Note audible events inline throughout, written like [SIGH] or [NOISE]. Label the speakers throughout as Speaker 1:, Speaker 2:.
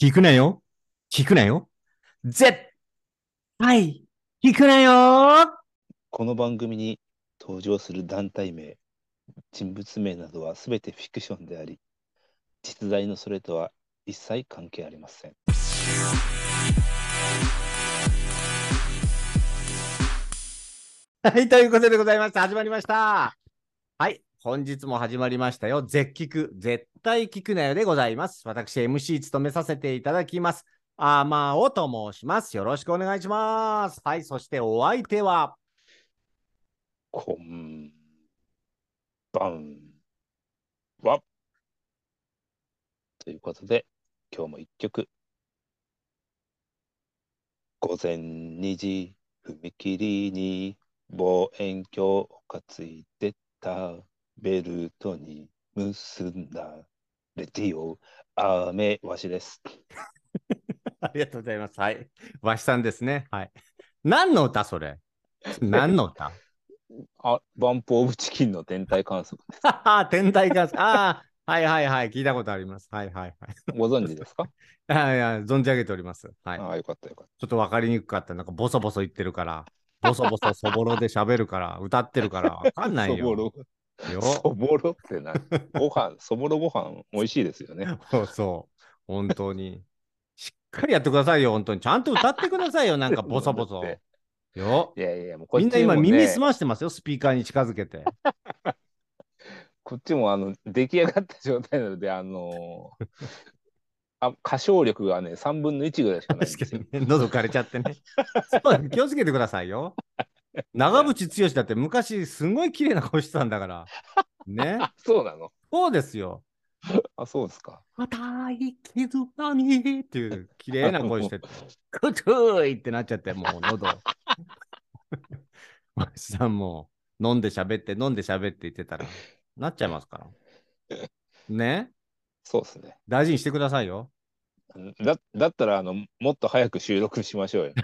Speaker 1: 聞くなよ。聞くなよ。絶対聞くなよ
Speaker 2: この番組に登場する団体名、人物名などはすべてフィクションであり、実在のそれとは一切関係ありません。
Speaker 1: はい、ということでございまして、始まりました。はい、本日も始まりましたよ。絶聞く、絶対聞くなよでございます。私、MC 務めさせていただきます。あまおと申します。よろしくお願いします。はい、そしてお相手は、 [LAUGHS]
Speaker 2: こんばんは。ということで、今日も一曲。午前2時、踏切に望遠鏡を担いでたベルトに結んだレディオ、雨わしです。
Speaker 1: ありがとうございます。はい、わしさんですね。はい。何の歌それ何の歌 [LAUGHS]
Speaker 2: あ、バンプオブチキンの天体観測です。
Speaker 1: 天体観測。ああ、はいはいはい、聞いたことあります。はいはいはい。
Speaker 2: ご存知ですか
Speaker 1: はいや、存じ上げております。はい。
Speaker 2: ああ、よかったよかっ
Speaker 1: ちょっと分かりにくかった。なんかボソボソ言ってる
Speaker 2: [LAUGHS]
Speaker 1: から、ボソボソそぼろで喋るから、歌ってるから、分かん
Speaker 2: た。
Speaker 1: ない
Speaker 2: そぼ
Speaker 1: よ。
Speaker 2: ろ。そ
Speaker 1: よ。
Speaker 2: ぼろっ
Speaker 1: [LAUGHS]
Speaker 2: てな、ご飯、そぼろご飯美味しいですよね。
Speaker 1: そうそう。本当に。しっかりやってくださいよ、本当に。ちゃんと歌ってくださいよ、なんかボソボソ
Speaker 2: だっ。
Speaker 1: よ
Speaker 2: て。。いやいや、もうこっち
Speaker 1: み
Speaker 2: も、
Speaker 1: んな
Speaker 2: ね、
Speaker 1: 今耳澄ましてますよ、スピーカーに近づけて。
Speaker 2: こっちもあの出来上がった状態なので、あのー [LAUGHS] あ歌唱力がね、3分の1ぐらいしかないん
Speaker 1: 確
Speaker 2: で
Speaker 1: か
Speaker 2: すよ。
Speaker 1: にね、喉枯れちゃってね。そう気をつけてくださいよ。長渕剛だって昔すごい綺麗な顔してたんだから。ね。
Speaker 2: あ、そうなの
Speaker 1: そうですよ。
Speaker 2: あ、そうですか。
Speaker 1: 硬い絆にっていう綺麗な声してて、 [LAUGHS] くついってなっちゃって、もう [LAUGHS] 喉。マシさんも飲んで喋って、飲んで喋って言ってたら、なっちゃいますから。ね
Speaker 2: そうですね。
Speaker 1: 大事にしてくださいよ。
Speaker 2: だだったらあの、もっと早く収録しましょう
Speaker 1: [LAUGHS]
Speaker 2: よ。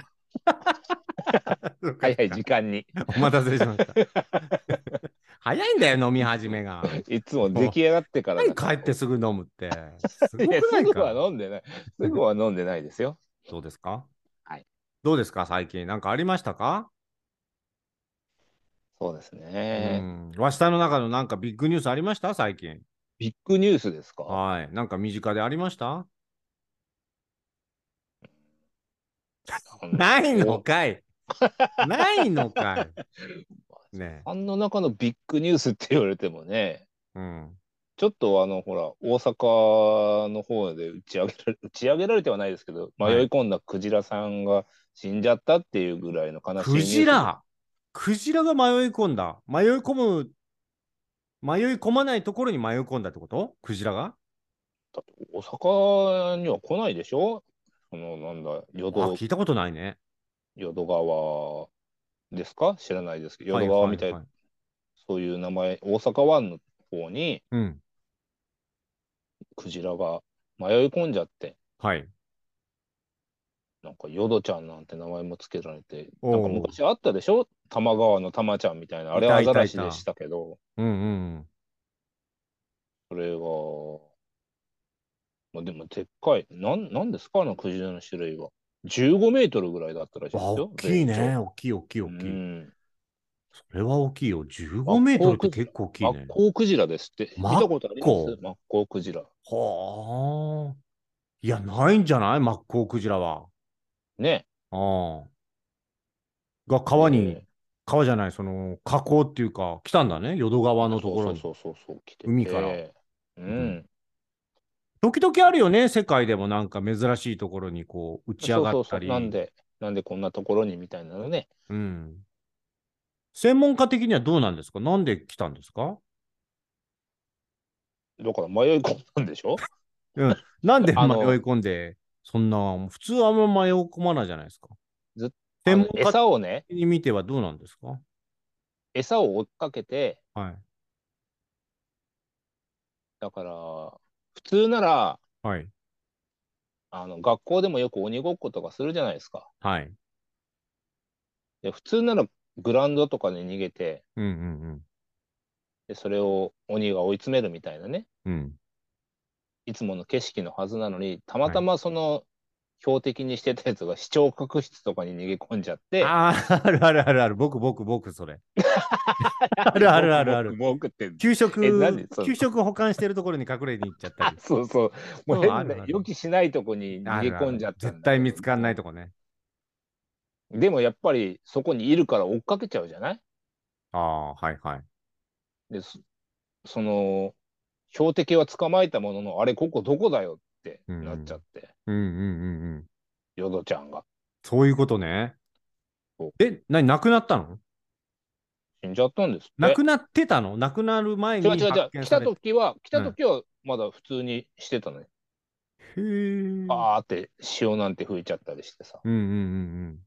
Speaker 2: 早い時間に。
Speaker 1: [LAUGHS] お待たせしました。早いんだよ、飲み始めが。
Speaker 2: いつも出来上がってからだ
Speaker 1: 何
Speaker 2: から
Speaker 1: 帰ってすぐ飲むって。すご
Speaker 2: いや、
Speaker 1: くな
Speaker 2: す
Speaker 1: い
Speaker 2: ぐ
Speaker 1: か
Speaker 2: は飲んでない。すぐは飲んでないですよ。
Speaker 1: どうですか
Speaker 2: はい。
Speaker 1: どうですか、最近。なんかありましたか
Speaker 2: そうです
Speaker 1: う
Speaker 2: ね。
Speaker 1: ん。わしたの中のなんかビッグニュースありました最近。
Speaker 2: ビッグニュースですか
Speaker 1: はい。なんか身近でありましたないのか
Speaker 2: [LAUGHS]
Speaker 1: いないのかいね
Speaker 2: あんの中のビッグニュースって言われてもね、
Speaker 1: え。うん。
Speaker 2: ちょっとあの、ほら、大阪の方で打ち上げられ、 [LAUGHS] 打ち上げられてはないですけど、
Speaker 1: はい
Speaker 2: 迷い込んだクジラさんが死んじゃったっていうぐらいの悲しいニ
Speaker 1: ク
Speaker 2: ュース。
Speaker 1: ジラクジラが迷い込んだ。迷い込む、迷い込まないところに迷い込んだってことクジラが
Speaker 2: 大阪には来ないでしょその、なんだ、
Speaker 1: あ、
Speaker 2: 淀、
Speaker 1: 聞いたことないね。
Speaker 2: 淀川ですか知らないですけど、
Speaker 1: はい
Speaker 2: 淀川みたい
Speaker 1: は
Speaker 2: な、
Speaker 1: は
Speaker 2: そういう名前、大阪湾の方に
Speaker 1: うん。
Speaker 2: クジラが迷い込んじゃって、
Speaker 1: はい。
Speaker 2: なんかヨドちゃんなんて名前もつけられて、
Speaker 1: おう
Speaker 2: なんか昔あったでしょ多摩川の玉ちゃんみたいな、あれ
Speaker 1: いた
Speaker 2: ア
Speaker 1: いた
Speaker 2: ザラシでしたけど、
Speaker 1: うんうん
Speaker 2: それが、まあ、でもでっかい、なんなんですかあのクジラの種類は。15メートルぐらいだったらしい
Speaker 1: うん。あ、
Speaker 2: ですよ
Speaker 1: 大。きいね。
Speaker 2: 全
Speaker 1: 大きい大きい
Speaker 2: 長
Speaker 1: 大き
Speaker 2: う
Speaker 1: い。
Speaker 2: ん。
Speaker 1: それは大きいよ。15メートルって結構大きい
Speaker 2: マ
Speaker 1: ね
Speaker 2: ッ。コウクジラですって。見
Speaker 1: マッコウ
Speaker 2: たことありますマッコウクジラ。
Speaker 1: はあ。いや、ないんじゃないマッコウクジラは。
Speaker 2: ね。
Speaker 1: ああ。が川に、
Speaker 2: え
Speaker 1: 川じゃない、その河口っていうか、来たんだね、淀川
Speaker 2: ー
Speaker 1: のところに。
Speaker 2: そうそうそうそう、来てて
Speaker 1: 海から
Speaker 2: うん
Speaker 1: ん。時々あるよね、世界でもなんか珍しいところにこう打ち上が
Speaker 2: そう
Speaker 1: っ
Speaker 2: そ
Speaker 1: た
Speaker 2: うそ
Speaker 1: り。
Speaker 2: う。なんで、なんでこんなところにみたいなのね。
Speaker 1: うん。専門家的にはどうなんですかなんで来たんですか
Speaker 2: だから迷い込んだんでしょ
Speaker 1: なんで迷い
Speaker 2: あの
Speaker 1: 込んで、そんな、普通はあんま迷い込まないじゃないですか。
Speaker 2: ずっ
Speaker 1: 専門
Speaker 2: あの
Speaker 1: 家
Speaker 2: 餌をね、
Speaker 1: 的に見てはどうなんですか
Speaker 2: 餌を追っかけて、
Speaker 1: はい。
Speaker 2: だから、普通なら、
Speaker 1: はい。
Speaker 2: あの学校でもよく鬼ごっことかするじゃないですか。
Speaker 1: はい。
Speaker 2: で普通ならグラウンドとかに逃げて
Speaker 1: うんうん
Speaker 2: で、それを鬼が追い詰めるみたいなね。
Speaker 1: うん。うん。
Speaker 2: いつもの景色のはずなのに、たまたまその標的にしてたやつが視聴覚室とかに逃げ込んじゃって、
Speaker 1: あ [LAUGHS] あ、あるあるあるある。僕、僕、僕、そ
Speaker 2: [LAUGHS]
Speaker 1: れ。あるあるあるある
Speaker 2: 文句文句って
Speaker 1: 給食
Speaker 2: え何そ、れ
Speaker 1: 給食保管してるところに隠れに行っちゃったり。
Speaker 2: [LAUGHS] そうそう。もう
Speaker 1: あ
Speaker 2: 変
Speaker 1: るあ
Speaker 2: な、
Speaker 1: る
Speaker 2: 予期しないとこに逃げ込んじゃったんだけど
Speaker 1: 絶対見つかんないとこね。
Speaker 2: でもやっぱりそこにいるから追っかけちゃうじゃない
Speaker 1: ああー、はいはい。
Speaker 2: で、そその、標的は捕まえたものの、あれ、ここどこだよってなっちゃって、
Speaker 1: うんうんうんうん。
Speaker 2: ヨドちゃんが
Speaker 1: そういうことね
Speaker 2: そう。
Speaker 1: え、なに、なくなったの
Speaker 2: 死んじゃったんですって。
Speaker 1: なくなってたのなくなる前に
Speaker 2: 違う
Speaker 1: 発
Speaker 2: 違う違う。
Speaker 1: 見
Speaker 2: 来
Speaker 1: さ
Speaker 2: た
Speaker 1: れて。
Speaker 2: 時は、来た時はまだ普通にしてたのよ。
Speaker 1: へー
Speaker 2: バーって潮なんて吹いちゃったりしてさ、
Speaker 1: うんうんうん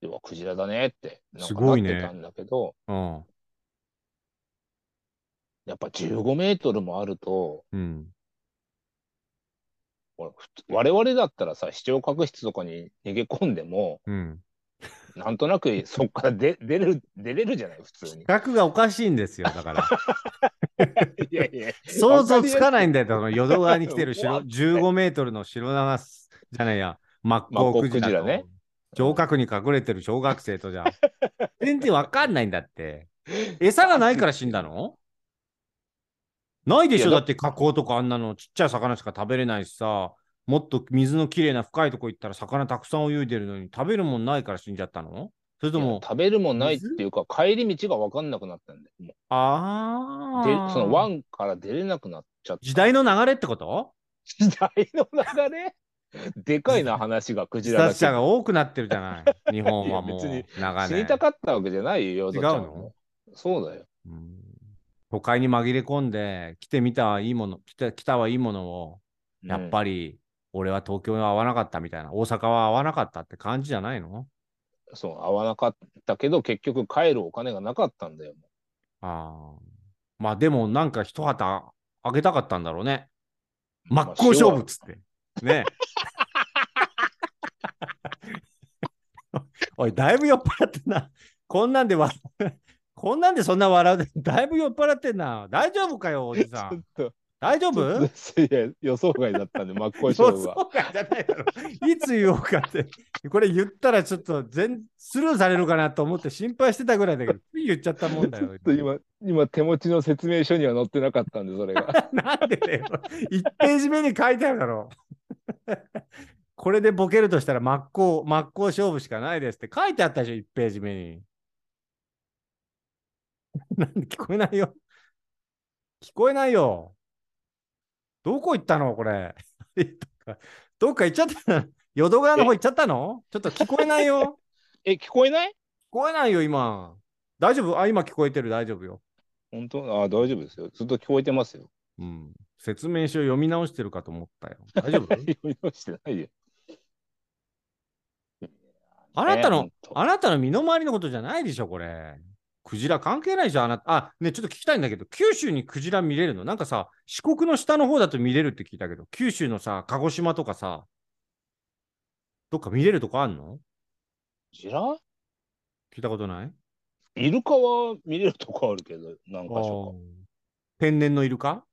Speaker 2: 要はクジラだねって、なん
Speaker 1: す
Speaker 2: か
Speaker 1: ご
Speaker 2: ないっ
Speaker 1: ね
Speaker 2: てたんだけど、
Speaker 1: うん。あ
Speaker 2: やっぱ15メートルもあると、
Speaker 1: あ。うん。
Speaker 2: ほら普通我々だったらさ、視聴覚室とかに逃げ込んでも、
Speaker 1: うん。。
Speaker 2: なんとなくそっから出出れる、出れるじゃない、普通に
Speaker 1: 額がおかしいんですよ、だから。
Speaker 2: いやいや、
Speaker 1: 想像つかないんだよ、その淀川に来てる
Speaker 2: う
Speaker 1: 白
Speaker 2: わ
Speaker 1: 15メートルの白長すじゃないや、マッコウクジラと
Speaker 2: マッコウクジラね
Speaker 1: 城郭に隠れてる小学生とじゃん。全然わかんないんだって。餌がないから死んだのないでしょ
Speaker 2: いや
Speaker 1: だって河口とかあんなのちっちゃい魚しか食べれないしさ、もっと水のきれいな深いとこ行ったら魚たくさん泳いでるのに食べるもんないから死んじゃったのそれと
Speaker 2: い
Speaker 1: も
Speaker 2: や、食べるもんないっていうか、帰り道が分かんなくなったんだよ。も
Speaker 1: あ
Speaker 2: うで
Speaker 1: あ、
Speaker 2: その湾から出れなくなっちゃった。
Speaker 1: 時代の流れってこと
Speaker 2: 時代の流れ [LAUGHS] でかいな話がクジ
Speaker 1: 自
Speaker 2: ラだ
Speaker 1: 殺
Speaker 2: け
Speaker 1: 者が多くなってるじゃない。
Speaker 2: [LAUGHS]
Speaker 1: 日本はも
Speaker 2: いや別
Speaker 1: う長
Speaker 2: 死
Speaker 1: 年。
Speaker 2: にたかったわけじゃないよ、
Speaker 1: 違う
Speaker 2: ヨドちゃん
Speaker 1: の
Speaker 2: もそうだよ。
Speaker 1: うん都会に紛れ込んで、来てみたはいいもの、来た来たはいいものを、やっ
Speaker 2: り、
Speaker 1: ぱり俺は東京には合わなかったみたいな、大阪は合わなかったって感じじゃないの
Speaker 2: そう、合わなかったけど、結局帰るお金がなかったんだよ。
Speaker 1: ああ。まあでもなんか一旗あげたかったんだろうね。真
Speaker 2: まあ
Speaker 1: っ向勝負っつって。ね。 [LAUGHS] おい、だいぶ酔っ払ってんな。こんなんでわ、 [LAUGHS] こんなんでそんな笑うで、だいぶ酔っ払ってんな。大丈夫かよ、おじさ [LAUGHS]
Speaker 2: ちょっ
Speaker 1: ん。
Speaker 2: と、
Speaker 1: 大丈
Speaker 2: ちょ
Speaker 1: 夫
Speaker 2: っと [LAUGHS] いや予想外だったんで、真っ向
Speaker 1: 予
Speaker 2: 勝負は。
Speaker 1: 想外じゃないだろ。いつ言おうかって。これ言ったらちょっと全スルーされるかなと思って心配してたぐらいだけど、つい言っちゃったもんだよ。
Speaker 2: ちょっと今、今手持ちの説明書には載ってなかったんで、それが。
Speaker 1: [LAUGHS] なんでだよ。1ページ目に書いてあるだろ [LAUGHS] う。これでボケるとしたら真っ向、真っ向勝負しかないですって書いてあったでしょ、1ページ目に。 [LAUGHS] なんで聞こえないよ。聞こえないよ。どこ行ったのこれ。 [LAUGHS] どっか行っちゃった。淀川の方行っちゃったのちょっと聞こえないよ。
Speaker 2: え、聞こえない
Speaker 1: 聞こえないよ、今。大丈夫あ、今聞こえてる、大丈夫よ。
Speaker 2: 本当あ、大丈夫ですよ。ずっと聞こえてますよ。 [LAUGHS]
Speaker 1: うん。説明書読み直してるかと思ったよ。大丈夫
Speaker 2: 読み直してないよ。
Speaker 1: あなたの
Speaker 2: ね、ほんと
Speaker 1: あなたの身の回りのことじゃないでしょ、これ。クジラ関係ないでしょ、あなた。あ、ね、ちょっと聞きたいんだけど、九州にクジラ見れるのなんかさ、四国の下の方だと見れるって聞いたけど、九州のさ、鹿児島とかさ、どっか見れるとこあんの
Speaker 2: クジラ
Speaker 1: 聞いたことない
Speaker 2: イルカは見れるとこあるけど、何か
Speaker 1: あー
Speaker 2: 所
Speaker 1: 天然のイルカ [LAUGHS]
Speaker 2: か。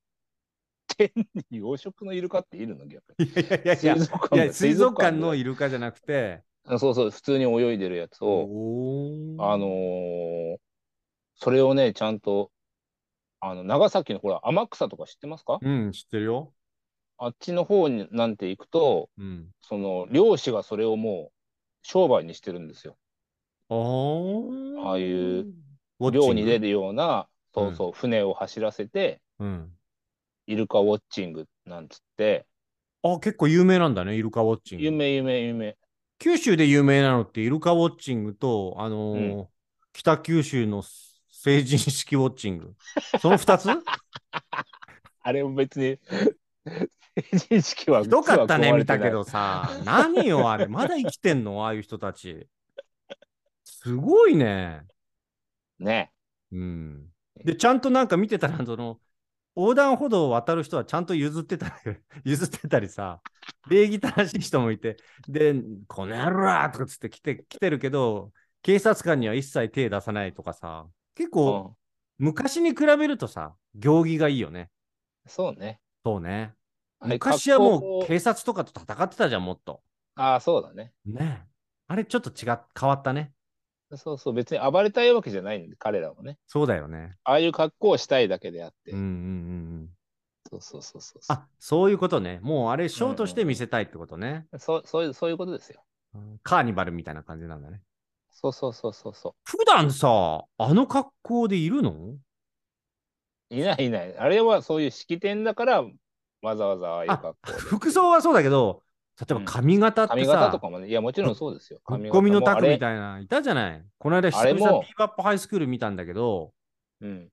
Speaker 2: 養殖のイルカっているの逆
Speaker 1: いやいやいや
Speaker 2: に。
Speaker 1: いや、いや
Speaker 2: 水族
Speaker 1: 水族館の
Speaker 2: 水
Speaker 1: イルカじゃなくて、
Speaker 2: あそうそう、普通に泳いでるやつを、
Speaker 1: おー
Speaker 2: あの、ーそれをね、ちゃんと、あの、長崎のほら、天草とか知ってますか
Speaker 1: うん、知ってるよ。
Speaker 2: あっちの方になんて行くと、
Speaker 1: うん。
Speaker 2: その、漁師がそれをもう、商売にしてるんですよ。
Speaker 1: あー
Speaker 2: ああいう、
Speaker 1: ウォッチング
Speaker 2: 漁に出るような、
Speaker 1: う
Speaker 2: そ
Speaker 1: ん
Speaker 2: うそう、船を走らせて、
Speaker 1: うん。
Speaker 2: イルカウォッチングなんつって、
Speaker 1: あ、結構有名なんだね、イルカウォッチング。
Speaker 2: 夢夢夢。
Speaker 1: 九州で有名なのってイルカウォッチングと、あのー北九州の成人式ウォッチング。その2つ
Speaker 2: [LAUGHS] あれも別に [LAUGHS] 成人式は
Speaker 1: ひどかったね、
Speaker 2: 実は壊
Speaker 1: 見
Speaker 2: れて
Speaker 1: た
Speaker 2: ない
Speaker 1: けどさ。何よ、あれ。まだ生きてんのああいう人たち。すごいね。
Speaker 2: ね
Speaker 1: うん。で、ちゃんとなんか見てたら、その、横断歩道を渡る人はちゃんと譲ってた [LAUGHS] り、譲ってたりさ、礼儀正しい人もいて、で、この野郎とかつって来て、来てるけど、警察官には一切手出さないとかさ、結
Speaker 2: う
Speaker 1: 構、
Speaker 2: ん
Speaker 1: 昔に比べるとさ、行儀がいいよね。
Speaker 2: そうね
Speaker 1: そうね。
Speaker 2: はい
Speaker 1: 昔は
Speaker 2: 格
Speaker 1: も
Speaker 2: 好
Speaker 1: う警察とかと戦ってたじゃん、もっと。
Speaker 2: ああ、そうだね。
Speaker 1: ねえあれちょっと違っ、変わったね。
Speaker 2: そうそう、別に暴れたいわけじゃないんで、彼らもね。
Speaker 1: そうだよね。
Speaker 2: ああいう格好をしたいだけであって。
Speaker 1: うんうんうんうん。
Speaker 2: そうそうそうそうそう
Speaker 1: あ、そういうことね。もうあれ、ショーとして見せたいってことね。
Speaker 2: そうそういう。そういうことですよ。
Speaker 1: カーニバルみたいな感じなんだね。
Speaker 2: そうそうそうそうそ
Speaker 1: 普段さ、あの格好でいるの
Speaker 2: う。いないいない。あれはそういう式典だから、わざわざああいう格
Speaker 1: あ
Speaker 2: 好で。
Speaker 1: 服装はそうだけど、例えば髪型って
Speaker 2: 髪
Speaker 1: さ、
Speaker 2: 型とかもね。いや、もちろんそうですよ。
Speaker 1: ゴ
Speaker 2: 髪
Speaker 1: ゴミのタ
Speaker 2: もあ
Speaker 1: ク
Speaker 2: れ
Speaker 1: みたいな、いたじゃない。この間、久
Speaker 2: あれ
Speaker 1: 々
Speaker 2: も
Speaker 1: ビーバップハイスクール見たんだけど、
Speaker 2: うん。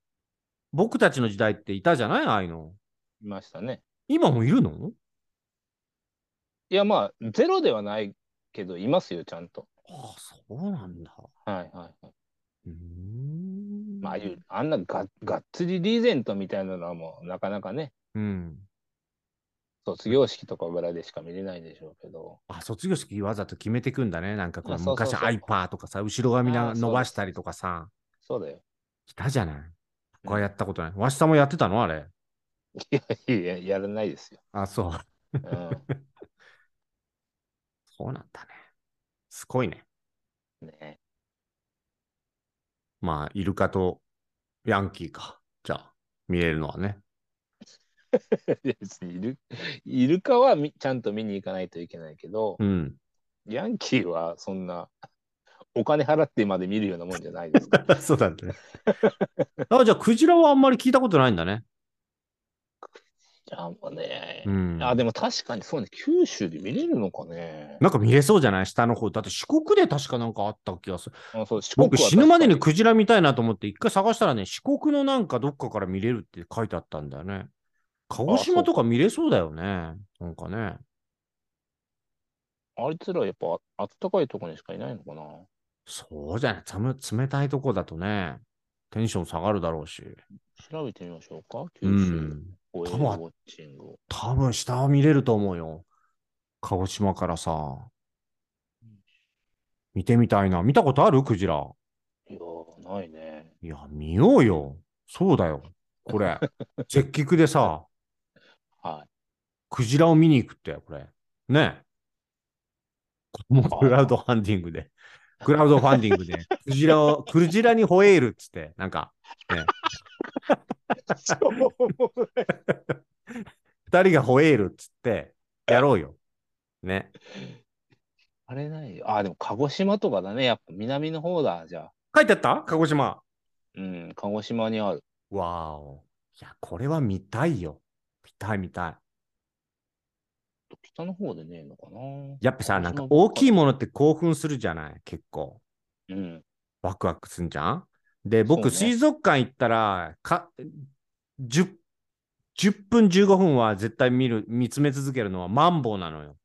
Speaker 1: 僕たちの時代っていたじゃないああいうの。
Speaker 2: いましたね。
Speaker 1: 今もいるの
Speaker 2: いや、まあ、ゼロではないけど、いますよ、ちゃんと。
Speaker 1: ああ、そうなんだ。
Speaker 2: はいはいはい。
Speaker 1: うーん。
Speaker 2: まあ、ああいう、あんなががっつりリーゼントみたいなのはもう、なかなかね、
Speaker 1: うん。
Speaker 2: 卒業式とかぐらいでしか見れないでしょうけど。
Speaker 1: あ、卒業式わざと決めてくんだね。なんかこ
Speaker 2: あ
Speaker 1: の
Speaker 2: そうそう
Speaker 1: 昔
Speaker 2: そう
Speaker 1: アイパーとかさ、後ろ髪
Speaker 2: あ
Speaker 1: な
Speaker 2: ー
Speaker 1: 伸ばしたりとかさ、
Speaker 2: そうだよ。 [LAUGHS]
Speaker 1: いたじゃない。これやったことない。わしさんもやってたのあれ。
Speaker 2: いやいや、やらないですよ。
Speaker 1: あ、そう。
Speaker 2: うん、ね
Speaker 1: そうなんだね。すごいね。
Speaker 2: え
Speaker 1: まあ、イルカとヤンキーか。じゃあ、見れるのはね。
Speaker 2: [LAUGHS] 別にイルイルカはみちゃんと見に行かないといけないけど、
Speaker 1: うん。
Speaker 2: ヤンキーはそんなお金払ってまで見るようなもんじゃな
Speaker 1: [LAUGHS]
Speaker 2: いですから
Speaker 1: [LAUGHS] そうだね。あ、じゃあ、クジラはあんまり聞いたことないんだね。
Speaker 2: じゃあもうね、
Speaker 1: うん。
Speaker 2: あでも確かにそうね九州で見れるのかね
Speaker 1: なんか見れそうじゃない下の方。だって四国で確かなんかあった気がする。
Speaker 2: あそう四国は
Speaker 1: 僕死ぬまでに
Speaker 2: 確か
Speaker 1: クジラ見たいなと思って一回探したらね、四国のなんかどっかから見れるって書いてあったんだよね。鹿児島とか見れそうだよね。なんかね。
Speaker 2: あいつらやっぱあったかいとこにしかいないのかな
Speaker 1: そうじゃない。つむ冷たいとこだとね、テンション下がるだろうし。
Speaker 2: 調べてみましょうか九
Speaker 1: う
Speaker 2: 州
Speaker 1: ん。
Speaker 2: 公営
Speaker 1: 多
Speaker 2: ウ
Speaker 1: 分あ
Speaker 2: ォッチングを
Speaker 1: 多分下は見れると思うよ。鹿児島からさ。見てみたいな。見たことあるクジラ。
Speaker 2: いやーないね
Speaker 1: いや、見ようよ。そうだよ。こ [LAUGHS] れ。絶菊でさ、
Speaker 2: は
Speaker 1: クジラを見に行くって、これ。ねえ。もう [LAUGHS] クラウドファンディングで。クラウドファンディングで。クジラを、クジラに吠えるっつって、なんか、
Speaker 2: いそう
Speaker 1: 二人が吠えるっつって、やろうよ。ね。
Speaker 2: あれないよあでも鹿児島とかだねやっぱ南の方だじゃあ
Speaker 1: 書いてあった鹿児島。
Speaker 2: うん鹿児島にある
Speaker 1: わーお。いや、これは見たいよ。見たい見たい。
Speaker 2: 北の方でねえのかな
Speaker 1: やっぱさ、
Speaker 2: 鹿
Speaker 1: な
Speaker 2: 児
Speaker 1: ん
Speaker 2: 島
Speaker 1: か大きい
Speaker 2: ば
Speaker 1: ものって興奮するじゃない結構。
Speaker 2: っかうん
Speaker 1: ワクワクすんじゃんで、僕、
Speaker 2: そうね
Speaker 1: 水族館行ったら、か、10、10分15分は絶対見る、見つめ続けるのはマンボウなのよ。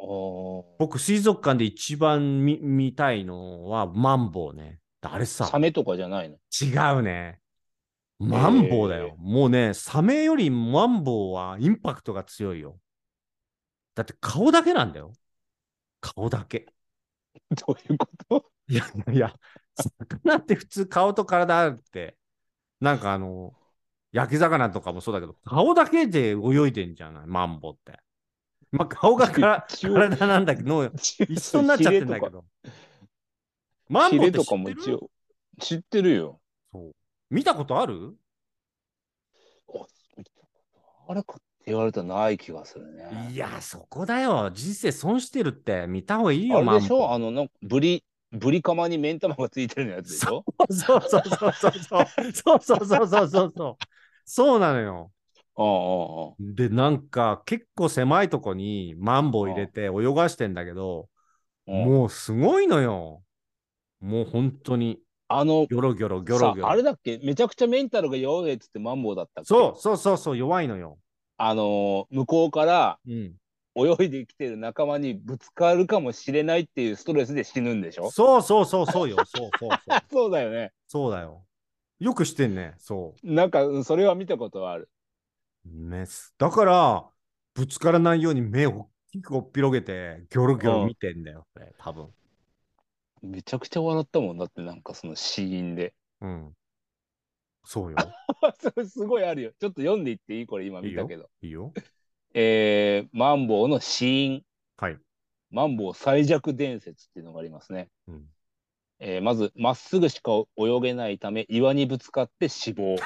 Speaker 2: あー
Speaker 1: 僕、水族館で一番見、見たいのはマンボウね。あれさ
Speaker 2: サ、メとかじゃないの
Speaker 1: 違うね。マンボウだよ。もうね、サメよりマンボウはインパクトが強いよ。だって顔だけなんだよ。顔だけ。
Speaker 2: どういうこと
Speaker 1: いやいや、魚って普通顔と体あるって、なんかあの、焼き魚とかもそうだけど、顔だけで泳いでんじゃない、マンボウって。まあ、顔がから
Speaker 2: 一応
Speaker 1: 体なんだけど、一緒になっちゃってんだ [LAUGHS] けど。マン
Speaker 2: ヒ
Speaker 1: ボウっ
Speaker 2: レ
Speaker 1: て知
Speaker 2: とか
Speaker 1: っ
Speaker 2: も
Speaker 1: て
Speaker 2: 一
Speaker 1: る
Speaker 2: 応知ってるよ。
Speaker 1: そう見たことある
Speaker 2: あれかって言われたらない気がするね。
Speaker 1: いや、そこだよ。人生損してるって、見た方がいいよ、
Speaker 2: あ
Speaker 1: マ
Speaker 2: れ
Speaker 1: ン
Speaker 2: でし
Speaker 1: ボ
Speaker 2: ょ
Speaker 1: ウ。
Speaker 2: あの、なんかブリ、ブリカマに目ん玉がついてるやつでしょ
Speaker 1: [LAUGHS] そうそうそうそうそう。そうそうそうそうそうそう。そうなのよ。
Speaker 2: ああ、
Speaker 1: で、なんか結構狭いとこにマンボウ入れて泳がしてんだけど、
Speaker 2: ああ、うん。
Speaker 1: もうすごいのよ。もう本当に、
Speaker 2: あの、
Speaker 1: ギョロギョロ、ギョロギョ
Speaker 2: さあ
Speaker 1: ロ。
Speaker 2: れだっけめちゃくちゃメンタルが弱いっつってマンボウだったっけ
Speaker 1: そうそうそうそう、弱いのよ。
Speaker 2: あのー向こうから
Speaker 1: うん。
Speaker 2: 泳いできてる仲間にぶつかるかもしれないっていうストレスで死ぬんでしょ
Speaker 1: そうそうそうそうよ。そうそうそう
Speaker 2: あ。そうだよね。
Speaker 1: そうだよ。よくしてんね。そ
Speaker 2: なんか、うんそれは見たことはある。
Speaker 1: う。メス。だから、ぶつからないように目を大きくおっぴろげて、ギョロギョロ見てんだよ、これ、多分。
Speaker 2: めちゃくちゃ笑ったもんだって、なんかその死因で。 [LAUGHS]
Speaker 1: うん。そうよ。
Speaker 2: それすごいあるよ。ちょっと読んでいっていいこれ今見たけど。
Speaker 1: いいよ。
Speaker 2: えーマンボウの死因、
Speaker 1: はい。
Speaker 2: マンボウ最弱伝説っていうのがありますね。
Speaker 1: うん
Speaker 2: えーまず、まっすぐしか泳げないため、岩にぶつかって死亡。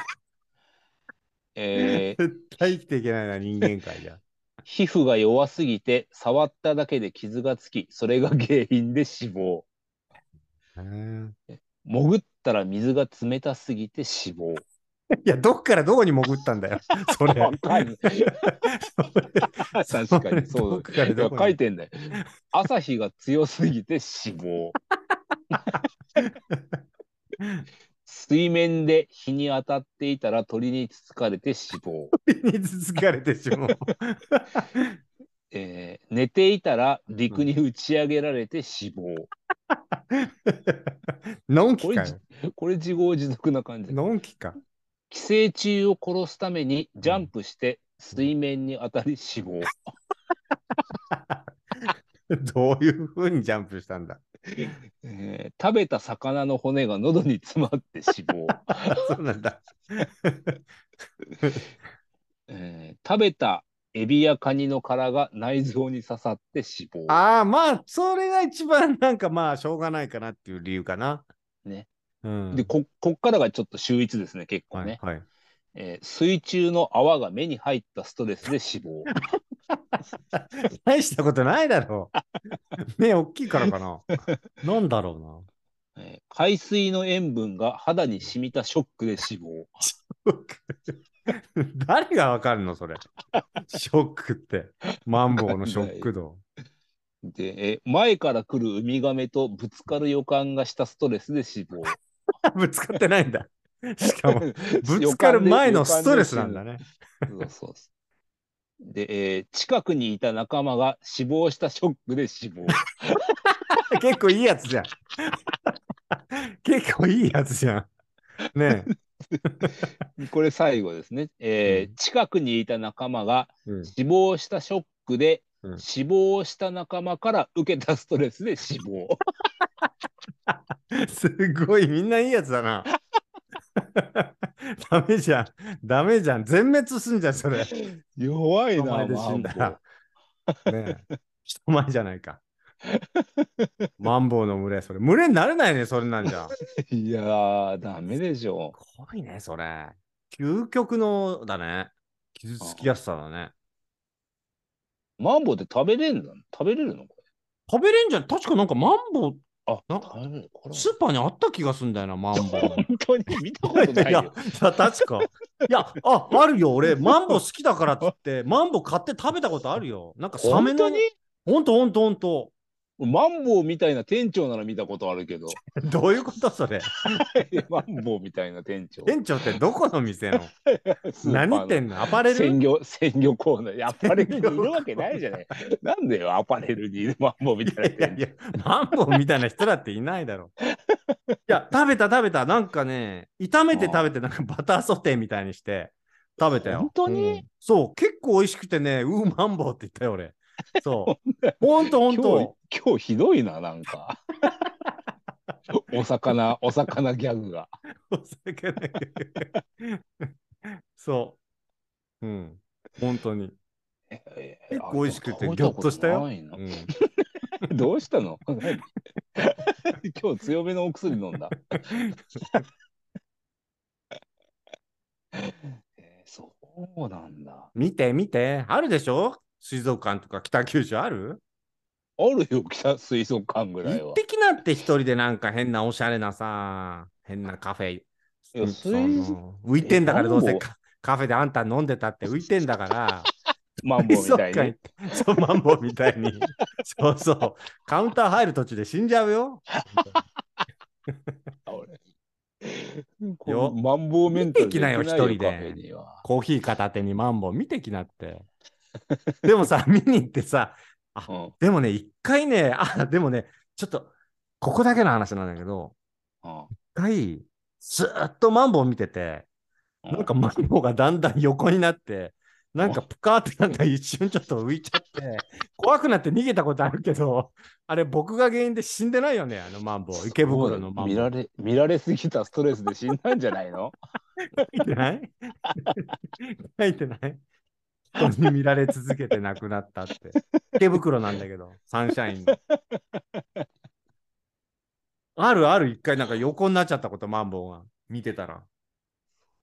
Speaker 2: えー
Speaker 1: [LAUGHS] 絶対生きていけないな、人間界じゃ。
Speaker 2: 皮膚が弱すぎて、触っただけで傷がつき、それが原因で死亡。
Speaker 1: うん
Speaker 2: 潜ったら水が冷たすぎて死亡。
Speaker 1: いや、どっからどこに潜ったんだ
Speaker 2: [LAUGHS]
Speaker 1: よ、それ。
Speaker 2: わかんない
Speaker 1: [LAUGHS]
Speaker 2: 確かに、
Speaker 1: それ
Speaker 2: そ
Speaker 1: どっ
Speaker 2: う。
Speaker 1: から
Speaker 2: いや
Speaker 1: どこに
Speaker 2: 書いてんだよ。朝日が強すぎて死亡。水面で日に当たっていたら鳥につつかれて死亡。
Speaker 1: に続かれてし
Speaker 2: [LAUGHS]
Speaker 1: まう。
Speaker 2: えー寝ていたら陸に打ち上げられて死亡。
Speaker 1: のんき
Speaker 2: これ
Speaker 1: か
Speaker 2: じ
Speaker 1: よ。、
Speaker 2: これ自業自得な感じ。
Speaker 1: のんきか。
Speaker 2: 寄生虫を殺すためにジャンプして水面に当たり死亡。
Speaker 1: どういうふうにジャンプしたんだ。 [LAUGHS]
Speaker 2: えー食べた魚の骨が喉に詰まって死亡。
Speaker 1: あそうなんだ。
Speaker 2: えー食べたエビやカニの殻が内臓に刺さって死亡。
Speaker 1: ああ、まあ、それが一番なんかまあ、しょうがないかなっていう理由かな。
Speaker 2: ね。
Speaker 1: うん。
Speaker 2: でこ、こっからがちょっと秀逸ですね、結構
Speaker 1: はい、
Speaker 2: ね、
Speaker 1: はい。
Speaker 2: えー水中の泡が目に入ったストレスで
Speaker 1: [LAUGHS]
Speaker 2: 死亡。
Speaker 1: 大したことないだろ
Speaker 2: [LAUGHS]
Speaker 1: う。目大きいからかな。なんだろ
Speaker 2: えー海水の塩分が肌に染みたショックで死亡。
Speaker 1: うな。誰がわかるの、それ。ショックって。マンボウのショック度。
Speaker 2: で、えー前から来るウミガメとぶつかる予感がしたストレスで死亡。
Speaker 1: ぶつかってないんだ。し
Speaker 2: [LAUGHS]
Speaker 1: かも、 [LAUGHS] ぶつかる前のストレスなんだ
Speaker 2: ね。
Speaker 1: ね。
Speaker 2: そうそうそうで、えー近くにいた仲間が死亡したショックで死亡。
Speaker 1: 結構いいやつじゃん。結構いいやつじゃん。
Speaker 2: [LAUGHS]
Speaker 1: ね
Speaker 2: これ最後ですね。えー
Speaker 1: うん
Speaker 2: 近くにいた仲間が
Speaker 1: え。うん
Speaker 2: 死亡したショックで、
Speaker 1: うん
Speaker 2: 死亡した仲間から受けたストレスで死亡。
Speaker 1: すごい、みんないいやつだ
Speaker 2: [LAUGHS]
Speaker 1: な。ダメじゃん。ダメじゃん。全滅すんじゃん、
Speaker 2: [LAUGHS]
Speaker 1: それ。
Speaker 2: [LAUGHS] 弱い
Speaker 1: 人
Speaker 2: な、
Speaker 1: 前で死んだら。ねえ。人前じゃないか。マンボウの群れ、それ。群れになれないね、それなんじゃん。す
Speaker 2: マンボウいやー、ダメでしょ。
Speaker 1: ごいね、それ。究極のだね。傷つきやすさだね。
Speaker 2: マンボウって食べれるの食べれるのこれ
Speaker 1: 食べれんじゃん。確かなんかマンボウ
Speaker 2: あ、
Speaker 1: なんか
Speaker 2: 食べれるこれ
Speaker 1: スーパーにあった気がすんだよな、マンボウ。
Speaker 2: 本当に見たことない
Speaker 1: いや、い
Speaker 2: よ。
Speaker 1: や確か。いや、あ、あるよ、俺、マンボウ好きだからっつって、マンボウ買って食べたことあるよ。なんかサメ
Speaker 2: 本
Speaker 1: の
Speaker 2: 当に。
Speaker 1: ほんとほんとほんと。
Speaker 2: マンボウみたいな店長なら見たことあるけど、
Speaker 1: [LAUGHS]
Speaker 2: [LAUGHS]
Speaker 1: どういうことそれ。
Speaker 2: マンボウみたいな店長。
Speaker 1: 店長ってどこの店の何言って
Speaker 2: ん
Speaker 1: んのアパレ
Speaker 2: 鮮
Speaker 1: ル
Speaker 2: 魚、鮮魚コーナーにアパレルにいるわけないじゃない。なんでよ、アパレルにいるマンボウみたいない
Speaker 1: や
Speaker 2: 店長
Speaker 1: いや、マンボウみたいな人だっていない
Speaker 2: [LAUGHS]
Speaker 1: だろ。いや、食べた食べた。なんかね、炒めて食べて、なんかバターソテーみたいにして食べたよ。
Speaker 2: 本当に
Speaker 1: うんそう、結構美味しくてね、うーマンボウって言ったよ、俺。
Speaker 2: [LAUGHS]
Speaker 1: そう。ほんとほん
Speaker 2: 今
Speaker 1: と。
Speaker 2: 日、今日ひどいな、なんか。お魚、お魚ギャグが。
Speaker 1: お酒だけ [LAUGHS] そう。うん。本当に。
Speaker 2: 結
Speaker 1: 構美味しくてギョッとしたようん、
Speaker 2: どうしたの何今日強めのお薬飲んだ。えーそうなんだ。
Speaker 1: 見て見て。あるでしょ水族館とか北九州ある
Speaker 2: あるよ、北水族館ぐらい
Speaker 1: 一
Speaker 2: は。
Speaker 1: 滴なんて一人でなんか変なおしゃれなさ、変なカフェ。
Speaker 2: いや
Speaker 1: そ
Speaker 2: 水
Speaker 1: の浮いてんだから
Speaker 2: え
Speaker 1: どうせ
Speaker 2: マンボウ
Speaker 1: カカフェであんた飲んでたって浮いてんだから。
Speaker 2: マンボウみたい
Speaker 1: 水族
Speaker 2: に。
Speaker 1: 館そう、マンボウみたいに。そうそう。カウンター入る途中で死んじゃうよ。
Speaker 2: あ俺このマンボウメンタル
Speaker 1: 見て
Speaker 2: で行け
Speaker 1: きなよ一人で
Speaker 2: カフェには
Speaker 1: コーヒー片手にマンボウ見てきなって。でもさ、見に行ってさ、
Speaker 2: うん
Speaker 1: でもね、一回ね、あ、でもね、ちょっと、ここだけの話なんだけど、
Speaker 2: うん
Speaker 1: 一回、ずーっとマンボウ見てて、
Speaker 2: うん
Speaker 1: なんかマンボウがだんだん横になって、なんかぷかーってなんか一瞬ちょっと浮いちゃ
Speaker 2: [LAUGHS]
Speaker 1: って、怖くなって逃げたことあるけど、あれ僕が原因で死んでないよね、あのマンボウ。池袋のマンボウ。
Speaker 2: 見られ見られすぎたストレスで死んだんじゃないの
Speaker 1: [LAUGHS] 書いてない書いてない人に見られ続けて亡くなったって。池袋なんだけど、サンシャイン
Speaker 2: [LAUGHS]
Speaker 1: の。あるある、一回なんか横になっちゃったこと、マンボウが。見てたら。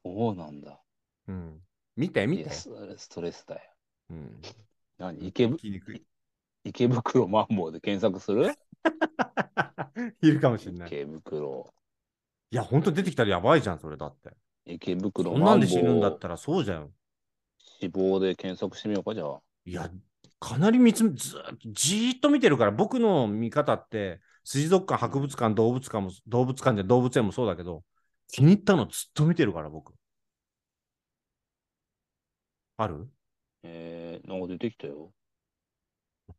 Speaker 2: そうなんだ。
Speaker 1: うん。見て、見
Speaker 2: い
Speaker 1: て
Speaker 2: や、。それストレスだよ。
Speaker 1: うん。
Speaker 2: 何池ぶ
Speaker 1: 聞きにくい。 [LAUGHS]
Speaker 2: 池袋マンボウで検索する
Speaker 1: いるかもしれない。
Speaker 2: 池袋。
Speaker 1: いや、ほんと出てきたらやばいじゃん、それだって。
Speaker 2: 池袋
Speaker 1: そんな
Speaker 2: マ
Speaker 1: ん
Speaker 2: ン
Speaker 1: で
Speaker 2: ボ
Speaker 1: 死ぬんだっ
Speaker 2: ウ
Speaker 1: たらそうじゃん。
Speaker 2: 死亡で検索してみようか、じゃあ。
Speaker 1: いや、かなり見つめ、ずーっとじーっと見てるから、僕の見方って、水族館、博物館、動物館も、動物館で動物園もそうだけど、気に入ったのずっと見てるから、僕。ある
Speaker 2: えー、なんか出てきたよ。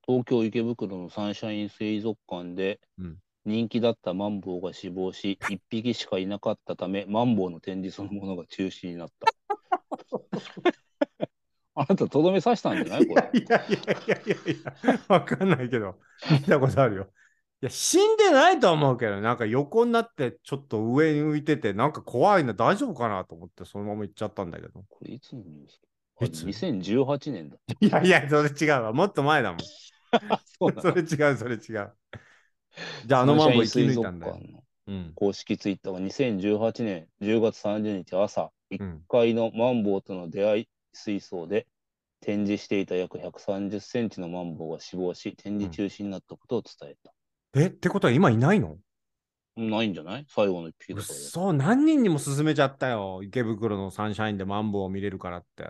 Speaker 2: 東京池袋のサンシャイン水族館で
Speaker 1: うん
Speaker 2: 人気だったマンボウが死亡し、一匹しかいなかったため、マンボウの展示そのものが中止になった。
Speaker 1: [LAUGHS]
Speaker 2: あなた、とどめ刺したんじゃないこれ。
Speaker 1: いやいやいやいやいや、わかんないけど、見たことあるよ。いや、死んでないとは思うけど、なんか横になって、ちょっと上に浮いてて、なんか怖いな、大丈夫かなと思って、そのまま行っちゃったんだけど。
Speaker 2: これいつのニュースあ
Speaker 1: いつ
Speaker 2: ?2018 年だ。
Speaker 1: いやいや、それ違うわ。もっと前だもん。
Speaker 2: そう
Speaker 1: [LAUGHS]
Speaker 2: な
Speaker 1: そ
Speaker 2: の
Speaker 1: れ違う、それ違う。じゃあ、あのマンボウ生き抜いたんだ
Speaker 2: サンシャイン
Speaker 1: よ。
Speaker 2: 水族館の
Speaker 1: うん。
Speaker 2: 公式ツイッターが2018年10月30日朝、1
Speaker 1: うん。
Speaker 2: 階のマンボウとの出会い水槽で展示していた約130センチのマンボウが死亡し、展示中止になったことを伝えた。
Speaker 1: え、ってことは今いないの
Speaker 2: ないんじゃない最後の一匹
Speaker 1: う
Speaker 2: だ
Speaker 1: っ
Speaker 2: から。
Speaker 1: そ、何人にも勧めちゃったよ。池袋のサンシャインでマンボウを見れるからって。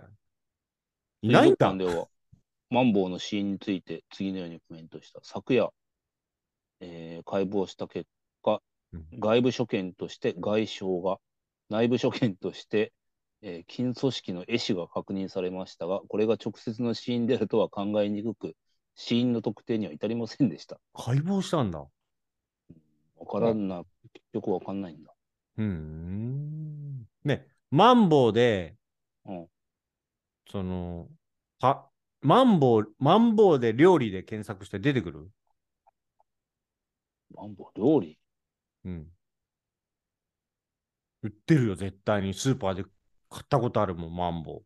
Speaker 1: いないんだ
Speaker 2: 水族館。では、マンボウの死因について次のようにコメントした。昨夜、えー解剖した結果
Speaker 1: うん、
Speaker 2: 外部所見として外傷が、内部所見として、えー筋組織の壊死が確認されましたが、これが直接の死因であるとは考えにくく、死因の特定には至りませんでした。
Speaker 1: 解剖したんだ。
Speaker 2: わからんな、結局わかんないんだ。
Speaker 1: うーん。ね、マンボウで、
Speaker 2: うん
Speaker 1: その、は、マンボウ、マンボウで料理で検索して出てくる
Speaker 2: マンボウ料理
Speaker 1: うん。売ってるよ、絶対に。スーパーで買ったことあるもん、マンボウ。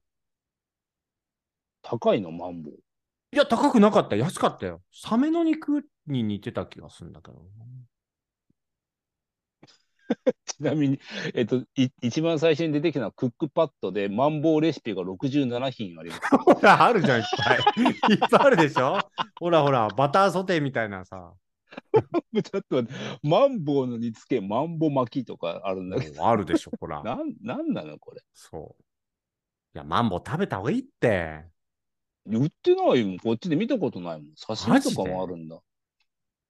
Speaker 2: 高いの、マンボウ。
Speaker 1: いや、高くなかった。安かったよ。サメの肉に似てた気がするんだけど。
Speaker 2: ちなみに、えっと、い一番最初に出てきたのはクックパッドで、マンボウレシピが67品あります。 [LAUGHS]
Speaker 1: ほら、あるじゃん、いっぱい。 [LAUGHS] いっぱいあるでしょほらほら、バターソテーみたいなさ。 [LAUGHS]
Speaker 2: ちょっと待って、マンボウの煮付け、マンボ巻きとかあるんだけど、
Speaker 1: あるでしょ、ほら。
Speaker 2: なん、なんなのこれ。
Speaker 1: そう。いや、マンボウ食べた方がいいって。
Speaker 2: 売ってないもん、こっちで見たことないもん。刺身とかもあるんだ。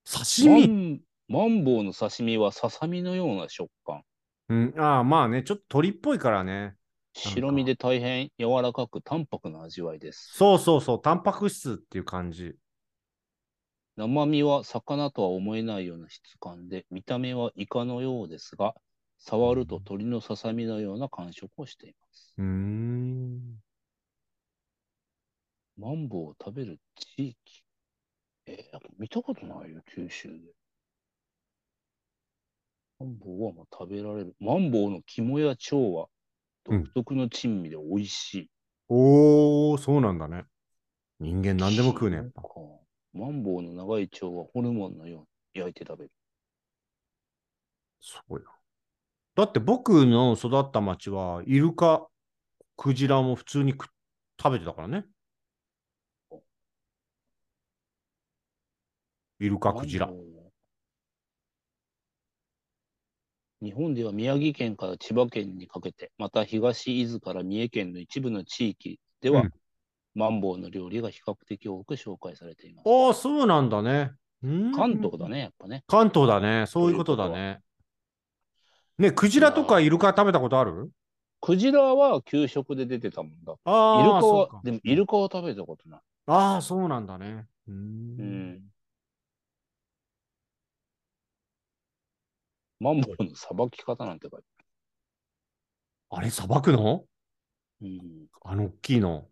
Speaker 1: 刺身
Speaker 2: マンマンボウの刺身はささみのような食感。
Speaker 1: うん、ああ、まあね、ちょっと鳥っぽいからね。
Speaker 2: 白身で大変柔らかく淡白な味わいです。
Speaker 1: そうそうそう、タンパク質っていう感じ。
Speaker 2: 生身は魚とは思えないような質感で、見た目はイカのようですが、触ると鳥のささみのような感触をしています。
Speaker 1: うーん。
Speaker 2: マンボウを食べる地域。えー見たことないよ、九州で。マンボウはまあ食べられる。マンボウの肝や腸は
Speaker 1: うん
Speaker 2: 独特の珍味で美味しい。
Speaker 1: おー、そうなんだね。人間何でも食うね。やっぱ
Speaker 2: そうかマンボウの長い腸はホルモンのように焼いて食べる。
Speaker 1: すごいな。だって僕の育った町は、イルカ、クジラも普通に食っ食べてたからね。イルカ、クジラ
Speaker 2: マン。ボウは日本では宮城県から千葉県にかけて、また東伊豆から三重県の一部の地域では、
Speaker 1: うん
Speaker 2: マンボウの料理が比較的多く紹介されています。
Speaker 1: ああ、そうなんだね。うーん
Speaker 2: 関東だね、やっぱね。
Speaker 1: 関東だね。そういうことだ
Speaker 2: そう
Speaker 1: ね。ね、クジラとかイルカ食べたことある
Speaker 2: クジラは給食で出てたもんだ。イル
Speaker 1: あ
Speaker 2: カ
Speaker 1: あ、そう
Speaker 2: は
Speaker 1: か、
Speaker 2: でもイルカは食べたことない。
Speaker 1: ああ、そうなんだね。うー。
Speaker 2: うんん。マンボウのさばき方なんて書いて
Speaker 1: あれ、さばくの
Speaker 2: あるうん。
Speaker 1: あの大きいの。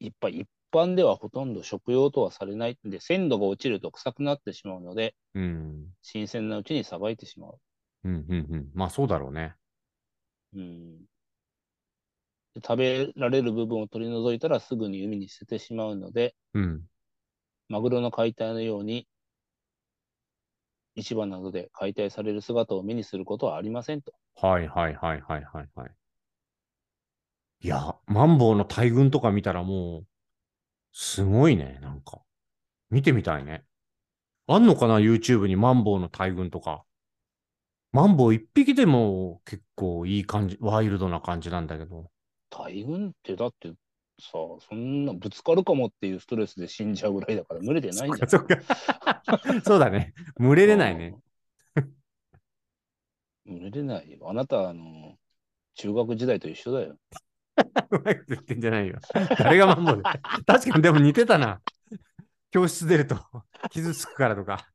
Speaker 2: 一般一般ではほとんど食用とはされないんで、鮮度が落ちると臭くなってしまうので、
Speaker 1: うん。
Speaker 2: 新鮮なうちにさばいてしまう。
Speaker 1: うんうんうん。まあそうだろうね。
Speaker 2: うん。食べられる部分を取り除いたらすぐに海に捨ててしまうので、
Speaker 1: うん。
Speaker 2: マグロの解体のように、市場などで解体される姿を目にすることはありませんと。
Speaker 1: はいはいはいはいはいはい。いや、マンボウの大群とか見たらもう、すごいね、なんか。見てみたいね。あんのかな、YouTube にマンボウの大群とか。マンボウ一匹でも結構いい感じ、ワイルドな感じなんだけど。
Speaker 2: 大群ってだってさ、そんなぶつかるかもっていうストレスで死んじゃうぐらいだから群れてないんじゃない
Speaker 1: そっかそっか [LAUGHS] そうだね。群れれない
Speaker 2: [LAUGHS]
Speaker 1: ね。
Speaker 2: うん。群れれないよ。あなた、あの、中学時代と一緒だよ。
Speaker 1: [LAUGHS] うまいこと言ってんじゃないよ。誰がマンボウだよ確かにでも似てたな。教室出ると傷つくからとか、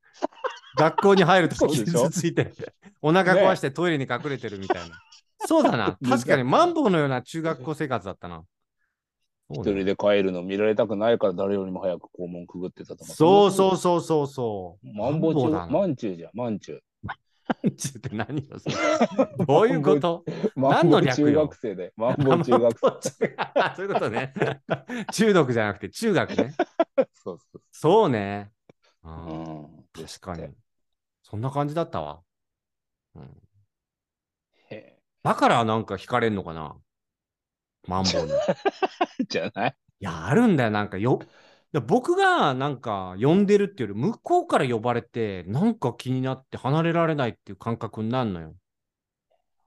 Speaker 1: 学校に入ると
Speaker 2: そうでしょ
Speaker 1: 傷ついて、お腹壊してトイレに隠れてるみたいな。そうだ
Speaker 2: [LAUGHS]
Speaker 1: な。確かにマンボウのような中学校生活だったな。そ
Speaker 2: 一
Speaker 1: うだ
Speaker 2: 人で帰るの見られたくないから誰よりも早く校門くぐってたとか。
Speaker 1: そう
Speaker 2: そんな
Speaker 1: そうそうそうそう。
Speaker 2: マンボ
Speaker 1: マンボ
Speaker 2: ウ
Speaker 1: ウ
Speaker 2: 中、
Speaker 1: だな
Speaker 2: マンチュウじゃん、マンチュウ。
Speaker 1: マンチュって何よ、そ
Speaker 2: [LAUGHS]
Speaker 1: れ。どういうこと
Speaker 2: マ
Speaker 1: 何
Speaker 2: ンボ
Speaker 1: の
Speaker 2: ウ
Speaker 1: 略よ
Speaker 2: 中学生
Speaker 1: [LAUGHS]
Speaker 2: で、マンボウ中学生。
Speaker 1: 生。 [LAUGHS] そういうことね。中毒じゃなくて中学ね。
Speaker 2: そうそう
Speaker 1: そうね。 [LAUGHS] う
Speaker 2: そ
Speaker 1: ん
Speaker 2: う。うん。
Speaker 1: 確か
Speaker 2: で
Speaker 1: に。そんな感じだったわ。うん、
Speaker 2: へ
Speaker 1: だからなんか惹かれんのかなマンボ [LAUGHS] ウに。い
Speaker 2: えじゃない
Speaker 1: や、あるんだよ。なんかよ、だ僕がなんか呼んでるっていうより、向こうから呼ばれて、なんか気になって離れられないっていう感覚になるのよ。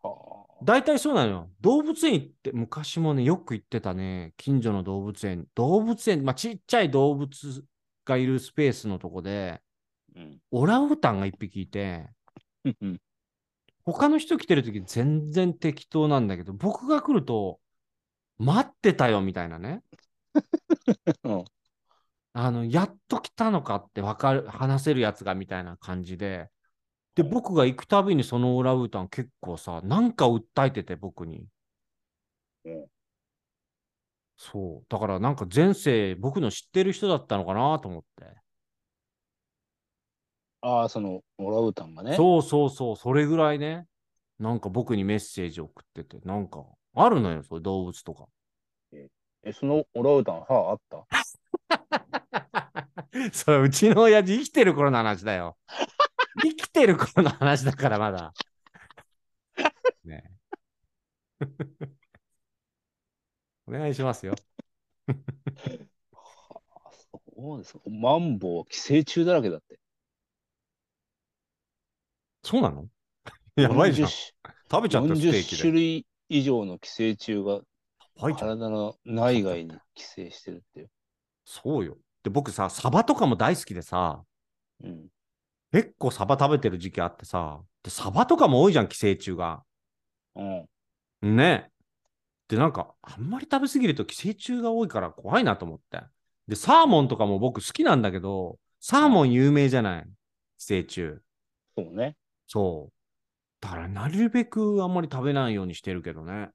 Speaker 2: はあ
Speaker 1: 大体そうなのよ。動物園行って、昔もね、よく行ってたね、近所の動物園。動物園、まあ、ちっちゃい動物がいるスペースのとこで、
Speaker 2: うん [LAUGHS]
Speaker 1: オランウータンが一匹いて、
Speaker 2: うん
Speaker 1: 他の人来てる時全然適当なんだけど、僕が来ると、待ってたよみたいなね。
Speaker 2: [LAUGHS] うん
Speaker 1: あの、やっと来たのかってわかる、話せるやつがみたいな感じで。で、
Speaker 2: うん
Speaker 1: 僕が行くたびにそのオランウータン結構さ、なんか訴えてて僕に。
Speaker 2: うん
Speaker 1: そう。だからなんか前世僕の知ってる人だったのかなと思って。
Speaker 2: ああ、その、オラウータンがね。
Speaker 1: そうそうそう、それぐらいね。なんか僕にメッセージ送ってて、なんかあるのよ、そういう動物とか。 [LAUGHS]
Speaker 2: え、そのオラウータン、歯あった
Speaker 1: それうちの親父生きてる頃の話だよ。生きてる頃の話だからまだ。ね [LAUGHS] えお願いしますよ。
Speaker 2: あそうです。マンボウは寄生虫だらけだって。
Speaker 1: そうなのやばいじゃん。
Speaker 2: 40
Speaker 1: 食べちゃったよステー
Speaker 2: 40
Speaker 1: キで。
Speaker 2: 種類以上の寄生虫が
Speaker 1: やばいじゃん。
Speaker 2: 体の内外に寄生してるっていう。
Speaker 1: そうよ。で、僕さ、サバとかも大好きでさ、
Speaker 2: うん。
Speaker 1: 結構サバ食べてる時期あってさ、で、サバとかも多いじゃん、寄生虫が。
Speaker 2: うん。
Speaker 1: ね。で、なんか、あんまり食べ過ぎると寄生虫が多いから怖いなと思って。で、サーモンとかも僕好きなんだけど、サーモン有名じゃない寄生虫。
Speaker 2: そうね。
Speaker 1: そう。だから、なるべくあんまり食べないようにしてるけどね。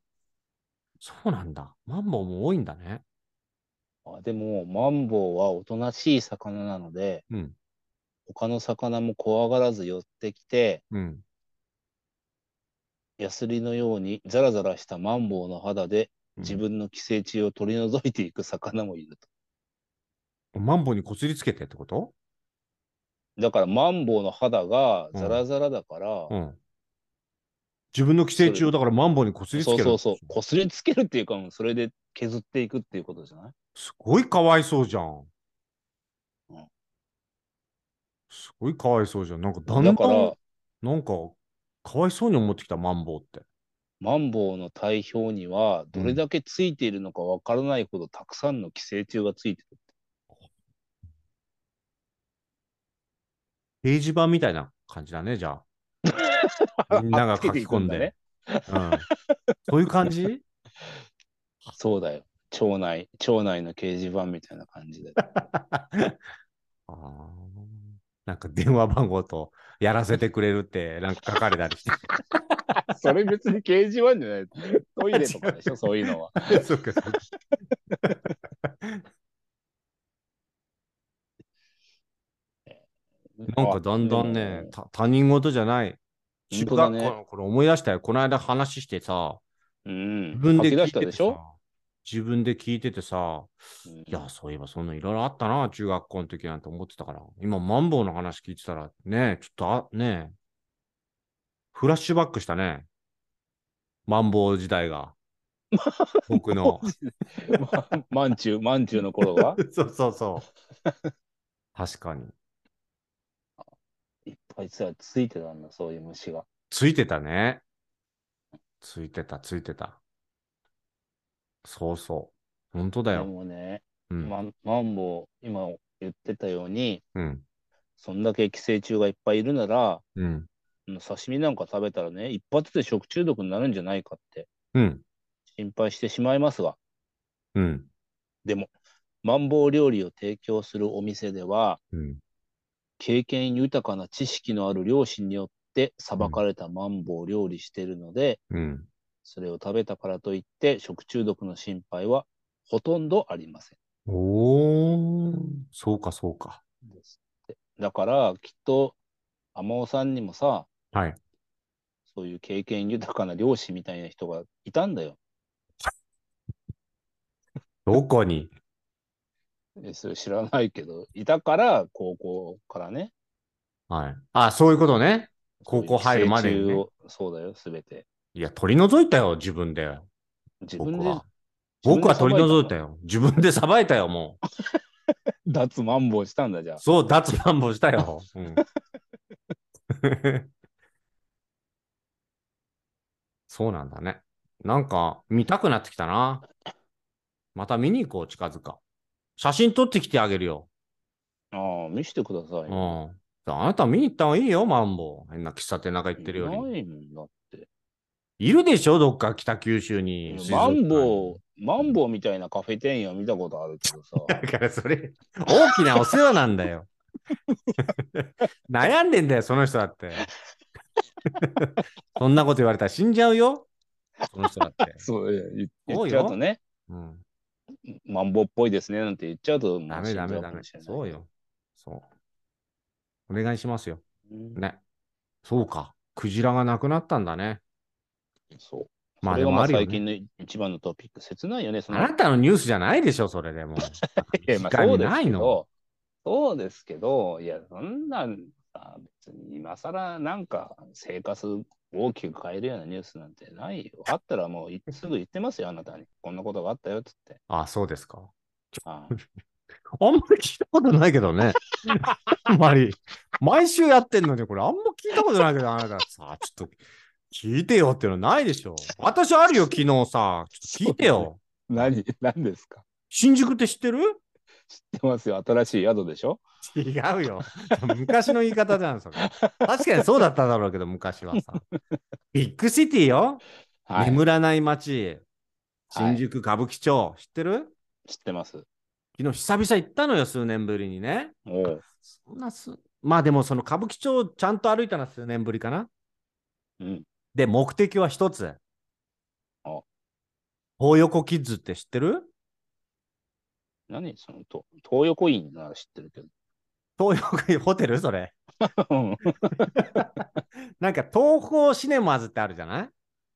Speaker 1: そうなんだ。マンボウも多いんだね。
Speaker 2: あでも、マンボウはおとなしい魚なので、
Speaker 1: うん。
Speaker 2: 他の魚も怖がらず寄ってきて、
Speaker 1: うん。
Speaker 2: ヤスリのようにザラザラしたマンボウの肌で自分の寄生虫を取り除いていく魚もいると。
Speaker 1: マンボウにこすりつけてってこと
Speaker 2: だからマンボウの肌がザラザラだから、
Speaker 1: うん。自分の寄生虫をだからマンボウにこすりつけ
Speaker 2: そう
Speaker 1: る。
Speaker 2: そうそう、こすりつけるっていうか、もうそれで削っていくっていうことじゃない
Speaker 1: すごいかわいそうじゃん
Speaker 2: うん。
Speaker 1: すごいかわいそうじゃん。なんかだんだ
Speaker 2: だ
Speaker 1: ん、
Speaker 2: から、
Speaker 1: なんか、かわいそうに思ってきた、マンボウって。
Speaker 2: マンボウの体表には、どれだけついているのかわからないほど、たくさんの寄生虫がついてる。
Speaker 1: 掲示板みたいな感じだね、じゃあ。みんなが書き込んで。
Speaker 2: ね。 [LAUGHS]
Speaker 1: うん、そういう感じ [LAUGHS]
Speaker 2: そうだよ。町内、町内の掲示板みたいな感
Speaker 1: [LAUGHS]
Speaker 2: じで。
Speaker 1: あーなんか電話番号とやらせてくれるってなんか書かれたり
Speaker 2: [LAUGHS]
Speaker 1: して。
Speaker 2: それ別に掲示板じゃない。 [LAUGHS] トイレとかでしょ、そういうのは。
Speaker 1: そうかそうかなんかだんだんね、た他人事じゃない。中学校
Speaker 2: 本当だ
Speaker 1: の
Speaker 2: ね
Speaker 1: 頃思い出したよ。この間話してさ、
Speaker 2: うん。
Speaker 1: 自分で
Speaker 2: 書
Speaker 1: 聞
Speaker 2: き出
Speaker 1: い
Speaker 2: してた
Speaker 1: て
Speaker 2: でしょ
Speaker 1: さ自分で聞いててさ、
Speaker 2: うん
Speaker 1: いや、そういえばそんないろいろあったな、中学校の時なんて思ってたから。今、マンボウの話聞いてたら、ねえ、ちょっとあ、ねえ、フラッシュバックしたね。マンボウ時代
Speaker 2: [LAUGHS]
Speaker 1: が。僕の。
Speaker 2: ま [LAUGHS] まんちゅう、まんちゅうの頃は
Speaker 1: そうそうそう。
Speaker 2: [LAUGHS]
Speaker 1: 確かに。
Speaker 2: いっぱいつはついてたんだ、そういう虫が。
Speaker 1: ついてたね。ついてた、ついてた。そうそう。本当だ
Speaker 2: で
Speaker 1: よ。
Speaker 2: もね、
Speaker 1: うん。
Speaker 2: マンマンボウ、今言ってたように、
Speaker 1: うん。
Speaker 2: そんだけ寄生虫がいっぱいいるなら、
Speaker 1: うん。
Speaker 2: うん刺身なんか食べたらね、一発で食中毒になるんじゃないかって
Speaker 1: うん。
Speaker 2: 心配してしまいますが、
Speaker 1: うん。
Speaker 2: でも、マンボウ料理を提供するお店では、
Speaker 1: うん。
Speaker 2: 経験豊かな知識のある両親によって裁かれたマンボウを料理しているので、
Speaker 1: うん。
Speaker 2: それを食べたからといって食中毒の心配はほとんどありません。
Speaker 1: おー。そうか、そうか。
Speaker 2: ですってだからきっと天尾さんにもさ、
Speaker 1: はい
Speaker 2: そういう経験豊かな漁師みたいな人がいたんだよ。
Speaker 1: どこに
Speaker 2: えそれ知らないけど、いたから高校からね。
Speaker 1: はい。あ、そういうことね。高校入るまで
Speaker 2: そういう
Speaker 1: に、ね。
Speaker 2: 寄生虫をそうだよ、すべて。
Speaker 1: いや、取り除いたよ、自分で。
Speaker 2: 自分
Speaker 1: 僕
Speaker 2: で
Speaker 1: は。僕は取り除いた
Speaker 2: よ。
Speaker 1: よ。自分でさばいたよ、もう。
Speaker 2: 脱マンボウしたんだじゃあ。 [LAUGHS]
Speaker 1: そう、脱マンボウしたよ。うん、 [LAUGHS] そうなんだね。なんか、見たくなってきたな。また見に行こう、近々。写真撮ってきてあげるよ。
Speaker 2: ああ、見せてください。
Speaker 1: うん。あなた見に行った方がいいよ、マンボウ。変な喫茶店なんか行ってるよ
Speaker 2: い
Speaker 1: り。
Speaker 2: ないもんだって。
Speaker 1: いるでしょ、どっか北九州に。
Speaker 2: マンボ
Speaker 1: ウ。
Speaker 2: ウ、マンボウみたいなカフェ店員は見たことあるけどさ。
Speaker 1: [LAUGHS] だからそれ、大きなお世話なんだよ。 [LAUGHS] 悩んでんだよ、その人だって。 [LAUGHS] そんなこと言われたら死んじゃうよ、その人だって。
Speaker 2: そう、え言言
Speaker 1: 多
Speaker 2: っ
Speaker 1: いよ
Speaker 2: ちゃうとね、
Speaker 1: うん、
Speaker 2: マンボウっぽいですねなんて言っちゃうと、
Speaker 1: ダメダメダメ。そうよ。そう。お願いしますよ。
Speaker 2: うん。
Speaker 1: ね。そうか。クジラがなくなったんだね。
Speaker 2: そう。
Speaker 1: ま
Speaker 2: ま
Speaker 1: あ
Speaker 2: あ、
Speaker 1: で
Speaker 2: が
Speaker 1: も
Speaker 2: ま
Speaker 1: あ
Speaker 2: あ
Speaker 1: るよ、ね。
Speaker 2: 最近の一番のトピック、切ないよね、そ
Speaker 1: あ
Speaker 2: の。
Speaker 1: なたのニュースじゃないでしょ、それでも。
Speaker 2: [LAUGHS] いやまあ
Speaker 1: 時間
Speaker 2: そ
Speaker 1: に
Speaker 2: うで
Speaker 1: な
Speaker 2: す
Speaker 1: い
Speaker 2: け
Speaker 1: の。
Speaker 2: ど、そうですけど、いや、そんなんさ、別に今更なんか生活大きく変えるようなニュースなんてないよ。あったらもういすぐ言ってますよ、あなたに。こんなことがあったよっつって。
Speaker 1: あ、そうですか。
Speaker 2: あ
Speaker 1: あんまり聞いたことないけどね。 [LAUGHS] あんまり。毎週やってんのに、これあんま聞いたことないけど、あなたさ、ちょっと聞いてよっていうのないでしょ。私あるよ、昨日さ。ちょっと聞いてよ。
Speaker 2: 何、何ですか
Speaker 1: 新宿って知ってる
Speaker 2: 知ってますよ、新しい宿でしょ
Speaker 1: 違うよ。昔の言い方じゃん、それ。確かにそうだっただろうけど、昔は
Speaker 2: [LAUGHS]
Speaker 1: さ。ビッグシティよ。
Speaker 2: はい。
Speaker 1: 眠らない街。
Speaker 2: はい
Speaker 1: 新宿歌舞伎町。知ってる
Speaker 2: 知ってます。
Speaker 1: 昨日久々行ったのよ、数年ぶりにね。
Speaker 2: おう。
Speaker 1: そんなす、まあでもその歌舞伎町ちゃんと歩いたのは数年ぶりかな。
Speaker 2: うん。
Speaker 1: で、目的は一つ。
Speaker 2: お
Speaker 1: 東横キッズって知ってる
Speaker 2: 何そのと、東横インなら知ってるけ
Speaker 1: 東横ホテルそれ。
Speaker 2: ど。
Speaker 1: なんか東方シネマズってあるじゃない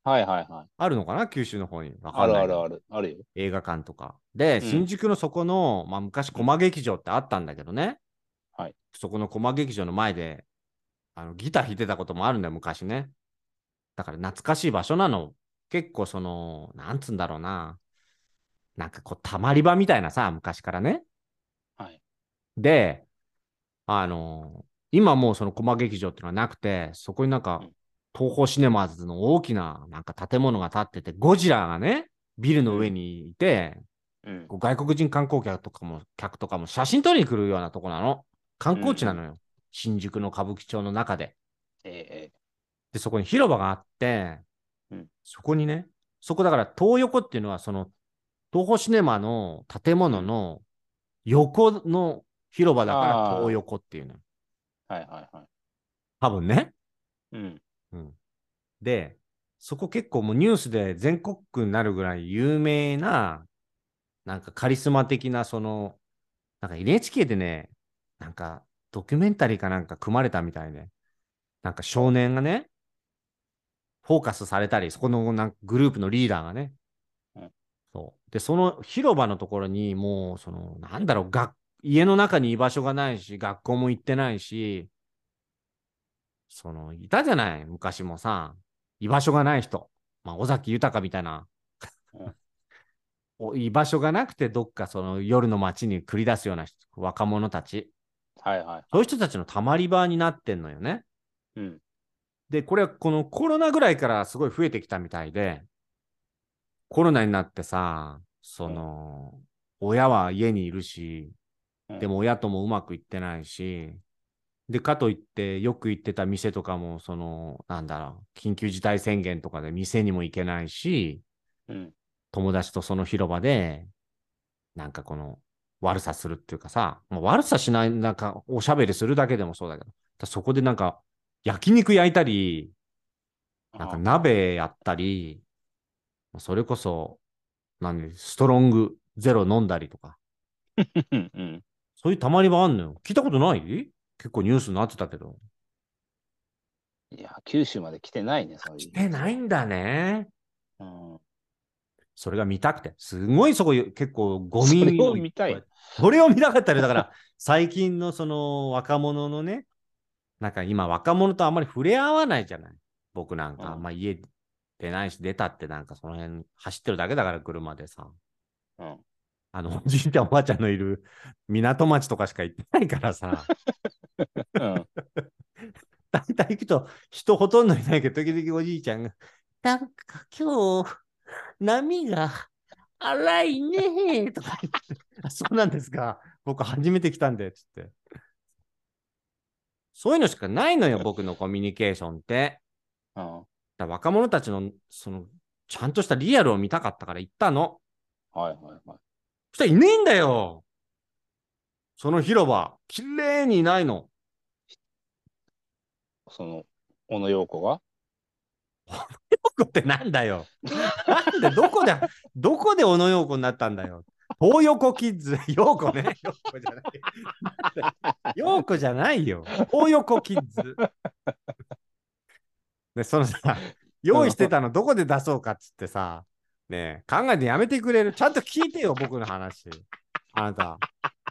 Speaker 2: はいはいはい。
Speaker 1: あるのかな九州の方に。わか
Speaker 2: あ
Speaker 1: ん
Speaker 2: る
Speaker 1: ない
Speaker 2: あ
Speaker 1: け
Speaker 2: る
Speaker 1: ど
Speaker 2: ある。あるよ。
Speaker 1: 映画館とか。で、
Speaker 2: ん
Speaker 1: 新宿のそこの、まあ昔、駒劇場ってあったんだけどね。
Speaker 2: はい。
Speaker 1: そこの駒劇場の前で、あのギター弾いてたこともあるんだよ、昔ね。だから懐かしい場所なの。結構その、なんつうんだろうな。なんかこう、たまり場みたいなさ、昔からね。
Speaker 2: はい。
Speaker 1: で、あの今もうその駒劇場っていうのはなくて、そこになんか
Speaker 2: うん、
Speaker 1: 東宝シネマズの大きななんか建物が建ってて、ゴジラがね、ビルの上にいて、
Speaker 2: うん
Speaker 1: こ。う外国人観光客とかも、客とかも写真撮りに来るようなとこなの。観光地なのよ。新宿の歌舞伎町の中で。
Speaker 2: ええ
Speaker 1: で、そこに広場があって、
Speaker 2: うん
Speaker 1: そこにね、そこだから東横っていうのは、その、東宝シネマの建物の横の広場だか
Speaker 2: あ
Speaker 1: ら
Speaker 2: ー
Speaker 1: 東横っていうのよ。
Speaker 2: えはいはいは
Speaker 1: 多分ね。
Speaker 2: い。うん。
Speaker 1: うん。で、そこ結構もうニュースで全国区になるぐらい有名な、なんかカリスマ的な、その、なんか NHK でね、なんかドキュメンタリーかなんか組まれたみたいで、なんか少年がね、フォーカスされたり、そこのなんかグループのリーダーがね
Speaker 2: うん、
Speaker 1: そう。で、その広場のところに、もう、その、なんだろう、学家の中に居場所がないし、学校も行ってないし、その、いたじゃない、昔もさ、居場所がない人。まあ、尾崎豊みたいな
Speaker 2: うん。
Speaker 1: [LAUGHS] お居場所がなくて、どっかその夜の街に繰り出すような人若者たち。
Speaker 2: はいはい。
Speaker 1: そういう人たちのたまり場になってんのよね。
Speaker 2: うん。
Speaker 1: で、これはこのコロナぐらいからすごい増えてきたみたいで、コロナになってさ、その、親は家にいるし、
Speaker 2: うん
Speaker 1: でも親ともうまくいってないし、で、かといって、よく行ってた店とかも、その、なんだろう、緊急事態宣言とかで店にも行けないし、
Speaker 2: うん。
Speaker 1: 友達とその広場で、なんかこの、悪さするっていうかさ、まあ、悪さしない、なんか、おしゃべりするだけでもそうだけど、ただそこでなんか、焼肉焼いたり、なんか鍋やったり、それこそ、何、ストロングゼロ飲んだりとか、
Speaker 2: うんうん。
Speaker 1: そういうたまり場あんのよ。聞いたことない結構ニュースになってたけど。
Speaker 2: いや、九州まで来てないね、そうい
Speaker 1: 来
Speaker 2: う。
Speaker 1: てないんだね。
Speaker 2: うん。
Speaker 1: それが見たくて。すごいそこ結構ゴミ
Speaker 2: それを見たい。
Speaker 1: それを見なかったり、だから [LAUGHS] 最近のその若者のね、なんか今若者とあんまり触れ合わないじゃない。僕なんか、
Speaker 2: うん
Speaker 1: あんま家出ないし、出たってなんかその辺走ってるだけだから車でさ。
Speaker 2: うん。
Speaker 1: あの、 [LAUGHS] おじいちゃんおばあちゃんのいる港町とかしか行ってないからさ、
Speaker 2: うん。
Speaker 1: 大体行くと人ほとんどいないけど、時々おじいちゃんが、なんか今日、波が荒いねーとか言って、あそうなんですか、僕初めて来たんで、つって。そういうのしかないのよ、僕のコミュニケーションって。
Speaker 2: うん。
Speaker 1: だから若者たちの、その、ちゃんとしたリアルを見たかったから行ったの。
Speaker 2: はいはいはい。
Speaker 1: そしたらいねえんだよその広場、綺麗にいないの。
Speaker 2: その、小野陽子が
Speaker 1: 子って [LAUGHS] なんだよ。なんでどこで、どこで小野陽子になったんだよ。東横キッズ、陽子ね。陽子じゃない。陽子じゃないよ。東横キッズ。で、そのさ、用意してたのどこで出そうかっつってさ、ねえ、考えてやめてくれる。ちゃんと聞いてよ、僕の話。あなた。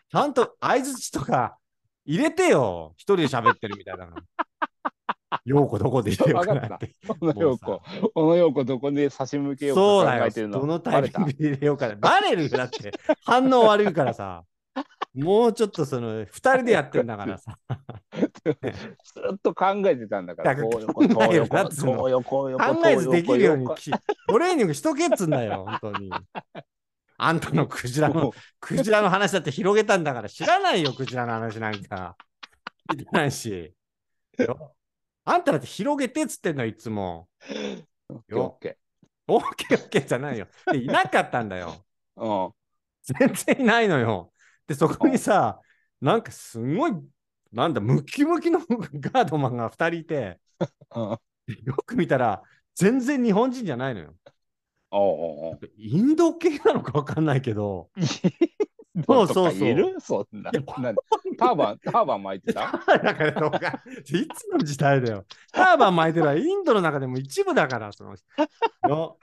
Speaker 1: ちゃんと相づちとか入れてよ。一人で喋ってるみたいなの。陽子どこで入れようか
Speaker 2: わか
Speaker 1: な
Speaker 2: っ
Speaker 1: ったて。
Speaker 2: 小野陽
Speaker 1: も
Speaker 2: 子。小野陽子どこで差し向けよう
Speaker 1: そう
Speaker 2: か
Speaker 1: だ
Speaker 2: 考
Speaker 1: よ
Speaker 2: えてる。の。
Speaker 1: どのタイミン
Speaker 2: バ
Speaker 1: グ
Speaker 2: レ
Speaker 1: で入れようかな。バレるだって。反応悪いからさ。もうちょっとその、二人でやってんだからさ。
Speaker 2: たずっと考えてたんだから。
Speaker 1: だから
Speaker 2: 東
Speaker 1: 考える
Speaker 2: 横
Speaker 1: なっつうの
Speaker 2: 東横東 [LAUGHS] 横
Speaker 1: 考えずできるように
Speaker 2: 東
Speaker 1: き、トレーニングしとけっつんだよ、本当に。あんたのクジラ
Speaker 2: 横
Speaker 1: の、クジラの話だって広げたんだから、知らないよ、クジラの話なんか。聞いてないし。よあんただって広げてっつってんの、いつも。
Speaker 2: オッケーオッケ
Speaker 1: オッケーオッケーじゃないよ。でいなかったんだよ。
Speaker 2: ー。うん。
Speaker 1: [LAUGHS] 全然いないのよ。で、そこにさ、なんかすごい、なんだ、ムキムキの [LAUGHS] ガードマンが2人いて、
Speaker 2: うん
Speaker 1: よく見たら、全然日本人じゃないのよ。
Speaker 2: おうおう
Speaker 1: インド系なのか分かんないけど、
Speaker 2: お
Speaker 1: そうそ
Speaker 2: う。
Speaker 1: うそう
Speaker 2: どとかいるそんな。
Speaker 1: いや
Speaker 2: なんターバン、ターバン巻いてた
Speaker 1: だからどうか、いつの時代だよ。ターバン巻いてるのはインドの中でも一部だから、その、の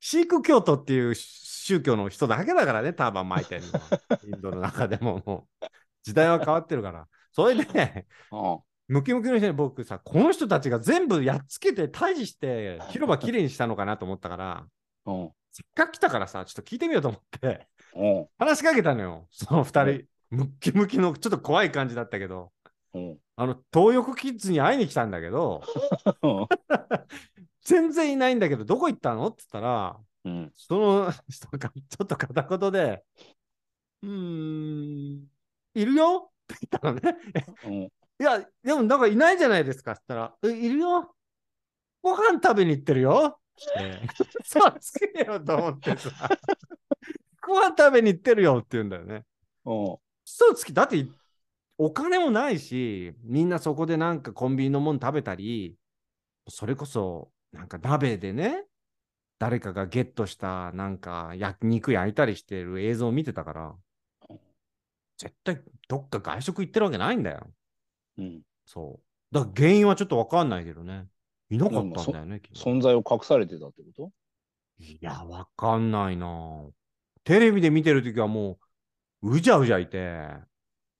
Speaker 1: シーク教徒っていう宗教の人だけだからね、ターバン巻いてるのは。インドの中でももう、時代は変わってるから。それで、
Speaker 2: うん。
Speaker 1: ムキムキの人に僕さ、この人たちが全部やっつけて退治して広場きれいにしたのかなと思ったから、
Speaker 2: うん。
Speaker 1: せっかく来たからさ、ちょっと聞いてみようと思って、
Speaker 2: うん。
Speaker 1: 話しかけたのよ、その二人。ムッキムキのちょっと怖い感じだったけど、
Speaker 2: うん。
Speaker 1: あの、東横キッズに会いに来たんだけど、全然いないんだけど、どこ行ったのって言ったら、
Speaker 2: うん。
Speaker 1: その [LAUGHS] 人がちょっと片言で、うーん、いるよって言ったのね。
Speaker 2: うん。
Speaker 1: いや、でもなんかいないじゃないですかって言ったら、えいるよ。ご飯食べに行ってるよ。ってそうつけよと思ってさ。ご飯食べに行ってるよって言うんだよね。
Speaker 2: うん。
Speaker 1: そうつき、だってお金もないし、みんなそこでなんかコンビニのもん食べたり、それこそなんか鍋でね、誰かがゲットしたなんか焼肉焼いたりしてる映像を見てたから、絶対どっか外食行ってるわけないんだよ。
Speaker 2: うん。
Speaker 1: そう。だから原因はちょっとわかんないけどね。いなかったんだよね、昨日
Speaker 2: 存在を隠されてたってこと
Speaker 1: いや、わかんないなぁテレビで見てるときはもう、うじゃうじゃいて、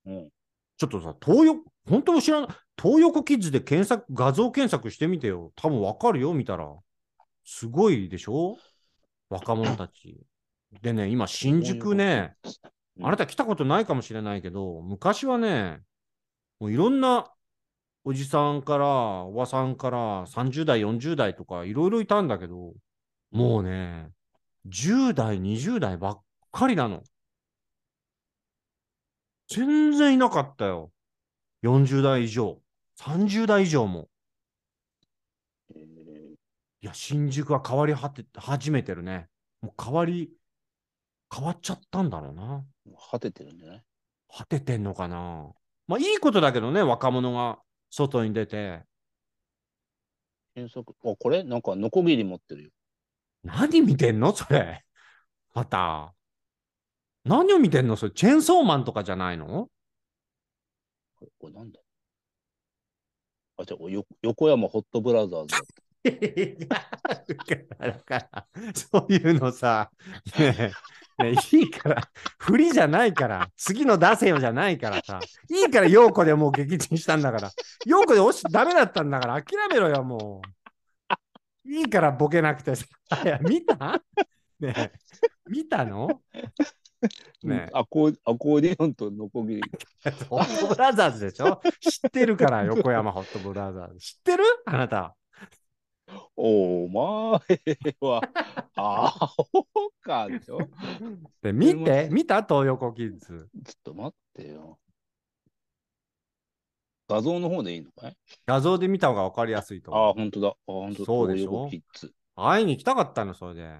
Speaker 2: うん。
Speaker 1: ちょっとさ、東横、本当に知らない、東横キッズで検索、画像検索してみてよ。多分わかるよ、見たら。すごいでしょ若者たち。でね、今、新宿ね、あなた来たことないかもしれないけど、昔はね、もういろんなおじさんから、おばさんから、30代、40代とかいろいろいたんだけど、もうね、10代、20代ばっかりなの。全然いなかったよ。40代以上、30代以上も。
Speaker 2: えー
Speaker 1: いや、新宿は変わりはて始めてるね。もう変わり、変わっちゃったんだろうな。
Speaker 2: もう果ててるんじゃない
Speaker 1: 果ててんのかなまあいいことだけどね、若者が外に出て。
Speaker 2: 検索。あ、これなんかノコギリ持ってるよ。
Speaker 1: 何見てんのそれ。また。何を見てんのそれ、チェーンソーマンとかじゃないの
Speaker 2: これこれなんだあ、じゃあよ横山ホットブラザーズだ。
Speaker 1: いやだから、そういうのさ、ねえねえいいから、振りじゃないから、次の出せよじゃないからさ、いいから、陽子でもう撃沈したんだから、陽子で落ちダメだったんだから、諦めろよ、もう。いいから、ボケなくてさ、いや見たねえ見たのねえ
Speaker 2: アコーアコーディオンとノコギリ。
Speaker 1: ホットブラザーズでしょ知ってるから、横山ホットブラザーズ。知ってるあなた。
Speaker 2: お前は、アホかでしょ
Speaker 1: で見て、見た東横キッズ。
Speaker 2: ちょっと待ってよ。画像の方でいいのかい
Speaker 1: 画像で見た方が分かりやすいと
Speaker 2: あ
Speaker 1: 思
Speaker 2: あ、本当だ。あ本当
Speaker 1: そうでしょ
Speaker 2: キッズ。
Speaker 1: う。会いに行きたかったの、それで。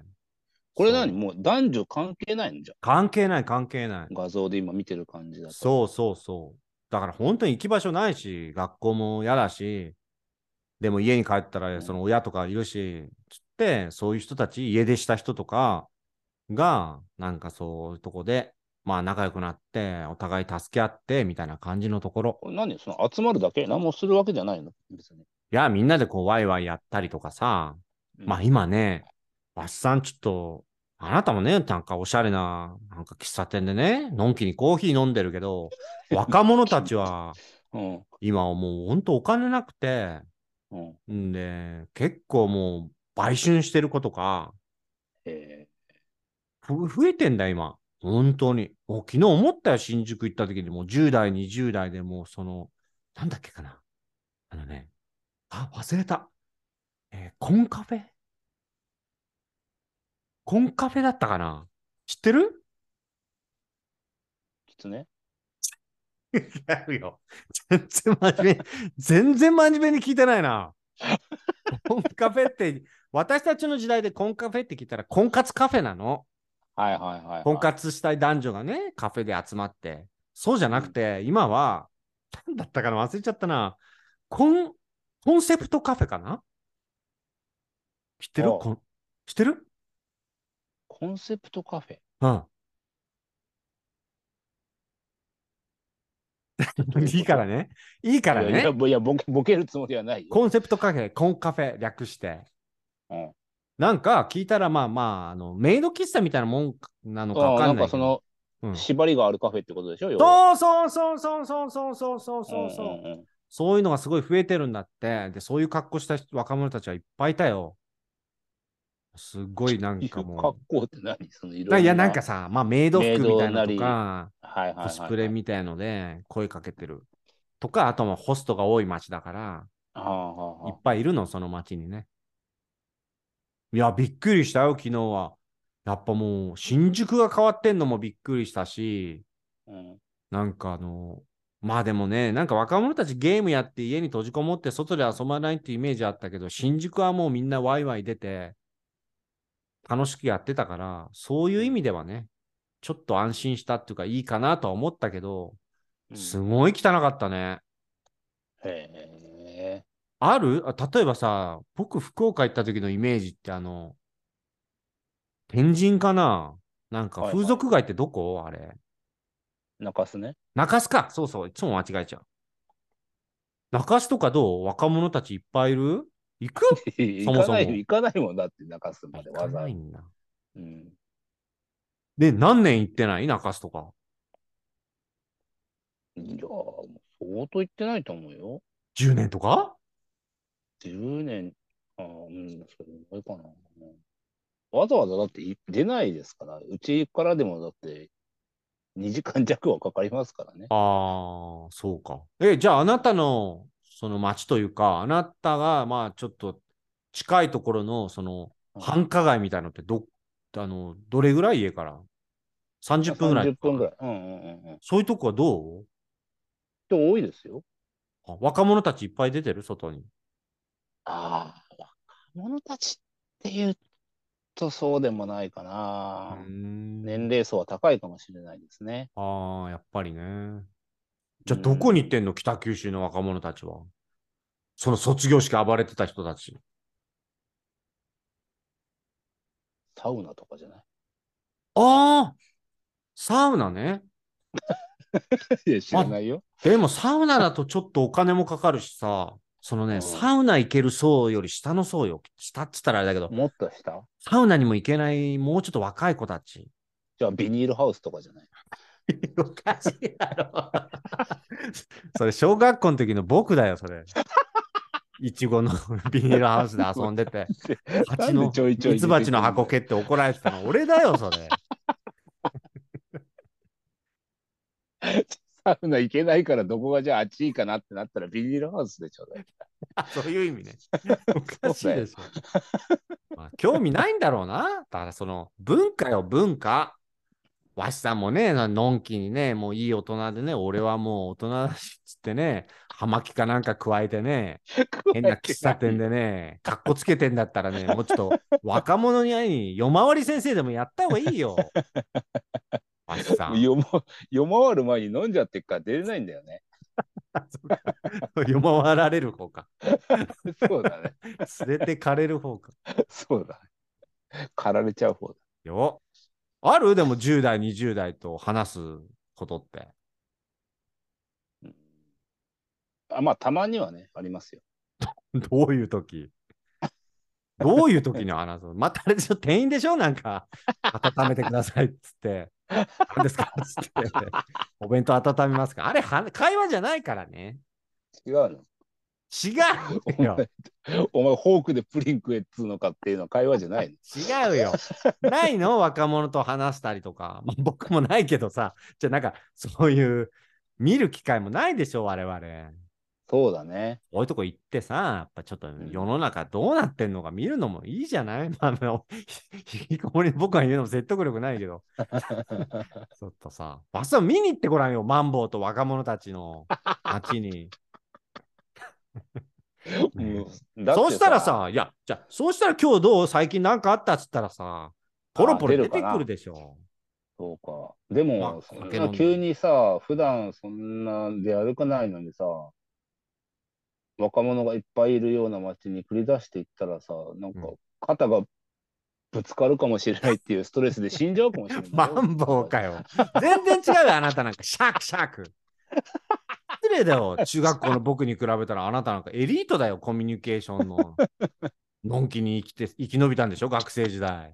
Speaker 2: これ
Speaker 1: そう
Speaker 2: 何もう男女関係ないのじゃ
Speaker 1: 関係ない、関係ない
Speaker 2: ん。。画像で今見てる感じだと。
Speaker 1: そうそうそう。だから本当に行き場所ないし、学校も嫌だし、でも家に帰ったら、
Speaker 2: ん
Speaker 1: その親とかいるし、つって、そういう人たち、家出した人とかが、なんかそういうとこで、まあ仲良くなって、お互い助け合って、みたいな感じのところ。
Speaker 2: これ何その集まるだけ何もするわけじゃないの別に。
Speaker 1: いや、みんなでこう、ワイワイやったりとかさ、まあ
Speaker 2: い
Speaker 1: 今ね、わっさんちょっと、あなたもね、なんかおしゃれな、なんか喫茶店でね、のんきにコーヒー飲んでるけど、若者たちは
Speaker 2: うん。
Speaker 1: 今はもうほんとお金なくて、
Speaker 2: うん。
Speaker 1: んで、結構もう売春してる子とか、
Speaker 2: え
Speaker 1: ふ増えてんだ今。本当に。もう昨日思ったよ、新宿行った時にもう10代、20代でもうその、なんだっけかな。あのね、あ、忘れた。えーコンカフェコンカフェだったかな知ってる
Speaker 2: ー、きつね。
Speaker 1: やるよ。全然真面目に、全然真面目に聞いてないな。コンカフェって、私たちの時代でコンカフェって聞いたら、婚活カフェなの。
Speaker 2: はいはいはい、は
Speaker 1: [LAUGHS]
Speaker 2: い。
Speaker 1: 婚活したい男女がね、カフェで集まって。そうじゃなくて、今は、何だったかな忘れちゃったな。コン、コンセプトカフェかな知ってる
Speaker 2: ああ
Speaker 1: こん知ってる
Speaker 2: コンセプトカフェ。 [LAUGHS]
Speaker 1: うん。いいからね。いいから
Speaker 2: いやいや
Speaker 1: ね。
Speaker 2: ぼいやボケ、ボケるつもりはないよ。
Speaker 1: コンセプトカフェ、コンカフェ、略して。
Speaker 2: うん
Speaker 1: なんか聞いたら、まあまあ、あの、メイド喫茶みたいなもんなのかわか
Speaker 2: あー
Speaker 1: ん
Speaker 2: ん
Speaker 1: ないけ
Speaker 2: かそ
Speaker 1: ど。
Speaker 2: の、
Speaker 1: うん
Speaker 2: 縛りがあるカフェってことでしょ要は
Speaker 1: そうそうそうそうそうそうそうそうそうそう。
Speaker 2: んんん
Speaker 1: そういうのがすごい増えてるんだって。で、そういう格好した人若者たちはいっぱいいたよ。すごいなんか
Speaker 2: 格
Speaker 1: も
Speaker 2: 好って何そのいろ
Speaker 1: う。いや、なんか、さ、まあ、メイド服みたいなの
Speaker 2: メイ
Speaker 1: と
Speaker 2: ド
Speaker 1: か、
Speaker 2: はいはいはいは
Speaker 1: コ
Speaker 2: い、
Speaker 1: スプレみたいので声かけてる。とか、あとはホストが多い街だから、
Speaker 2: はあはあはい
Speaker 1: っぱいいるの、その街にね。いや、びっくりしたよ、昨日は。やっぱもう、新宿が変わってんのもびっくりしたし、
Speaker 2: あうん
Speaker 1: なんかあの、まあでもね、なんか若者たちゲームやって家に閉じこもって外で遊ばないってイメージあったけど、新宿はもうみんなワイワイ出て、楽しくやってたから、そういう意味ではね、ちょっと安心したっていうかいいかなとは思ったけど、
Speaker 2: うん
Speaker 1: すごい汚かったね。
Speaker 2: へえ。
Speaker 1: あるあ例えばさ、僕福岡行った時のイメージってあの、天神かななんか
Speaker 2: はいはい
Speaker 1: 風俗街ってどこあれ。
Speaker 2: 中洲 [LAUGHS] ね。
Speaker 1: 中洲か。そうそう。いつも間違えちゃう。中洲とかどう若者たちいっぱいいる行くそ
Speaker 2: 行
Speaker 1: も
Speaker 2: か
Speaker 1: そも
Speaker 2: ないよ、行かないもんだって、中洲まで
Speaker 1: 行か
Speaker 2: わざ
Speaker 1: な
Speaker 2: わざ
Speaker 1: い。んだ。
Speaker 2: うん。
Speaker 1: で、何年行ってない中洲とか。
Speaker 2: いやー、もう相当行ってないと思うよ。
Speaker 1: 10年とか
Speaker 2: 10年、あーうん、それぐらいかな。わざわざだってい出ないですから、うちからでもだって2時間弱はかかりますからね。
Speaker 1: ああ、そうか。え、じゃああなたのその町というか、あなたがまあちょっと近いところのその
Speaker 2: うん
Speaker 1: 繁華街みたいなのってど、あの、どれぐらい家から
Speaker 2: 十
Speaker 1: ?30 分ぐらい。
Speaker 2: 30分ぐら
Speaker 1: い。
Speaker 2: い。うんうんうんうん。
Speaker 1: そういうとこはどう
Speaker 2: 人多いですよ。
Speaker 1: あ若者たちいっぱい出てる外に。
Speaker 2: ああ、若者たちっていうとそうでもないか
Speaker 1: う
Speaker 2: な。
Speaker 1: ん
Speaker 2: 年齢層は高いかもしれないですね。
Speaker 1: ああ、やっぱりね。じゃあどこに行ってんの北九州の若者たちは。その卒業式暴れてた人たち。
Speaker 2: サウナとかじゃない
Speaker 1: ああサウナね。
Speaker 2: いや、知らないよ。
Speaker 1: でもサウナだとちょっとお金もかかるしさ、その
Speaker 2: う
Speaker 1: ね、
Speaker 2: ん
Speaker 1: サウナ行ける層より下の層よ。下っつったらあれだけど、
Speaker 2: もっと下
Speaker 1: サウナにも行けないもうちょっと若い子たち。
Speaker 2: じゃあビニールハウスとかじゃない
Speaker 1: [LAUGHS] おかしいだろ。 [LAUGHS] それ小学校の時の僕だよ、そ [LAUGHS] れ。いちごのビニールハウスで遊んでて、蜂
Speaker 2: なん
Speaker 1: の、
Speaker 2: でちょいちょい
Speaker 1: ミツバチの箱
Speaker 2: 出て
Speaker 1: 蹴って怒られてたの俺だよ、それ。
Speaker 2: サウナ行けないからどこがじゃああっちいいかなってなったらビニールハウスでちょうだい。
Speaker 1: あ [LAUGHS] そういう意味ね。おかしいでしょ。まあ、興味ないんだろうな。だからその文化よ、文化。わしさんもね、なのんきにね、もういい大人でね、俺はもう大人だしっつってね、葉巻かなんか加えてね、変な喫茶店でね、かっこつけてんだったらね、もうちょっと若者に会いに、夜回り先生でもやった方がいい [LAUGHS] よ。わしさん。
Speaker 2: 読ま読まわる前に飲んじゃってっから出れないんだよね。
Speaker 1: 夜回られる方か。
Speaker 2: [LAUGHS] そうだね。
Speaker 1: 連れてかれる方か。
Speaker 2: そうだね。駆られちゃう方だ。
Speaker 1: よ。あるでも10代、20代と話すことって。 [LAUGHS]
Speaker 2: うんあまあ、たまにはね、ありますよ。
Speaker 1: どういう時どういう時に話すのまたあれでしょ店員でしょなんか、温めてくださいっつって。何ですかっつって。お弁当温めますかあれは、会話じゃないからね。
Speaker 2: 違う
Speaker 1: 違う
Speaker 2: の
Speaker 1: よ。。
Speaker 2: お前、フォークでプリン食えっつうのかっていうのは会話じゃないの。
Speaker 1: 違うよ。ないの若者と話したりとか。まあ僕もないけどさ。じゃあなんか、そういう、見る機会もないでしょ我々。
Speaker 2: そうだね。
Speaker 1: こういうとこ行ってさ、やっぱちょっと
Speaker 2: ん
Speaker 1: 世の中どうなってんのか見るのもいいじゃない、 [LAUGHS] まあまあ、ひ引きこもりの僕が言うのも説得力ない
Speaker 2: [LAUGHS]
Speaker 1: けど、ちょっとさ、バスを見に行ってごらんよ、マンボウと若者たちの街
Speaker 2: [LAUGHS]
Speaker 1: に。ね
Speaker 2: うんだって
Speaker 1: そうしたらさ、いや、じゃあそうしたら今日どう最近なんかあったっつったらさ、ポロポロ
Speaker 2: あ
Speaker 1: 出
Speaker 2: 出るか
Speaker 1: て
Speaker 2: な
Speaker 1: くるでしょ。
Speaker 2: そうか。で
Speaker 1: ま
Speaker 2: も、
Speaker 1: あ
Speaker 2: そ
Speaker 1: 酒飲
Speaker 2: ん
Speaker 1: ん
Speaker 2: な
Speaker 1: で
Speaker 2: 急にさ、普段そんな出歩かないのにさ、若者がいっぱいいるような街に繰り出していったらさ、なんか
Speaker 1: う
Speaker 2: 肩がぶつかるかもしれないっていうストレスで死んじゃうかもしれないよ。
Speaker 1: [LAUGHS] マンボウかよ。全然違うよ、あなたなんか、シャークシャーク。失礼だよ、中学校の僕に比べたら、あなたなんかエリートだよ、コミュニケーションの。のんきに生きて、生き延びたんでしょ、学生時
Speaker 2: [LAUGHS]
Speaker 1: 代。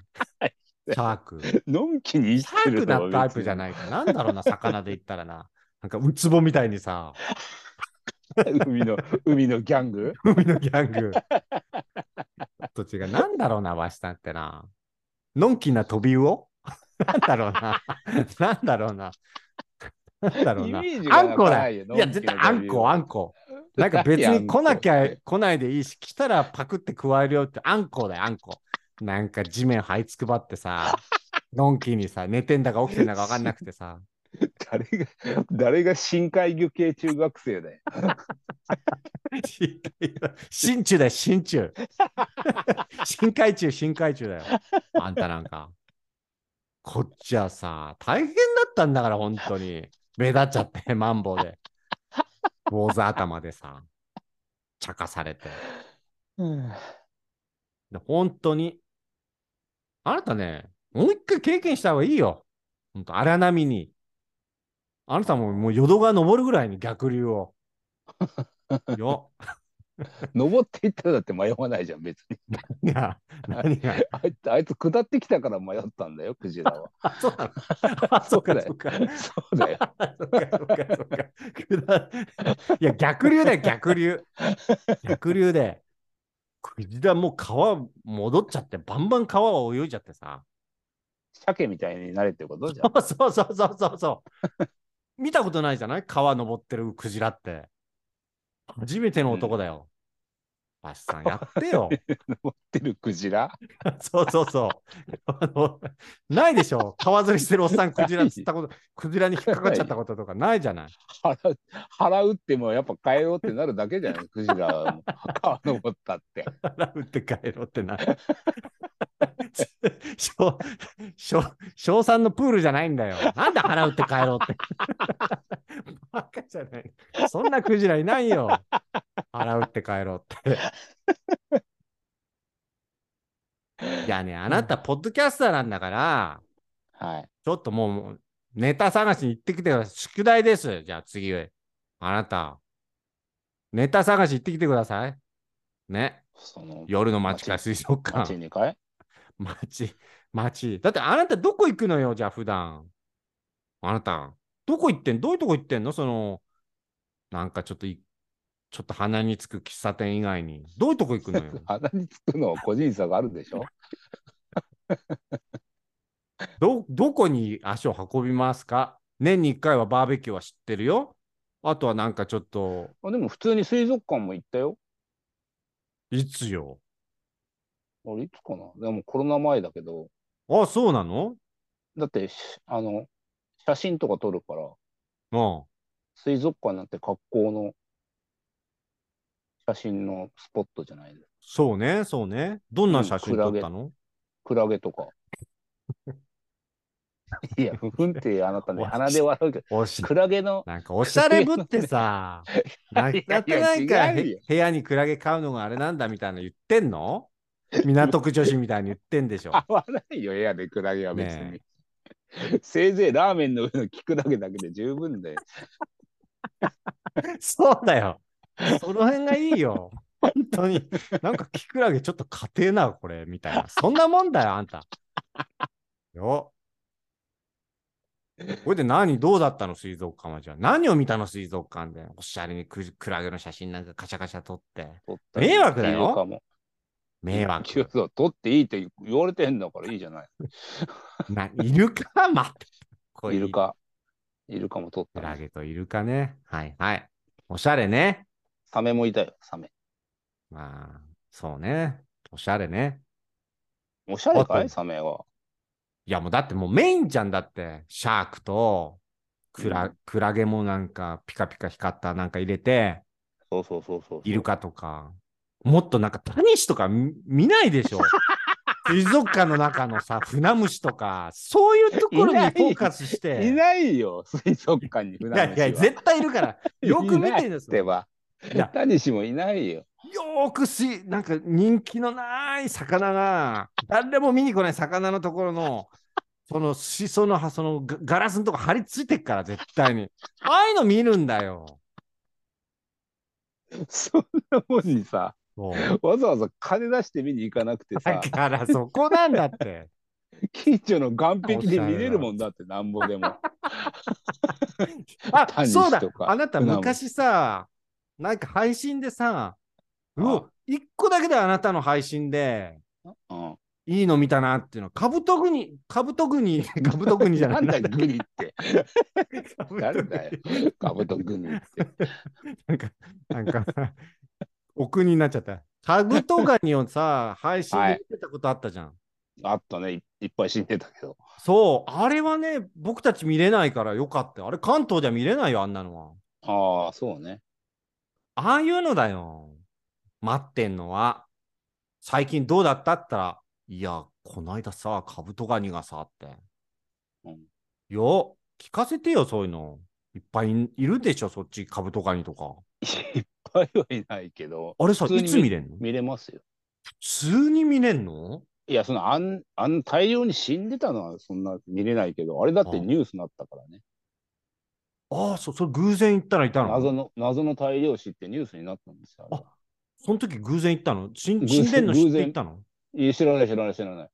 Speaker 1: シャーク。シ
Speaker 2: [LAUGHS] のんきに生き
Speaker 1: ャ
Speaker 2: て
Speaker 1: ー
Speaker 2: る
Speaker 1: ク
Speaker 2: の
Speaker 1: な
Speaker 2: は
Speaker 1: タイプじゃないか。なんだろうな、魚で言ったらな。なんか、ウツボみたいにさ、
Speaker 2: 別に [LAUGHS] 海の、海のギャング
Speaker 1: 海のギャング。ちょっと違う。なんだろうな、わしさんってな。のんきな飛び魚なんだろうな。なんだろうな。なんだろう
Speaker 2: イメ
Speaker 1: な。
Speaker 2: ージ
Speaker 1: あ
Speaker 2: が
Speaker 1: ん
Speaker 2: なく
Speaker 1: こ
Speaker 2: な
Speaker 1: だ
Speaker 2: いよ
Speaker 1: よ。いや、絶対あんこ、あん
Speaker 2: こ。
Speaker 1: こ。なんか別に来なき
Speaker 2: 何あん
Speaker 1: ゃ
Speaker 2: こって
Speaker 1: 来ないでいいし、来たらパクって加えるよって、あんこだよ、あんこ。なんか地面這いつくばってさ、のんきにさ、寝てんだか起きてんだか分かんなくてさ、
Speaker 2: 誰が、誰が深海魚系中学生だよ。
Speaker 1: 真中だよ、真中。深海中、深海中だよ。あんたなんか。こっちはさ、大変だったんだから、本当に。目立っちゃって、マンボウで。坊主頭でさ、茶化されて。で本当に。あなたね、もう一回経験した方がいいよ。本当荒波に。あなたももう淀川登るぐらいに逆流を。よ。
Speaker 2: 登っていったらだって迷わないじゃん、別に。
Speaker 1: 何が何が
Speaker 2: あいつ、あいつ下ってきたから迷ったんだよ、クジラは。
Speaker 1: あ、そうなの [LAUGHS] あ、そうか、そうか。
Speaker 2: [LAUGHS] そうだよ。
Speaker 1: そうか、そうか、そうか。 [LAUGHS] くだいや、逆流だよ、逆流。逆流で。クジラもう川戻っちゃって、バンバン川を泳いじゃってさ。
Speaker 2: 鮭みたいになれってことじゃ
Speaker 1: [LAUGHS]
Speaker 2: ん。
Speaker 1: そうそうそうそうそうそう。見たことないじゃない川登ってるクジラって。初めての男だよ。バシさん、やってよ。 [LAUGHS]
Speaker 2: 登ってるクジラ
Speaker 1: そうそうそう。あのないでしょ川釣りしてるおっさん、クジラ釣ったこと、クジラに引っかかっちゃったこととかないじゃない。
Speaker 2: 払う払うってもやっぱ帰ろうってなるだけじゃないクジラはもう川登ったって。
Speaker 1: 腹打って帰ろうってな。 [LAUGHS] 小小小3のプールじゃないんだよ。なんで腹打って帰ろうって。バカじゃない。そんなクジラいないよ。腹打って帰ろうって。いやね、あなた、ポッドキャスターなんだから、
Speaker 2: はい。
Speaker 1: ちょっともう、ネタ探しに行ってきてください。宿題です。じゃあ次へ。あなた、ネタ探し行ってきてください。ね。
Speaker 2: その
Speaker 1: 夜の街か水族
Speaker 2: 町
Speaker 1: 館。
Speaker 2: にかい
Speaker 1: 街、街。だってあなたどこ行くのよ、じゃあ普段。あなた、どこ行ってんどういうとこ行ってんのその、なんかちょっとい、ちょっと鼻につく喫茶店以外に。どういうとこ行くのよ。
Speaker 2: 鼻につくの個人差があるでしょ
Speaker 1: ど、どこに足を運びますか年に1回はバーベキューは知ってるよ。あとはなんかちょっと、
Speaker 2: あでも普通に水族館も行ったよ。
Speaker 1: いつよ。
Speaker 2: あれいつかなでもコロナ前だけど、
Speaker 1: あ、そうなの
Speaker 2: だってしあの写真とか撮るから
Speaker 1: うん。
Speaker 2: 水族館なんて格好の写真のスポットじゃないです。
Speaker 1: そうね、そうね。どんな写真撮ったの、
Speaker 2: クラゲ
Speaker 1: [LAUGHS]
Speaker 2: とか。いや、ふんってあなた [LAUGHS] ね、鼻で笑うけど、
Speaker 1: お
Speaker 2: [LAUGHS]
Speaker 1: し
Speaker 2: クラゲの
Speaker 1: なんかおしゃれぶってさ、な
Speaker 2: [LAUGHS] やい
Speaker 1: な
Speaker 2: や
Speaker 1: ってないから
Speaker 2: 違うよ
Speaker 1: へ部屋にクラゲ飼うのがあれなんだみたいなの言ってんの港区女子みたいに言ってんでしょ。
Speaker 2: 合わないよ、部屋でクラゲは別に。
Speaker 1: ね
Speaker 2: [LAUGHS] せいぜいラーメンの上のキクラゲだけで十分で。
Speaker 1: そうだよ。その辺がいいよ。本当に。なんかキクラゲちょっと家庭な、これ、みたいな。そんなもんだよ、あんた。よ。これで何どうだったの水族館はじゃあ。何を見たの水族館で。おしゃれにククラゲの写真なんかカシャカシャ撮って。
Speaker 2: 取っ
Speaker 1: [LAUGHS]
Speaker 2: た
Speaker 1: 迷惑だよ
Speaker 2: いいかも
Speaker 1: 迷
Speaker 2: 違う
Speaker 1: 惑。
Speaker 2: そう取っていいって言われてんだからいいじゃない。
Speaker 1: なイル
Speaker 2: [LAUGHS]
Speaker 1: カ待って。これ
Speaker 2: イルカ。イルカも取っ
Speaker 1: ク
Speaker 2: た
Speaker 1: ラ
Speaker 2: ね。
Speaker 1: ゲとイルカね。はいはい。おしゃれね。
Speaker 2: サメもいたよ、サメ。
Speaker 1: まあ、そうね。おしゃれね。
Speaker 2: おしゃれか
Speaker 1: あと
Speaker 2: いサメは。
Speaker 1: いやもうだってもうメインじゃんだって。シャークとクラ,、
Speaker 2: うん
Speaker 1: クラゲもなんかピカピカ光ったなんか入れて、
Speaker 2: そうそうそうそうそう。
Speaker 1: イルカとか。もっとなんかタニシとか見見ないで
Speaker 2: [LAUGHS]
Speaker 1: しょ。水族館の中のさ、船虫とか、そういうところに
Speaker 2: いない
Speaker 1: フォーカスして。
Speaker 2: いないよ、水族館に普
Speaker 1: いやいや、絶対いるから。よく見てるんですよ
Speaker 2: では。
Speaker 1: い
Speaker 2: [LAUGHS]
Speaker 1: や
Speaker 2: タニシもいないよ。
Speaker 1: よーくし、なんか人気のない魚が、誰も見に来ない魚のところの、そのしその葉、そのガガラスのとこ張り付いてっから、絶対に。ああいうの見るんだよ。
Speaker 2: そんなもんにさ、
Speaker 1: そう
Speaker 2: わざわざ金出して見に行かなくてさ
Speaker 1: だ、からそこなんだ
Speaker 2: [LAUGHS]
Speaker 1: って。
Speaker 2: 近所の岸壁で見れるもんだって、なんぼ
Speaker 1: [LAUGHS]
Speaker 2: でも。
Speaker 1: あ、
Speaker 2: タニシ
Speaker 1: そうだ
Speaker 2: と。か
Speaker 1: あなた
Speaker 2: 船も
Speaker 1: 昔さ、なんか配信でさ、う
Speaker 2: あ
Speaker 1: お、一個だけだよあなたの配信で、
Speaker 2: うん
Speaker 1: いいの見たなっていうの。カブトグニ、カブトグニ、カブトグニじゃ
Speaker 2: な
Speaker 1: ない。
Speaker 2: んだよ、グニって。
Speaker 1: カブトグニ
Speaker 2: 誰だよ、カブトグニって。
Speaker 1: なんか、なんか、奥になっちゃった。カブトガニをさ、配信で見てたことあったじゃん。
Speaker 2: あったね、いいっぱい死んでたけど。
Speaker 1: そう、あれはね、僕たち見れないからよかった。あれ、関東では見れないよ、あんなのは。
Speaker 2: ああ、そうね。
Speaker 1: ああいうのだよ。待ってんのは。最近どうだったって言ったら、いや、こないださ、カブトガニがさ、って。
Speaker 2: うん
Speaker 1: よ、聞かせてよ、そういうの。いっぱいいいるでしょ、そっち、カブトガニとか。
Speaker 2: いっぱいはいないけど、
Speaker 1: あれさ、
Speaker 2: 普通
Speaker 1: い
Speaker 2: に
Speaker 1: つ見れんの普
Speaker 2: 見れますよ。
Speaker 1: 通に見れんの
Speaker 2: いや、そのあん、あん大量に死んでたのはそんな見れないけど、あれだってニュースになったからね。
Speaker 1: ああ、そ、それ偶然行ったらいたの
Speaker 2: 謎の、謎の大量死ってニュースになったんですよ。あれ
Speaker 1: あその時偶然行ったの死ん
Speaker 2: 偶
Speaker 1: 死
Speaker 2: 然
Speaker 1: んでんの知って行ったの
Speaker 2: いや知らない、知らない、知らない。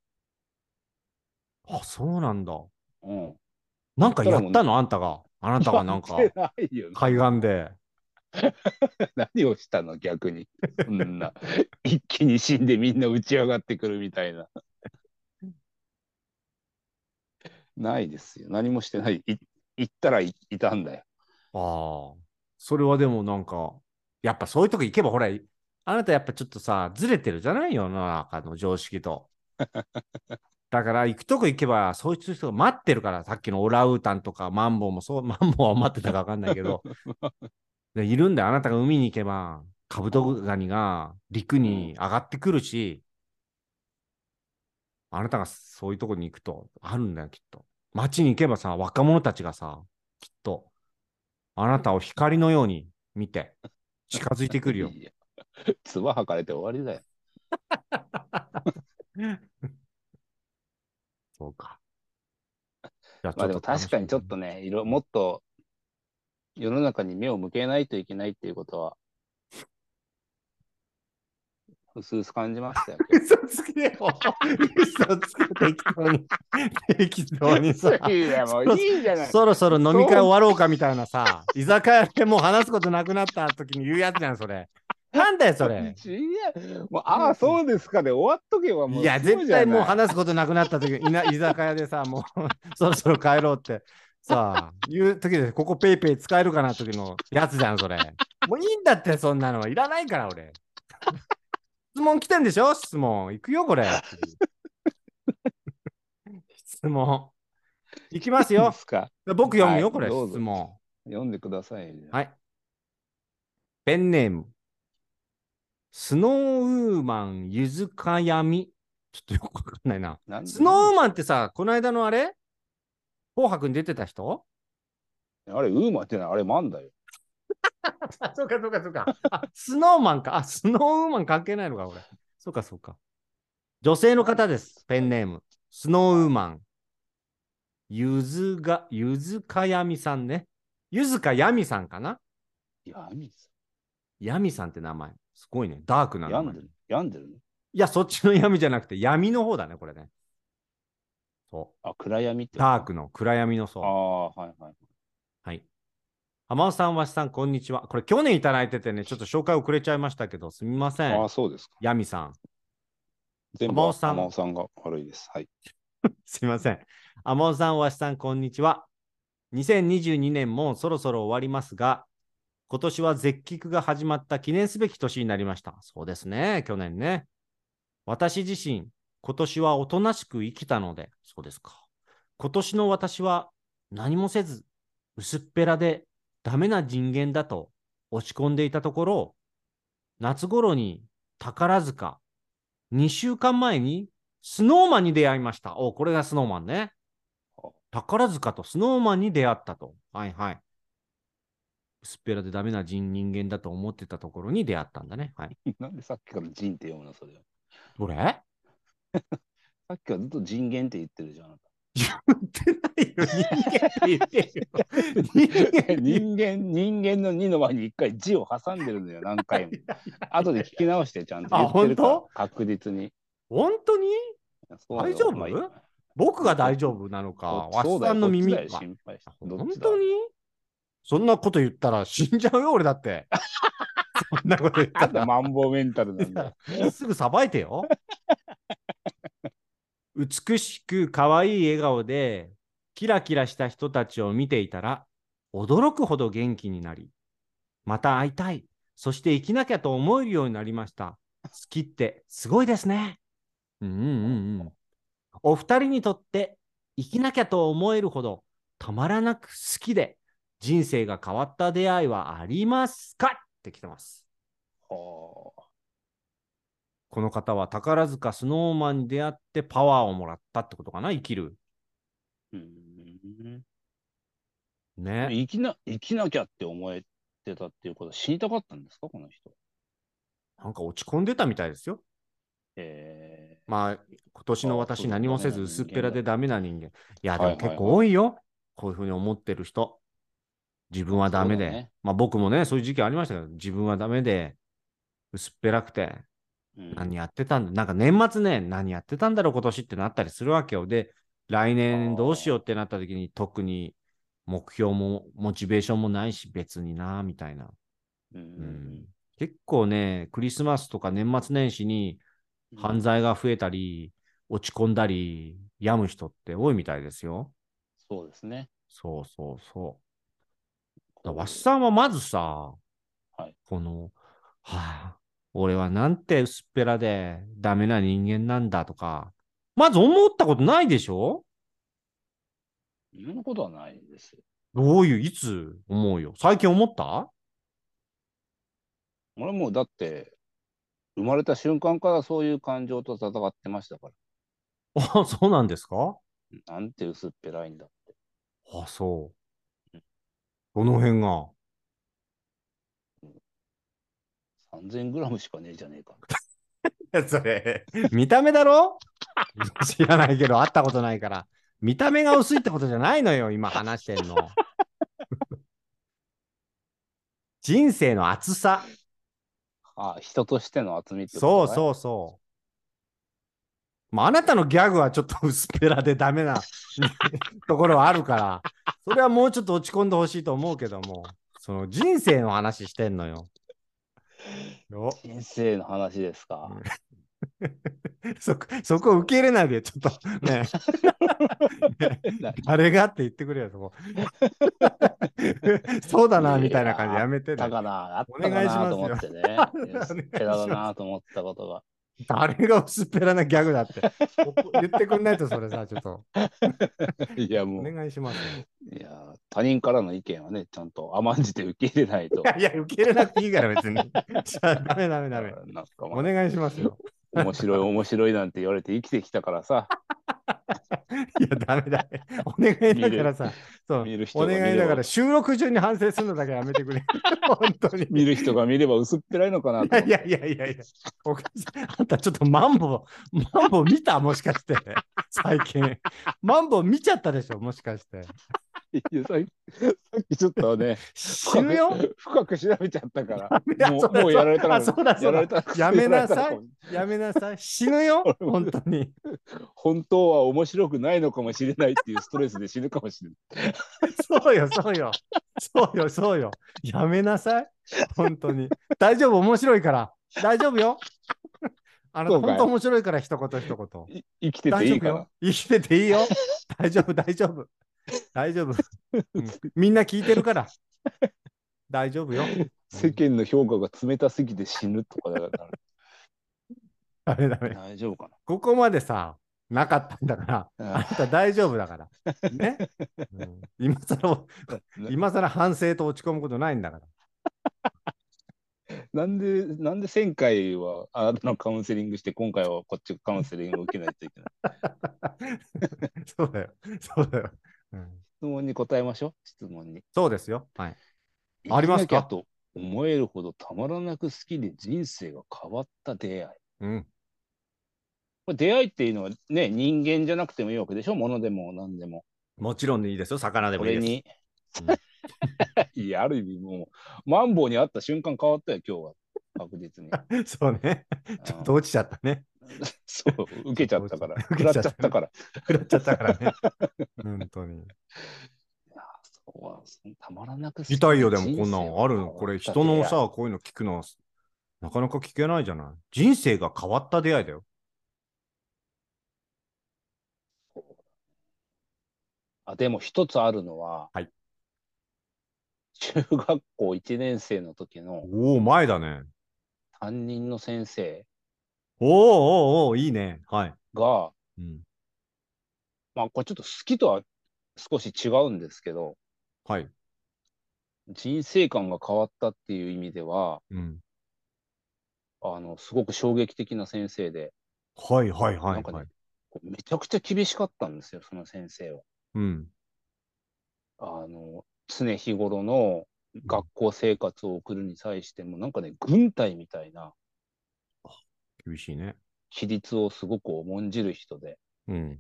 Speaker 1: あ、そうなんだ。
Speaker 2: うん。
Speaker 1: なんかやったのあんたが。あなたがなんか
Speaker 2: やって [LAUGHS] ないよ
Speaker 1: 海岸で。
Speaker 2: [LAUGHS] 何をしたの逆に。そんな。 [LAUGHS] 一気に死んでみんな打ち上がってくるみたいな。 [LAUGHS] ないですよ。何もしてない。い行ったらいいたんだよ。
Speaker 1: ああ。それはでもなんか、やっぱそういうとこ行けばほら、あなたやっぱちょっとさ、ずれてるじゃない世の中の常識 [LAUGHS] と。だから行くとこ行けば、そういう人が待ってるから、さっきのオランウータンとかマンボウもそう、マンボウは待ってたか分かんないけ [LAUGHS] ど、でいるんだよ。あなたが海に行けば、カブトガニが陸に上がってくるし、あなたがそういうとこに行くと、あるんだよ、きっと。街に行けばさ、若者たちがさ、きっと、あなたを光のように見て、近づいてくる
Speaker 2: [LAUGHS]
Speaker 1: よ。
Speaker 2: いや。つば吐かれて終わりだよ。
Speaker 1: そうか。じゃあ
Speaker 2: まあでも確かにちょっとね、いろもっと世の中に目を向けないといけないっていうことは、うすうす感じましたよ。
Speaker 1: 嘘つけよ。嘘つけ適当に。適当にさ。
Speaker 2: いやもういいじゃない。
Speaker 1: そろそろ飲み会終わろうかみたいなさ、居酒屋でもう話すことなくなった時に言うやつじゃん、それ。なんだよ、それ。
Speaker 2: 違うもうああ、そうですかで終わっとけばもう。
Speaker 1: いや、絶対もう
Speaker 2: 話
Speaker 1: 話すことなくなった時、い
Speaker 2: [LAUGHS]
Speaker 1: な居酒屋でさ、もうそろそろ帰ろうってさ、言う時で、ここペイペイ使えるかな時のやつじゃん、それ。もういいんだって、そんなの。いらないから、俺。質問来てんでしょ質問。行くよ、これ。質問。行きますよ
Speaker 2: で。すか。
Speaker 1: 僕読むよ、これ、
Speaker 2: はいどうぞ
Speaker 1: 質問。
Speaker 2: 読んでください。
Speaker 1: はい。ペンネーム。スノーウーマンゆずかやみ。ちょっとよくわかんないな。
Speaker 2: なん
Speaker 1: スノーウーマンってさ、この間のあれ紅白に出てた人
Speaker 2: あれ、ウーマンってない、あれ、マンだよ。
Speaker 1: [LAUGHS] あ、そうかそうかそうか。あ、スノーマンか。あ、スノーウーマン関係ないのか、俺。そうかそうか。女性の方です。ペンネーム。スノーウーマン。ゆずが、ゆずかやみさんね。ゆずかやみさんかない
Speaker 2: や、闇です
Speaker 1: やみさんって名前。すごいね。ダークな名前
Speaker 2: 病んで。る。病んでるの
Speaker 1: いや、そっちの闇じゃなくて、闇の方だね、これね。そ
Speaker 2: あ、暗闇っ
Speaker 1: う。
Speaker 2: てこと。
Speaker 1: ダークの暗闇の
Speaker 2: あ
Speaker 1: 層。
Speaker 2: あ、はいはい。
Speaker 1: はい。浜尾さん、わしさん、こんにちは。これ、去年いただいててね、ちょっと紹介遅れちゃいましたけど、すみませ
Speaker 2: あ
Speaker 1: ん
Speaker 2: あ、。そうですか。
Speaker 1: 闇さん。
Speaker 2: 全部
Speaker 1: 浜尾さん
Speaker 2: 浜尾さんが悪いです。はい。 [LAUGHS]
Speaker 1: [LAUGHS] すみません。浜尾さん、わしさん、こんにちは。2022年もそろそろ終わりますが、今年は絶菊が始まった記念すべき年になりました。そうですね、去年ね。私自身、今年はおとなしく生きたので、そうですか。今年の私は何もせず、薄っぺらでダメな人間だと落ち込んでいたところ、夏頃に宝塚、2週間前にスノーマンに出会いました。おこれがスノーマンね
Speaker 2: あ。
Speaker 1: 宝塚とスノーマンに出会ったと。はいはい。薄っぺらでダメな人人間だと思ってたところに出会ったんだね。はい。
Speaker 2: なんでさっきから人って読むの、それを。
Speaker 1: どれ
Speaker 2: さっきからずっと人間って言ってるじゃん。
Speaker 1: 言ってないよ。人間って言ってるよ。人間って言っ
Speaker 2: 人間、人間の2の前に1回字を挟んでるのよ、何回も。後で聞き直して、ちゃんと言ってるか
Speaker 1: あ
Speaker 2: ら
Speaker 1: 本、
Speaker 2: 確実に。
Speaker 1: 本当に
Speaker 2: そうだよ
Speaker 1: 大丈夫
Speaker 2: まあいいや
Speaker 1: 僕が大丈夫なのか。
Speaker 2: そ
Speaker 1: わ
Speaker 2: そ
Speaker 1: し
Speaker 2: うだ
Speaker 1: さ
Speaker 2: よ
Speaker 1: んの耳
Speaker 2: こっちだよ
Speaker 1: は
Speaker 2: 心配して。どっ
Speaker 1: 本
Speaker 2: ちだ
Speaker 1: 当にそんなこと言ったら死んじゃうよ、俺だ
Speaker 2: [LAUGHS]
Speaker 1: って。そんなこと言った
Speaker 2: あんた
Speaker 1: ら。
Speaker 2: マンボウメンタルなんだよ。
Speaker 1: すぐさばいて
Speaker 2: [LAUGHS]
Speaker 1: よ。美しく可愛い笑顔でキラキラした人たちを見ていたら驚くほど元気になりまた会いたいそして生きなきゃと思えるようになりました好きってすごいですねうんうんうんうんお二人にとって生きなきゃと思えるほどたまらなく好きで人生が変わった出会いはありますかって来てます
Speaker 2: はあ
Speaker 1: この方は宝塚スノーマンに出会ってパワーをもらったってことかな、生きる。
Speaker 2: うーん
Speaker 1: ね。
Speaker 2: 生きな生きなきゃって思えてたっていうことは死にたかったんですか、この人。
Speaker 1: なんか落ち込んでたみたいですよ。
Speaker 2: え
Speaker 1: まあ、今年の
Speaker 2: あ
Speaker 1: 私
Speaker 2: そうだ
Speaker 1: 何もせず
Speaker 2: ダメな
Speaker 1: 薄
Speaker 2: 人間
Speaker 1: っぺらでダメな人間。いや、で
Speaker 2: は
Speaker 1: も
Speaker 2: いはいはい
Speaker 1: 結構多いよ。こういうふうに思ってる人。自分はダメで。
Speaker 2: そうだね
Speaker 1: まあ僕もね、そういう時期ありましたけど、自分はダメで、薄っぺらくて、
Speaker 2: うん
Speaker 1: 何やってたんだ、なんか年末ね、何やってたんだろう、今年ってなったりするわけよ。で、来年どうしようってなった時に、特に目標もモチベーションもないし、別にな、みたいな。
Speaker 2: う
Speaker 1: うんん、結構ね、クリスマスとか年末年始に犯罪が増えたり、落ち込んだり、病む人って多いみたいですよ。
Speaker 2: そうですね。
Speaker 1: そうそうそう。だ
Speaker 2: こう
Speaker 1: わしさんはまずさ、
Speaker 2: はい
Speaker 1: この、はあ、俺はなんて薄っぺらでダメな人間なんだとか、まず思ったことないでしょ
Speaker 2: そんなことはないです。
Speaker 1: どういう、いつ思うよ。最近思った
Speaker 2: 俺もうだって、生まれた瞬間からそういう感情と戦ってましたから。
Speaker 1: あ、そうなんですか
Speaker 2: なんて薄っぺらいんだ。
Speaker 1: あ、そう。どの辺が。
Speaker 2: 3000グラムしかねえじゃねえか。
Speaker 1: それ、見た目だろ知らないけど、会ったことないから。見た目が薄いってことじゃないのよ、今話してんの。 [LAUGHS] 人生の厚さ。
Speaker 2: ああ、人としての厚みって
Speaker 1: そう
Speaker 2: う。
Speaker 1: そうそう。まあ、あなたのギャグはちょっと薄っぺらでダメな [LAUGHS] ところはあるから、それはもうちょっと落ち込んでほしいと思うけども、その人生の話してんのよ。よ
Speaker 2: 人生の話ですか。
Speaker 1: そこそこ受け入れないでよ、ちょっとね。あれがって言ってくれよ、そこ。 [LAUGHS] そうだな、みたいな感じやめて
Speaker 2: あった
Speaker 1: ね。
Speaker 2: かなあったかなと思っ
Speaker 1: [LAUGHS]
Speaker 2: てね。薄っぺらだなと思ったことが。
Speaker 1: 誰が薄っぺらなギャグだって。言ってくんないと、それさ、ちょっと。
Speaker 2: いやも
Speaker 1: お
Speaker 2: う、
Speaker 1: 願いしますよ。
Speaker 2: いや、他人からの意見はね、ちゃんと甘んじて受け入れないと。
Speaker 1: いや、受け入れなくていいから、
Speaker 2: [LAUGHS]
Speaker 1: 別に。じゃあダメ [LAUGHS] ダメダメ。
Speaker 2: なんかまあ
Speaker 1: お願いしますよ。
Speaker 2: 面白い面白いなんて言われて生きてきたから
Speaker 1: [LAUGHS]
Speaker 2: さ、
Speaker 1: いや、ダメダメ。お願いだからさ、そう
Speaker 2: 見る人
Speaker 1: お
Speaker 2: が見れば
Speaker 1: 願いだから、収録中に反省するのだけやめてく
Speaker 2: [LAUGHS]
Speaker 1: れ。本当に。
Speaker 2: 見る人が見れば薄っぺらいのかなと思っ
Speaker 1: い
Speaker 2: て。
Speaker 1: やいやいやいや、お母さん、あんたちょっとマンボウ、マンボウ見たもしかして、最近。マンボウ見ちゃったでしょ、もしかして。
Speaker 2: いやさっきさっきちょっとね、
Speaker 1: 死ぬよ
Speaker 2: 深く深く調べちゃったか
Speaker 1: いや
Speaker 2: ら、も
Speaker 1: そう
Speaker 2: う
Speaker 1: だ
Speaker 2: もうやられた
Speaker 1: あ、
Speaker 2: ら、
Speaker 1: そうだ [LAUGHS] そ
Speaker 2: や
Speaker 1: う
Speaker 2: ら
Speaker 1: だ
Speaker 2: れ。たら
Speaker 1: やめなさい
Speaker 2: やられたら
Speaker 1: やめなさい。死ぬよ、
Speaker 2: [LAUGHS] 俺も
Speaker 1: 本当に。
Speaker 2: [LAUGHS] 本当は面白くないのかもしれないっていうストレスで死ぬかもしれない。
Speaker 1: そうよ、そうよ。そうよ、そうよ。やめなさい。本当に。大丈夫、面白いから。大丈夫よ。あの、
Speaker 2: そうかい
Speaker 1: 本当面白いから、一言一言。
Speaker 2: い生きてて
Speaker 1: 大
Speaker 2: い
Speaker 1: 丈
Speaker 2: い
Speaker 1: 夫
Speaker 2: か
Speaker 1: よ
Speaker 2: な。。
Speaker 1: 生きてていいよ。大丈夫、大丈夫。大丈夫。うんみんな聞いてるから。大丈夫よ。
Speaker 2: 世間の評価が冷たすぎて死ぬとかだか
Speaker 1: ダ
Speaker 2: ら
Speaker 1: メダメ。
Speaker 2: 大丈夫か
Speaker 1: ここまでさ、なかったんだから、
Speaker 2: な。
Speaker 1: あ
Speaker 2: あ
Speaker 1: なた大丈夫だから。ね。うん今さら、今さら反省と落ち込むことないんだから。
Speaker 2: なんで、なんで1000回はあなたのカウンセリングして、今回はこっちがカウンセリングを受けないとい
Speaker 1: [LAUGHS]
Speaker 2: けない。
Speaker 1: そうだよ。そうだよ。うん
Speaker 2: 質問に答えましょう、質問に。
Speaker 1: そうですよ。はい。ありますか
Speaker 2: 生きなきゃと思えるほどたまらなく好きで人生が変わった出会い。
Speaker 1: うん。
Speaker 2: これ出会いっていうのはね、人間じゃなくてもいいわけでしょ物でも何でも。
Speaker 1: もちろんでいいですよ。魚で
Speaker 2: こ
Speaker 1: もいい
Speaker 2: れ
Speaker 1: です。
Speaker 2: に。 [LAUGHS] いや、ある意味もう、マンボウに会った瞬間変わったよ、今日は。確実に。
Speaker 1: そうね。 [LAUGHS] ちょっと落ちちゃったね。
Speaker 2: [LAUGHS] そう、受けちゃったから。
Speaker 1: [LAUGHS] 受
Speaker 2: 食
Speaker 1: け
Speaker 2: らっ
Speaker 1: ち
Speaker 2: ち
Speaker 1: ゃ
Speaker 2: ゃ
Speaker 1: った
Speaker 2: ったから。
Speaker 1: 食らっちゃったから
Speaker 2: [LAUGHS]
Speaker 1: ね。本当に。
Speaker 2: あそうはたまらなく好き
Speaker 1: 痛いよ、でもこんなのあるの。
Speaker 2: 人生が変わった
Speaker 1: これ人の
Speaker 2: 出会い、
Speaker 1: さ、こういうの聞くのは、なかなか聞けないじゃない。人生が変わった出会いだよ。
Speaker 2: あでも一つあるのは、
Speaker 1: はい
Speaker 2: 中学校1年生の時の
Speaker 1: おお、前だね。
Speaker 2: 担任の先生
Speaker 1: おーおーおーいいね。はい。
Speaker 2: が、
Speaker 1: うん。
Speaker 2: まあこれちょっと好きとは少し違うんですけど、
Speaker 1: はい。
Speaker 2: 人生観が変わったっていう意味では、
Speaker 1: うん。
Speaker 2: あの、すごく衝撃的な先生で、
Speaker 1: はいはいは
Speaker 2: なん
Speaker 1: い、
Speaker 2: か
Speaker 1: はい
Speaker 2: ね。こうめちゃくちゃ厳しかったんですよ、その先生は。
Speaker 1: うん。
Speaker 2: あの、常日頃の学校生活を送るに際しても、なんかね、軍隊みたいな
Speaker 1: 厳しいね。
Speaker 2: 規律をすごく重んじる人で、
Speaker 1: うん。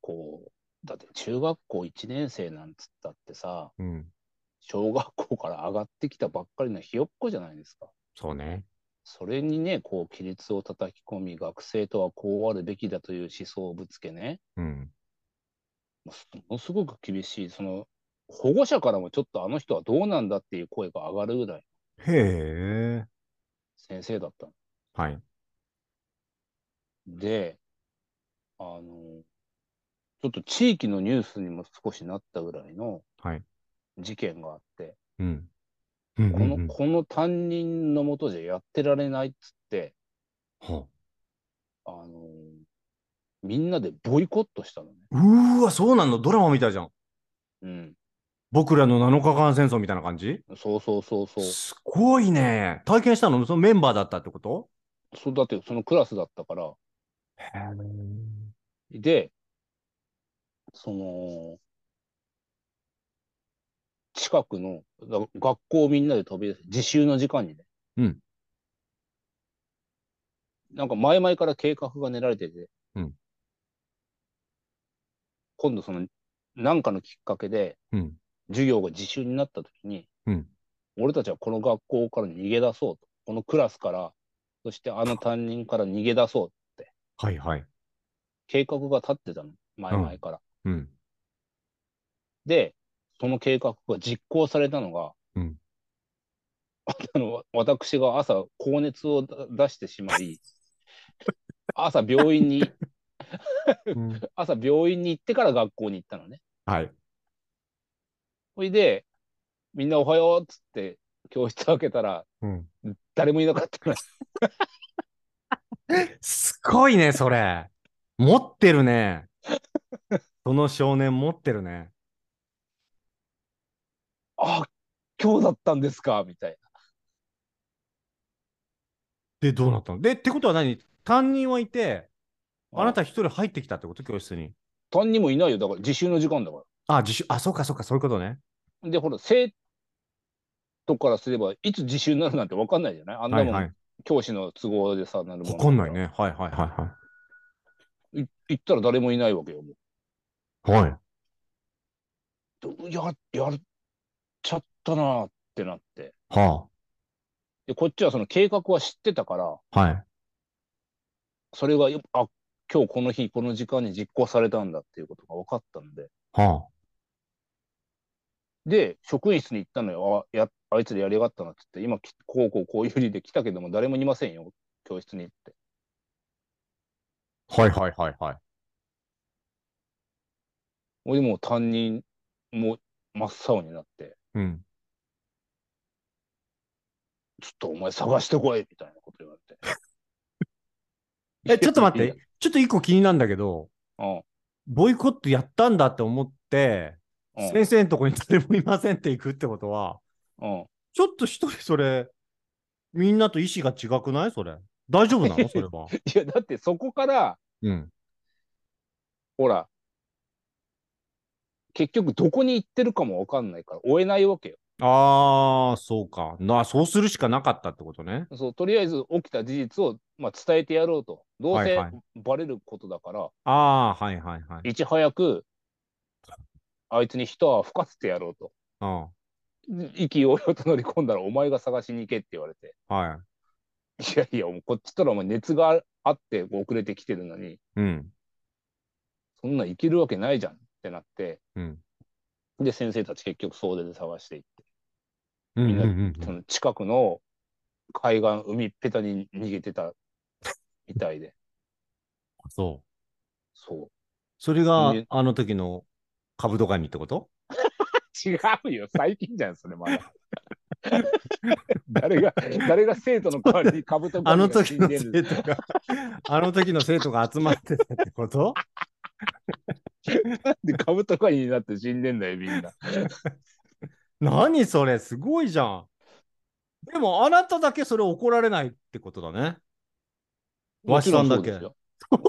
Speaker 2: こう、だって中学校1年生なんつったってさ、
Speaker 1: うん。
Speaker 2: 小学校から上がってきたばっかりのひよっこじゃないですか。
Speaker 1: そうね。
Speaker 2: それにね、こう、規律を叩き込み、学生とはこうあるべきだという思想をぶつけね、
Speaker 1: うん。
Speaker 2: ものすごく厳しい、その、保護者からもちょっとあの人はどうなんだっていう声が上がるぐらい
Speaker 1: へえ。
Speaker 2: 先生だったの。
Speaker 1: はい。
Speaker 2: で、あの、ちょっと地域のニュースにも少しなったぐらいの
Speaker 1: はい
Speaker 2: 事件があって、
Speaker 1: うん。うん
Speaker 2: この、この担任のもとじゃやってられないっつって、
Speaker 1: は
Speaker 2: あの、みんなでボイコットしたのね。
Speaker 1: うーわ、そうなんのドラマみたいじゃん。
Speaker 2: うん。
Speaker 1: 僕らの7日間戦争みたいな感じ
Speaker 2: そうそうそうそう。
Speaker 1: すごいね。体験したのそのメンバーだったってこと
Speaker 2: そうだってそのクラスだったから。
Speaker 1: へ
Speaker 2: で、その、近くの、だ学校をみんなで飛び出す、自習の時間にね。
Speaker 1: うん
Speaker 2: なんか前々から計画が練られてて、
Speaker 1: うん
Speaker 2: 今度その、なんかのきっかけで、
Speaker 1: うん。
Speaker 2: 授業が自習になった時に、
Speaker 1: うん
Speaker 2: 俺たちはこの学校から逃げ出そうと。このクラスから、そしてあの担任から逃げ出そう。
Speaker 1: はいはい。
Speaker 2: 計画が立ってたの。前々から。
Speaker 1: うん。
Speaker 2: で、その計画が実行されたのが、
Speaker 1: うん
Speaker 2: あのわ私が朝、高熱をだ出してしまい、朝病院に、朝病院に行ってから学校に行ったのね。
Speaker 1: はい。
Speaker 2: ほいで、みんなおはようっつって、教室開けたら、
Speaker 1: うん。
Speaker 2: 誰もいなかったの。
Speaker 1: すごいね、それ。持ってるね。その少年持ってるね。
Speaker 2: あ、今日だったんですかみたい
Speaker 1: で、どうなったので、ってことは何担任はいて、
Speaker 2: な。
Speaker 1: あなた一人入ってきたってこと教室に。
Speaker 2: 担任もいないよ。だから、自習の時間だか
Speaker 1: あ、自主、あ、そうかそうか、そういうことね。
Speaker 2: ら。で、ほら、生徒からすれば、いつ自習になるなんて分かんないじゃないあんな
Speaker 1: はい
Speaker 2: もん、
Speaker 1: はい。
Speaker 2: 教師の都合でさ、なるも
Speaker 1: わ
Speaker 2: ん
Speaker 1: かんない。ね。はいはいはい
Speaker 2: 行ったら誰もいないわけよ。も
Speaker 1: いはい。はい。
Speaker 2: うや、やっちゃったなーってなって。
Speaker 1: は
Speaker 2: で、こっちはその計画は知ってたから、
Speaker 1: あ。はい。
Speaker 2: それがよ、あ、今日この日、この時間に実行されたんだっていうことが分かったんで。
Speaker 1: は
Speaker 2: で、職員室に行ったのよ。あ、や、あいつでやりやがったなってって、今、きこうこうこういう理由で来たけども、誰もいませんよ。教室に行って。
Speaker 1: あ。はいはいはいはい。
Speaker 2: 俺もう担任も真っ青になって、
Speaker 1: うん。
Speaker 2: ちょっとお前探してこいみたいなこと言われて。
Speaker 1: [LAUGHS] え、ちょっと待って。ちょっと一個気になるんだけど、
Speaker 2: うん。
Speaker 1: ボイコットやったんだって思って、
Speaker 2: うん。
Speaker 1: 先生のとこに誰もいませんって行くってことは、
Speaker 2: うん。
Speaker 1: ちょっと一人それ、みんなと意思が違くないそれ。大丈夫なのそれ [LAUGHS] は。
Speaker 2: いや、だってそこから、
Speaker 1: うん。
Speaker 2: ほら、結局どこに行ってるかもわかんないから、追えないわけよ。
Speaker 1: ああ、そうか。な、そうするしかなかったってことね。
Speaker 2: そう、とりあえず起きた事実を、まあ、伝えてやろうと。どう
Speaker 1: はい
Speaker 2: せ
Speaker 1: はい
Speaker 2: バレることだから、
Speaker 1: ああ、はいはいはい。
Speaker 2: いち早く、あいつに一泡吹かせてやろうと。
Speaker 1: うん。
Speaker 2: 意気揚々と乗り込んだら、お前が探しに行けって言われて。
Speaker 1: はい
Speaker 2: やいや、もうこっちとらもう熱があって遅れてきてるのに、
Speaker 1: い。うん。
Speaker 2: そんなん行けるわけないじゃんってなって、
Speaker 1: うん。
Speaker 2: で、先生たち結局総出で探していって。
Speaker 1: うん
Speaker 2: みんな
Speaker 1: うんうんう
Speaker 2: そ
Speaker 1: ん
Speaker 2: の近くの海岸、海っぺたに逃げてたみたいで、
Speaker 1: そう。
Speaker 2: そう。
Speaker 1: それが
Speaker 2: ね、
Speaker 1: あの時の株とかにってこと
Speaker 2: 違うよ、最近じゃん、それまだ。 [LAUGHS] 誰が、誰が生徒の代わりに株と
Speaker 1: あ
Speaker 2: ガ
Speaker 1: の
Speaker 2: ニが
Speaker 1: 時
Speaker 2: 死ん
Speaker 1: の
Speaker 2: でる
Speaker 1: 生徒が、 [LAUGHS] あの時の生徒が集まってたってこと
Speaker 2: で株とガニになって死んでんだよ、みんな。
Speaker 1: 何それすごいじゃん。でもあなただけそれ怒られないってことだね。 [LAUGHS] わしさんだけ
Speaker 2: もちろ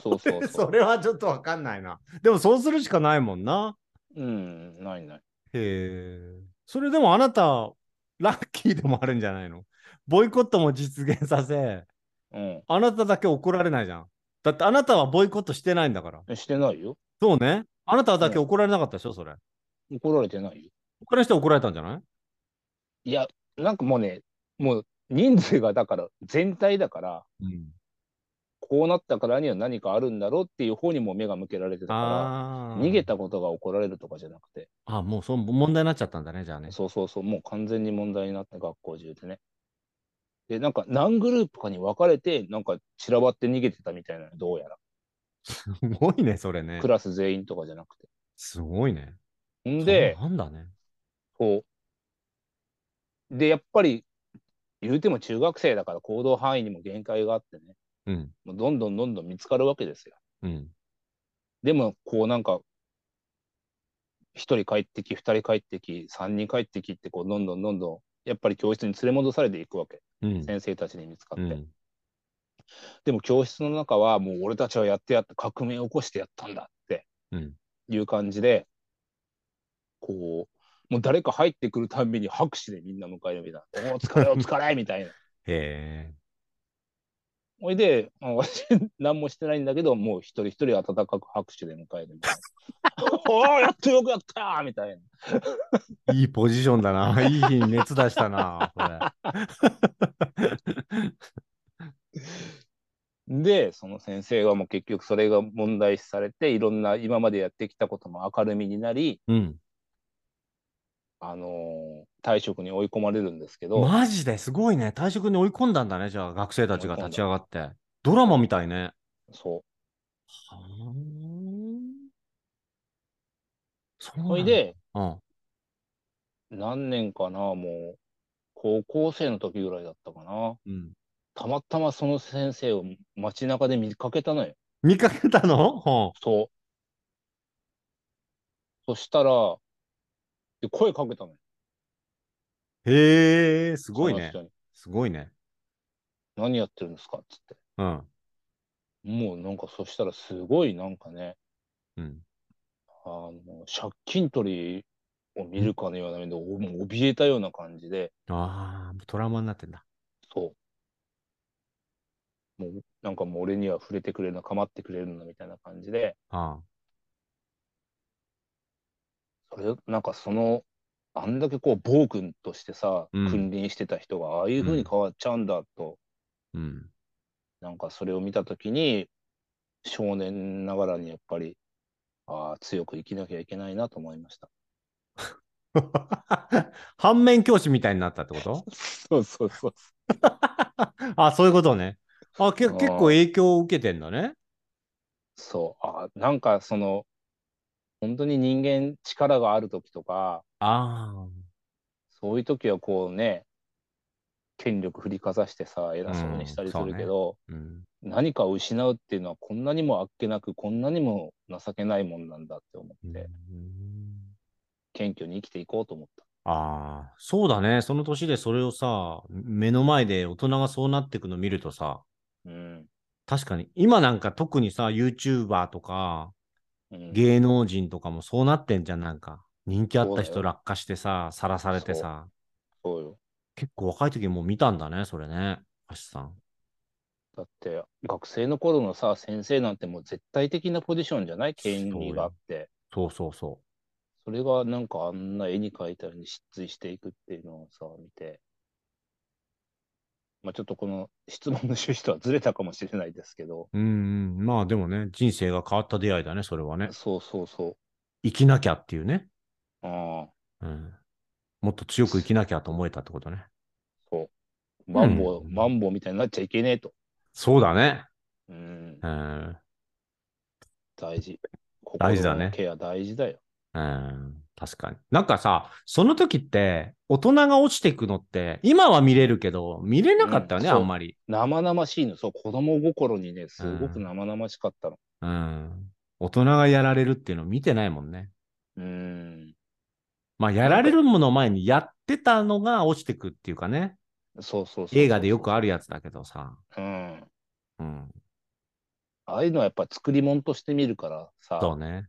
Speaker 2: そうですよ。そうそうそ
Speaker 1: [LAUGHS]
Speaker 2: う。
Speaker 1: それはちょっとわかんないな。でもそうするしかないもんな。
Speaker 2: うん、ないない。
Speaker 1: へえ。それでもあなた、ラッキーでもあるんじゃないのボイコットも実現させ、
Speaker 2: う
Speaker 1: あなただけ怒られないじゃん。だってあなたはボイコットしてないんだから。
Speaker 2: ん。してないよ。
Speaker 1: そうね。あなただけ怒られなかったでしょ、それ。
Speaker 2: 怒られてないよ。
Speaker 1: 他の人は怒られたんじゃない
Speaker 2: いや、なんかもうね、もう人数がだから全体だから、
Speaker 1: うん、
Speaker 2: こうなったからには何かあるんだろうっていう方にも目が向けられてたから、
Speaker 1: あー
Speaker 2: 逃げたことが怒られるとかじゃなくて、
Speaker 1: あ、もうそう問題になっちゃったんだね、じゃあね。
Speaker 2: そうそうそう、もう完全に問題になった学校中でね。で、なんか何グループかに分かれて、なんか散らばって逃げてたみたいなの、どうやら。
Speaker 1: すごいね、それね
Speaker 2: ク。ラス全員とかじゃなくて。
Speaker 1: すごいね。
Speaker 2: んで
Speaker 1: そ、うなんだね。
Speaker 2: こう。で、やっぱり、言うても中学生だから行動範囲にも限界があってね、
Speaker 1: うん、
Speaker 2: もうどんどんどんどん見つかるわけですよ。
Speaker 1: うん、
Speaker 2: でも、こうなんか、一人帰ってき、二人帰ってき、三人帰ってきって、こう、どんどんどんどん、やっぱり教室に連れ戻されていくわけ。
Speaker 1: うん、
Speaker 2: 先生たちに見つかっ
Speaker 1: う
Speaker 2: て。
Speaker 1: ん。
Speaker 2: でも、教室の中は、もう俺たちはやってやった、革命を起こしてやったんだって
Speaker 1: うん
Speaker 2: いう感じで、こう、もう誰か入ってくるたんびに拍手でみんな迎えるみたいな。おー疲
Speaker 1: [LAUGHS]
Speaker 2: れお疲れみたいな。
Speaker 1: へえ。
Speaker 2: ほいで、あ私、 [LAUGHS] 何もしてないんだけど、もう一人一人温かく拍手で迎えるみたい
Speaker 1: [LAUGHS]
Speaker 2: な。おーやっとよくやったーみたいな。
Speaker 1: いいポジションだ
Speaker 2: [LAUGHS]
Speaker 1: な。いい日に熱出したな。これ
Speaker 2: で、その先生はもう結局それが問題視されて、いろんな今までやってきたことも明るみになり、
Speaker 1: うん。
Speaker 2: あのー退職に追い込まれるんですけど、
Speaker 1: マジですごいね。退職に追い込んだんだね。じゃあ、学生たちが立ち上がって。ドラマみたいね。
Speaker 2: そ
Speaker 1: そう
Speaker 2: う。
Speaker 1: なんだ
Speaker 2: ほい、で、
Speaker 1: うん。
Speaker 2: 何年かな、もう、高校生の時ぐらいだったかな。
Speaker 1: うん、
Speaker 2: たまたまその先生を街中で見かけたのよ。
Speaker 1: 見かけたの、うん
Speaker 2: そう。そしたら、で声かけたのよ。
Speaker 1: へえ、すごい
Speaker 2: その
Speaker 1: ね。
Speaker 2: 人に。
Speaker 1: すごいね。
Speaker 2: 何やってるんですかっつって。
Speaker 1: うん。
Speaker 2: もうなんかそしたらすごいなんかね、
Speaker 1: うん。
Speaker 2: あの借金取りを見るかのような目で、おもう怯えたような感じで、
Speaker 1: ああ、トラウマになってんだ。
Speaker 2: そう。もうなんかもう俺には触れてくれるな、構ってくれるなみたいな感じで、
Speaker 1: あ
Speaker 2: それなんかその、あんだけこう暴君としてさ、
Speaker 1: うん
Speaker 2: 君臨してた人がああいう風に変わっちゃうんだと、
Speaker 1: あ、うん。 [LAUGHS]
Speaker 2: なんかそれを見たときに、少年ながらにやっぱり、ああ、強く生きなきゃいけないなと思いました。
Speaker 1: 反面教師みたいになったってこと
Speaker 2: [LAUGHS] そうそうそう。
Speaker 1: あそういうことね。あけ
Speaker 2: あー
Speaker 1: 結構影響を受けてんだね。
Speaker 2: そう、あ、なんかその、本当に人間力がある時とか、
Speaker 1: あ
Speaker 2: そういう時はこうね、権力振りかざしてさ、偉そうにしたりするけど、
Speaker 1: あ、うん。
Speaker 2: 何かを失うっていうのはこんなにもあっけなく、こんなにも情けないもんなんだって思
Speaker 1: う
Speaker 2: っ
Speaker 1: ん
Speaker 2: て、謙虚に生きていこうと思った。
Speaker 1: ああ、そうだね。その年でそれをさ、目の前で大人がそうなっていくの見るとさ、
Speaker 2: うん。
Speaker 1: 確かに、今なんか特にさ、YouTuber とか、
Speaker 2: うん、
Speaker 1: 芸能人とかもそうなってんじゃん、なんか。人気あった
Speaker 2: そ
Speaker 1: 人
Speaker 2: うだ
Speaker 1: 落下してさ、さらされてさ、
Speaker 2: そうよ。
Speaker 1: 結構若い時もう見たんだね、それね、橋さん。
Speaker 2: だって、学生の頃のさ、先生なんてもう絶対的なポジションじゃない権
Speaker 1: そう
Speaker 2: 威
Speaker 1: よ
Speaker 2: があって。
Speaker 1: そうそうそ
Speaker 2: それがなんかあんな絵に描いたように失墜していくっていうのをさ、見て、まあ、ちょっとこの質問の趣旨とはずれたかもしれないですけど、
Speaker 1: う。うんうん、まあでもね、人生が変わった出会いだね、それはね。
Speaker 2: そうそうそ
Speaker 1: 生きなきゃっていうね。
Speaker 2: う、ああ、
Speaker 1: うん。もっと強く生きなきゃと思えたってことね。
Speaker 2: そう、マンボウ、
Speaker 1: うん
Speaker 2: マンボウみたいになっちゃいけねえと。
Speaker 1: そうだね。
Speaker 2: うん、
Speaker 1: うん。
Speaker 2: 大事。
Speaker 1: 大事だね
Speaker 2: 心のケア大事だよ。
Speaker 1: うん。確かに。なんかさ、その時って、大人が落ちていくのって、今は見れるけど、見れなかったよね、
Speaker 2: うん
Speaker 1: あ
Speaker 2: そうん
Speaker 1: まり。
Speaker 2: 生々しいの、そう、子供心にね、すごく生々しかったの。
Speaker 1: うん。大人がやられるっていうのを見てないもんね。
Speaker 2: うん、
Speaker 1: まあ、やられるもの前にやってたのが落ちてくっていうかね。
Speaker 2: そうそうそうそう
Speaker 1: 映画でよくあるやつだけどさ。
Speaker 2: うん。
Speaker 1: うん。
Speaker 2: ああいうのはやっぱ作り物として見るからさ、
Speaker 1: そうね。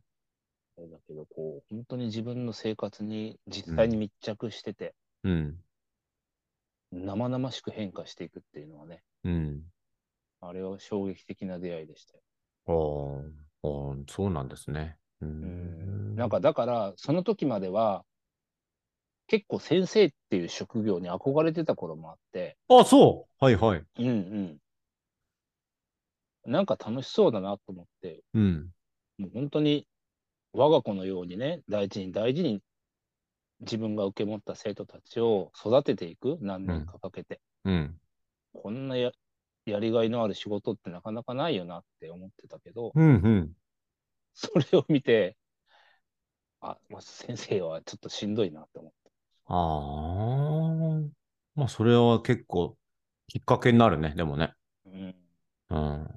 Speaker 2: そうだけど、こう、本当に自分の生活に実際に密着してて、
Speaker 1: うん。
Speaker 2: 生々しく変化していくっていうのはね、
Speaker 1: うん。
Speaker 2: あれは衝撃的な出会いでしたよ。
Speaker 1: おーおーそうなんですね。う
Speaker 2: うんなん、か、だから、その時までは、結構先生っていう職業に憧れてた頃もあって、
Speaker 1: あ、そう。はいはい。
Speaker 2: うんうん。なんか楽しそうだなと思って、
Speaker 1: うん。
Speaker 2: もう本当に我が子のようにね、大事に大事に自分が受け持った生徒たちを育てていく、何年かかけて。
Speaker 1: うん。
Speaker 2: こんなややりがいのある仕事ってなかなかないよなって思ってたけど、 [LAUGHS]
Speaker 1: うんうん。
Speaker 2: それを見て、あ、まあ先生はちょっとしんどいなって思っ
Speaker 1: ああ。まあ、それは結構、きっかけになるね、でもね。
Speaker 2: た。うん
Speaker 1: うん。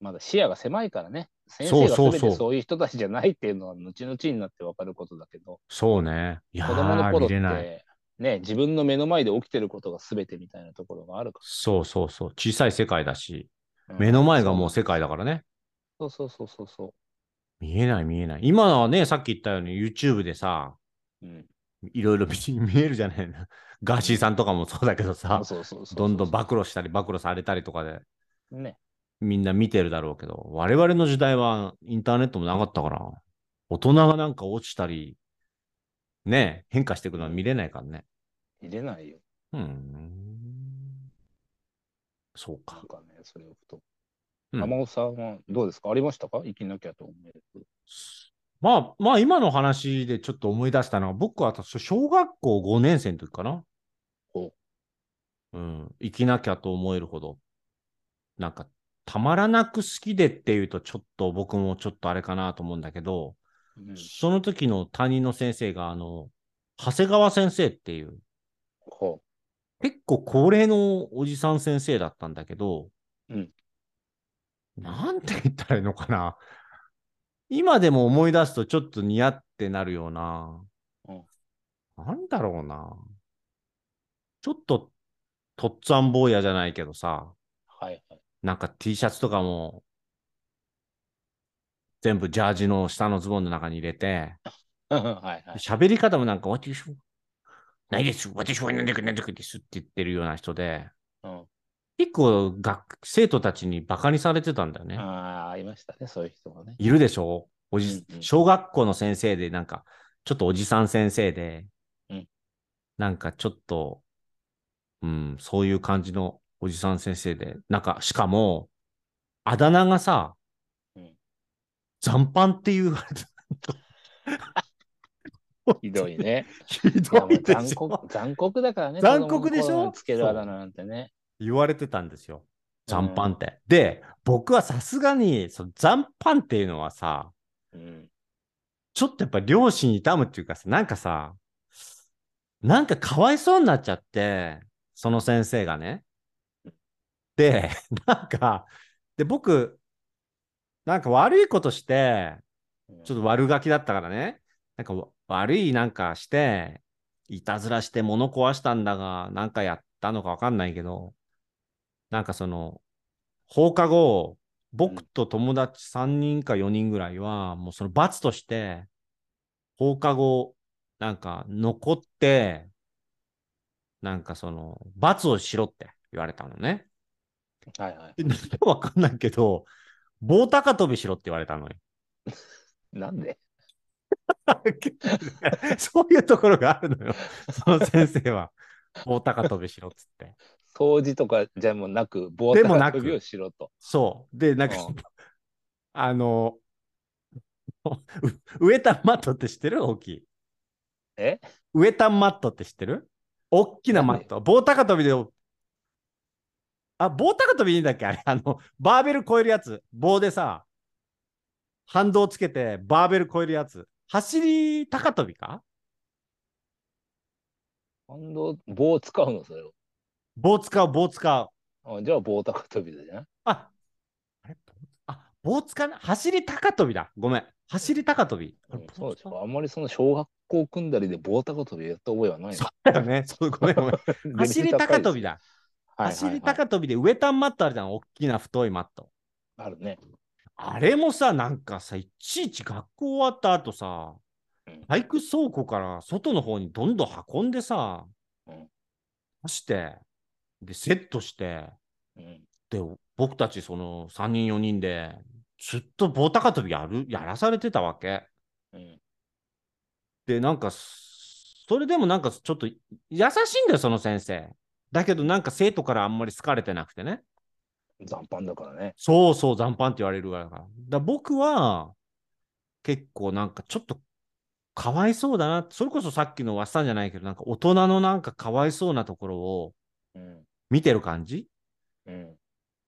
Speaker 2: まだ視野が狭いからね、先
Speaker 1: そう
Speaker 2: 生が
Speaker 1: そうそう
Speaker 2: 全てそういう人たちじゃないっていうのは、後々になって分かることだけど、
Speaker 1: そうね。いや
Speaker 2: 子供の
Speaker 1: ー、
Speaker 2: 頃
Speaker 1: 見
Speaker 2: って
Speaker 1: れない。、
Speaker 2: ね、自分の目の前で起きてることが全てみたいなところがあるか
Speaker 1: そうそうそう。小さい世界だし、
Speaker 2: ら。
Speaker 1: 目の前がもう世界だからね。
Speaker 2: そうそうそうそうそ
Speaker 1: 見えない見えない。今はね、さっき言ったように YouTube でさ、
Speaker 2: う。うん。
Speaker 1: いろいろ見見えるじゃないの。ガーシーさんとかもそうだけどさ、
Speaker 2: そうそうそうそう。
Speaker 1: どんどん暴露したり、暴露されたりとかで、
Speaker 2: ね。
Speaker 1: みんな見てるだろうけど、我々の時代はインターネットもなかったから、大人がなんか落ちたり、ね、変化していくのは見れないからね。
Speaker 2: 入れないよ。
Speaker 1: うん。そう
Speaker 2: な
Speaker 1: か
Speaker 2: ん。かね、それをふと。
Speaker 1: うん
Speaker 2: 山尾さんはどうですかありましたか生きなきゃと思える。
Speaker 1: まあ、まあ今の話でちょっと思い出したのは、僕は小学校5年生の時かな。
Speaker 2: お
Speaker 1: うん、生きなきゃと思えるほど、なんか、たまらなく好きでっていうと、ちょっと僕もちょっとあれかなと思うんだけど、
Speaker 2: うん。
Speaker 1: その時の担任の先生が、あの、長谷川先生っていう、
Speaker 2: ほ
Speaker 1: 結構高齢のおじさん先生だったんだけど、
Speaker 2: うん
Speaker 1: なんて言ったらいいのかな。今でも思い出すとちょっと似合ってなるような。
Speaker 2: うん
Speaker 1: なんだろうな。ちょっと、とっつぁん坊やじゃないけどさ、
Speaker 2: う。はいはい。
Speaker 1: なんか T シャツとかも、全部ジャージの下のズボンの中に入れて、
Speaker 2: はい
Speaker 1: [LAUGHS]
Speaker 2: はい。
Speaker 1: 喋り方もなんか、私は、ないです。私は何でか何でかですって言ってるような人で、
Speaker 2: うん、
Speaker 1: 結構学、生徒たちにバカにされてたんだよね。
Speaker 2: ああー、いましたね、そういう人がね。
Speaker 1: いるでしょおじ、
Speaker 2: うんうん
Speaker 1: 小学校の先生で、なんか、ちょっとおじさん先生で、
Speaker 2: うん
Speaker 1: なんかちょっと、うん、そういう感じのおじさん先生で、なんか、しかも、あだ名がさ、
Speaker 2: うん
Speaker 1: 残飯って言われて
Speaker 2: ひど
Speaker 1: [LAUGHS]
Speaker 2: いね。
Speaker 1: [LAUGHS] ひ
Speaker 2: いや
Speaker 1: ど
Speaker 2: もう
Speaker 1: いで
Speaker 2: 残
Speaker 1: し
Speaker 2: 酷
Speaker 1: ょ
Speaker 2: 残酷だからね。
Speaker 1: 残酷でしょ
Speaker 2: 子供の頃につけるあだ名なんてね。
Speaker 1: 言われてたんですよ。残飯って。で、僕はさすがに、その残飯っていうのはさ、
Speaker 2: うん。
Speaker 1: ちょっとやっぱ両親痛むっていうかさ、なんかさ、なんかかわいそうになっちゃって、その先生がね。で、なんか、で、僕、なんか悪いことして、ちょっ
Speaker 2: っ
Speaker 1: と悪ガキだったからね。なんかわ悪いなんかして、いたずらして物壊したんだが、なんかやったのかわかんないけど、なんかその、放課後、僕と友達3人か4人ぐらいは、もうその罰として、放課後、なんか残って、なんかその、罰をしろって言われたのね。
Speaker 2: と。はいはい。
Speaker 1: でなんか [LAUGHS] わかんないけど、棒高跳びしろって言われたのよ。 [LAUGHS]
Speaker 2: なんで
Speaker 1: そういうところがある
Speaker 2: [LAUGHS]
Speaker 1: のよ。その先生は。棒高跳びしろっつって。
Speaker 2: 掃除とかじゃもうなく、棒
Speaker 1: でもなく
Speaker 2: 高跳びをしろと。
Speaker 1: そう。で、なんか
Speaker 2: うん、
Speaker 1: あの、 [LAUGHS] ウウエタンマットって知ってる大きい。
Speaker 2: え
Speaker 1: ウエタンマットって知ってる大きなマット。棒高跳びで、あ、棒高跳びいいんだっけあれ、あの、バーベル超えるやつ。棒でさ、反動つけてバーベル超えるやつ。走り高跳びか
Speaker 2: 今度、棒を使うの、それを。
Speaker 1: 棒使う、棒使う。
Speaker 2: あじゃあ棒高跳びだじゃん。
Speaker 1: あ、あれ棒あ、棒つかな走り高跳びだ。ごめん。走り高跳び。あ
Speaker 2: う
Speaker 1: れ
Speaker 2: んそうでし
Speaker 1: 棒つか
Speaker 2: ょ。あんまりその小学校組んだりで棒高跳びやった覚えはない
Speaker 1: そ。うだよね。そうご
Speaker 2: [LAUGHS]
Speaker 1: めんごめん。走り高跳びだ。
Speaker 2: はいはいはい。
Speaker 1: 走り高跳びでウエタンマットあるじゃん。大きな太いマット。
Speaker 2: あるね。
Speaker 1: あれもさ、なんかさ、いちいち学校終わった後さ
Speaker 2: うん、
Speaker 1: 体育倉庫から外の方にどんどん運んでさ
Speaker 2: うん、
Speaker 1: 走して、で、セットして、
Speaker 2: うん。
Speaker 1: で、僕たちその3人4人で、ずっと棒高跳びやる、やらされてたわけ。
Speaker 2: うん。
Speaker 1: で、なんか、そそれでもなんかちょっと優しいんだよ、その先生。だけどなんか生徒からあんまり好かれてなくてね。
Speaker 2: 残飯だからね。
Speaker 1: そうそう、残飯って言われるから。だから僕は、結構なんかちょっと、かわいそうだな。それこそさっきのわっさんじゃないけど、なんか大人のなんかかわいそうなところを
Speaker 2: うん。
Speaker 1: 見てる感じ
Speaker 2: うん。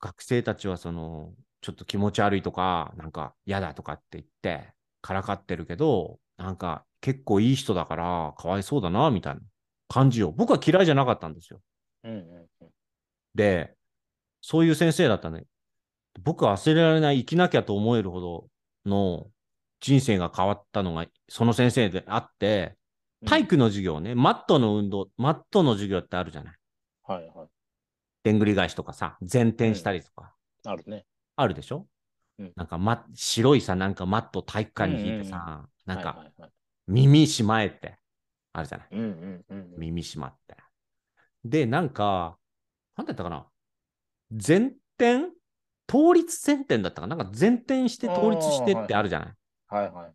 Speaker 1: 学生たちはその、ちょっと気持ち悪いとか、なんか嫌だとかって言って、からかってるけど、なんか結構いい人だから、かわいそうだな、みたいな感じを。僕は嫌いじゃなかったんですよ。
Speaker 2: うん。うん。
Speaker 1: で、そういう先生だったね。僕は忘れられない、生きなきゃと思えるほどの人生が変わったのが、その先生であって、
Speaker 2: うん
Speaker 1: 体育の授業ね、マットの運動、マットの授業ってあるじゃない。
Speaker 2: はいはい。
Speaker 1: でんぐり返しとかさ、前転したりとか、
Speaker 2: あるね。
Speaker 1: あるでしょ、
Speaker 2: うん
Speaker 1: なんか、ま、白いさ、なんかマットを体育館に引いてさ、なん
Speaker 2: はい
Speaker 1: か
Speaker 2: はいはい。
Speaker 1: 耳しまえって、あるじゃない。
Speaker 2: うんうんうんうん。
Speaker 1: 耳しまって。で、なんか、なんだったかな前転倒立前転だったかななんか前転して倒立してっ
Speaker 2: あーはい
Speaker 1: てあるじゃないあ,、
Speaker 2: はいはい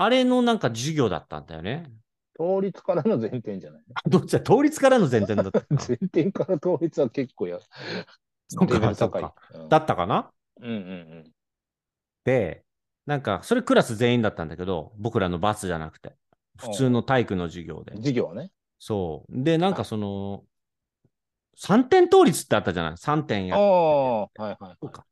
Speaker 2: はい。
Speaker 1: れのなんか授業だったんだよね。 [LAUGHS]
Speaker 2: 倒立からの前転じゃないね。
Speaker 1: どっちだ倒立からの前転だった
Speaker 2: [LAUGHS]
Speaker 1: かな
Speaker 2: 前転から倒立は結構や、
Speaker 1: そうか
Speaker 2: レベル高い
Speaker 1: そう。
Speaker 2: うん
Speaker 1: だったかな
Speaker 2: うんうん
Speaker 1: で、なんか、それクラス全員だったんだけど、僕らのバスじゃなくて、普通の体育の授業で
Speaker 2: うん。。授業はね。
Speaker 1: そう。で、なんかその、3点倒立ってあったじゃない ?3 点や
Speaker 2: ああ、はいはいはい。
Speaker 1: そうか。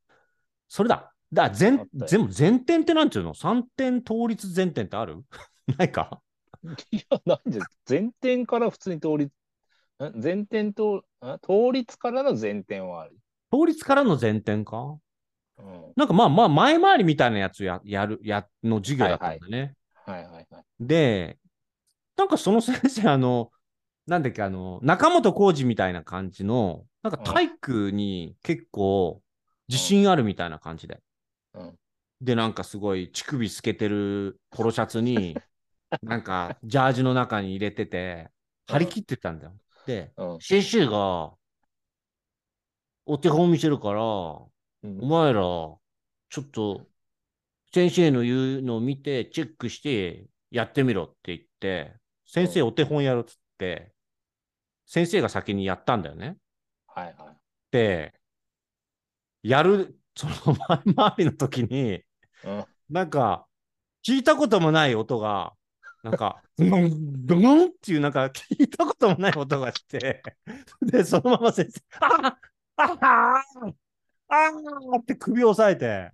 Speaker 1: それだ。だ、前
Speaker 2: あっ、たよ
Speaker 1: 全部、前転ってなんていうの ?3 点倒立前転ってある [LAUGHS] ないか
Speaker 2: いや、なんで、前転から普通に倒立、ん前転と、ん倒立からの前転はある。
Speaker 1: 倒立からの前転か
Speaker 2: うん。は
Speaker 1: なんかまあまあ、前回りみたいなやつややる、や、の授業だったんだね。
Speaker 2: いはいはい。
Speaker 1: で、なんかその先生、あの、なんだっけ、あの、中本浩二みたいな感じの、なんか体育に結構自信あるみたいな感じで。
Speaker 2: うん
Speaker 1: で、なんかすごい乳首透けてるポロシャツ
Speaker 2: [LAUGHS]
Speaker 1: に、なんかジャージの中に入れてて、張り切ってたんだよ。で、
Speaker 2: うん。
Speaker 1: 先生が、お手本見せるから、
Speaker 2: うん
Speaker 1: お前ら、ちょっと、先生の言うのを見て、チェックして、やってみろって言って、先生お手本やるっつって、先生が先にやったんだよね。
Speaker 2: はいはい。
Speaker 1: で、やる、その [LAUGHS] 前回りの時に、
Speaker 2: うん
Speaker 1: なんか、聞いたこともない音が、なんか、ドン、ドンっていう、なんか、聞いたこともない音がして、 [LAUGHS] で、そのまま先生、ああああああって首を押さえて、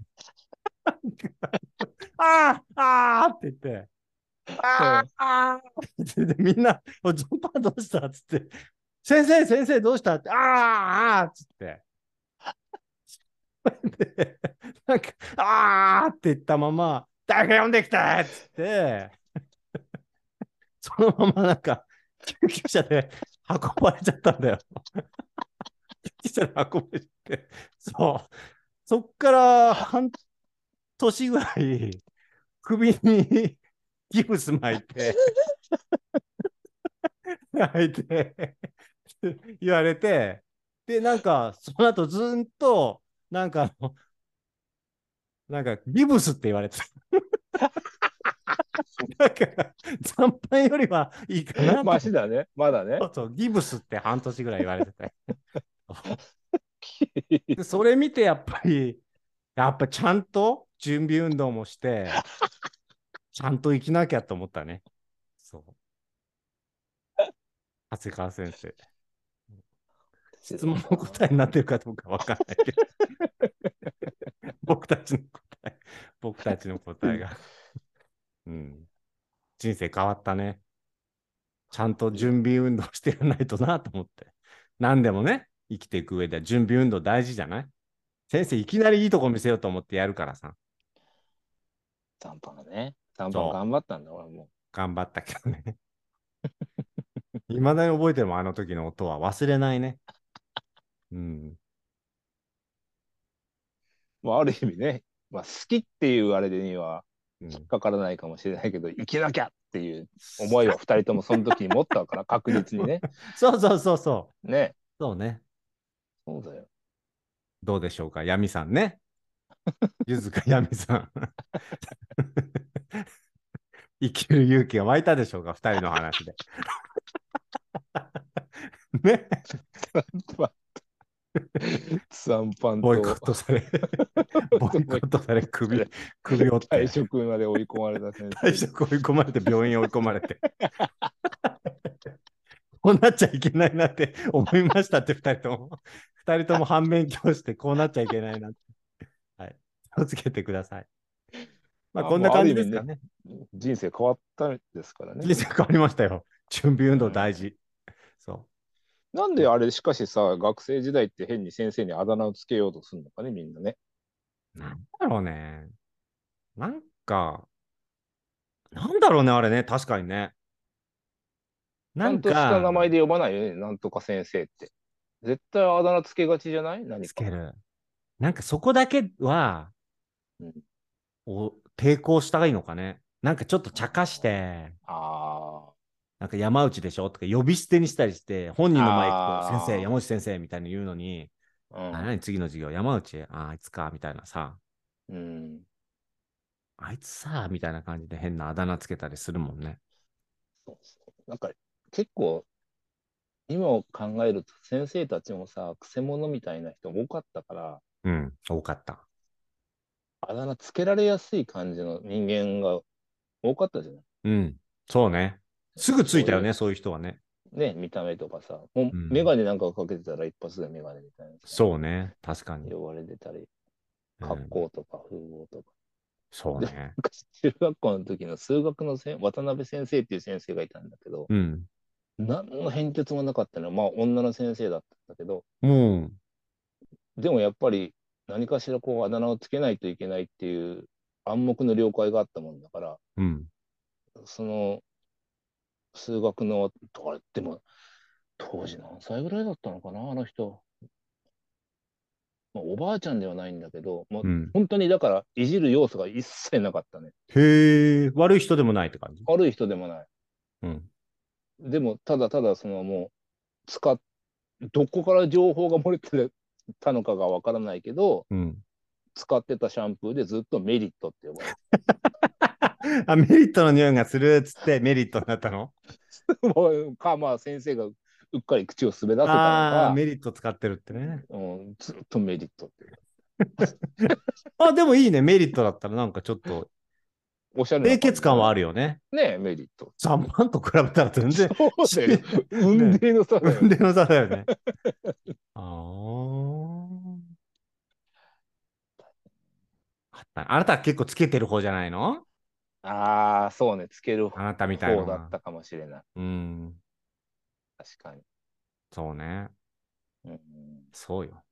Speaker 1: [LAUGHS] ああああって言って、ああああってでみんな、おジョンパンどうしたっつって、先生、先生どうしたって、ああああっつって。 [LAUGHS] でなんか、あーって言ったまま、誰か呼んできたっつって、 [LAUGHS] そのままなんか、救急車で運ばれちゃったんだよ。救急車で運ばれちゃって、そう。そっから半年ぐらい、首にギブス巻いて、巻いて、言われて、で、なんか、その後ずんと、なんかあの、なんか、ギブスって言われてた。だから、残飯よりはいいかなと思
Speaker 2: マ
Speaker 1: って
Speaker 2: シだね。まだね
Speaker 1: [LAUGHS] そ。うそう、ギブスって半年ぐらい言われてて。でそれ見てやっぱり、やっぱちゃんと準備運動もして、ちゃんと生きなきゃと思ったね。そう。長谷川先生。 [LAUGHS] 質問の答えになってるかどうかわかんないけど。僕たちの答え、僕たちの答えが。うん。人生変わったね。ちゃんと準備運動してやらないとなと思って。何でもね、生きていく上では準備運動大事じゃない先生、いきなりいいとこ見せようと思ってやるからさ。
Speaker 2: 残飯がね。残飯
Speaker 1: そう
Speaker 2: 頑張ったんだ、俺も。
Speaker 1: 頑張ったけどね。いまだに覚えてるもんあの時の音は忘れないね。うん。
Speaker 2: まあ、ある意味ね。まあ、好きっていうあれには
Speaker 1: うん
Speaker 2: 引っかからないかもしれないけど、生きなきゃっていう思いを二人ともその時に持っ
Speaker 1: [LAUGHS]
Speaker 2: たから、確実にね。
Speaker 1: そうそうそうそう。
Speaker 2: ね。
Speaker 1: そうね。
Speaker 2: そうだよ。
Speaker 1: どうでしょうか、ヤミさんね。ゆずかヤミさん。生きる勇気が湧いたでしょうか、二人の話で。ね、
Speaker 2: 三パン
Speaker 1: ボイコ
Speaker 2: と
Speaker 1: ットされ、ボイコットされ、
Speaker 2: [LAUGHS]
Speaker 1: 首、首折って
Speaker 2: 退、職まで追い込まれた先生
Speaker 1: 退職追い込まれて、病院追い込まれて。 [LAUGHS] こうなっちゃいけないなって思いましたって、二人とも。二人とも反面教師で、こうなっちゃいけないなって。はい。気をつけてください。まあ、
Speaker 2: あ
Speaker 1: こんな感じ
Speaker 2: もう
Speaker 1: で
Speaker 2: ある
Speaker 1: すか
Speaker 2: 意味
Speaker 1: ね。
Speaker 2: 人生変わったんですからね
Speaker 1: 人生変わりましたよ。準備運動大事。そ
Speaker 2: なんであれしかしさ学生時代って変に先生にあだ名をつけようとするのかねみんなね
Speaker 1: う。なんだろうね。なんか、なんだろうね、あれね、確かにね。
Speaker 2: ちゃ
Speaker 1: なんん
Speaker 2: と
Speaker 1: か、
Speaker 2: した名前で呼ばないよねなんとか先生って絶対あだ名つけがちじゃない何か
Speaker 1: つける。なんかそこだけは、
Speaker 2: うん
Speaker 1: お抵抗したがいいのかね。なんかちょっと茶化して、
Speaker 2: ああ
Speaker 1: なんか山内でしょとか呼び捨てにしたりして、本人の前行く
Speaker 2: あー
Speaker 1: と、先生、山内先生みたいに言うのに、
Speaker 2: うん
Speaker 1: あ、何次の授業、山内、あ、あいつか、みたいなさ、
Speaker 2: うん、
Speaker 1: あいつさ、みたいな感じで変なあだ名つけたりするもんね。
Speaker 2: そうそうなんか結構今を考えると先生たちもさくせ者みたいな人も多かったから
Speaker 1: うん、多かった。
Speaker 2: あだ名つけられやすい感じの人間が多かったじゃない
Speaker 1: うん、そうね。すぐついたよね、そういう人はね。
Speaker 2: ね見た目とかさもう
Speaker 1: うん
Speaker 2: 眼鏡なんかかけてたら一発で眼鏡みたいなさ
Speaker 1: そうね、確かに。
Speaker 2: 呼ばれてたり
Speaker 1: うん
Speaker 2: 格好とか風貌とか、
Speaker 1: そうね。
Speaker 2: 中学校の時の数学のせん渡辺先生っていう先生がいたんだけど、
Speaker 1: うん。
Speaker 2: 何の変哲もなかったのまあ女の先生だったんだけど
Speaker 1: もう、
Speaker 2: でもやっぱり何かしらこうあだ名をつけないといけないっていう暗黙の了解があったもんだから
Speaker 1: うん。
Speaker 2: その数学のあれでも当時何歳ぐらいだったのかなあの人、まあ、おばあちゃんではないんだけど、もう
Speaker 1: うん、
Speaker 2: 本当にだからいじる要素が一切なかったね
Speaker 1: へえ、悪い人でもないって感じ。
Speaker 2: 悪い人でもない
Speaker 1: うん。
Speaker 2: でもただただそのもう使っどこから情報が漏れてたのかがわからないけど
Speaker 1: うん。
Speaker 2: 使ってたシャンプーでずっとメリットって呼ばれて
Speaker 1: あ、メリットの匂いがするっつってメリットになったの
Speaker 2: る [LAUGHS] もうかまあ先生がうっかり口を滑らせたの
Speaker 1: ああー、
Speaker 2: か、
Speaker 1: メリット使ってるってね。
Speaker 2: うん、ずっとメリットって
Speaker 1: あ、でもいいね、メリットだったらなんかちょっと、
Speaker 2: おしゃれ
Speaker 1: 清潔感はあ
Speaker 2: る
Speaker 1: るよね。
Speaker 2: ねメリット
Speaker 1: 残飯と比べたら全然、
Speaker 2: そう
Speaker 1: [LAUGHS]
Speaker 2: だよね運命の差だよね
Speaker 1: 運転の差だよ
Speaker 2: [LAUGHS]
Speaker 1: ね。あーあったあなたは結構つけてる方じゃないの
Speaker 2: ああそうねつける
Speaker 1: あ
Speaker 2: 方
Speaker 1: なたみたいなの
Speaker 2: だ
Speaker 1: は。
Speaker 2: ったかもしれない
Speaker 1: うん。
Speaker 2: 確かに、
Speaker 1: そうね。
Speaker 2: うん
Speaker 1: そうよ。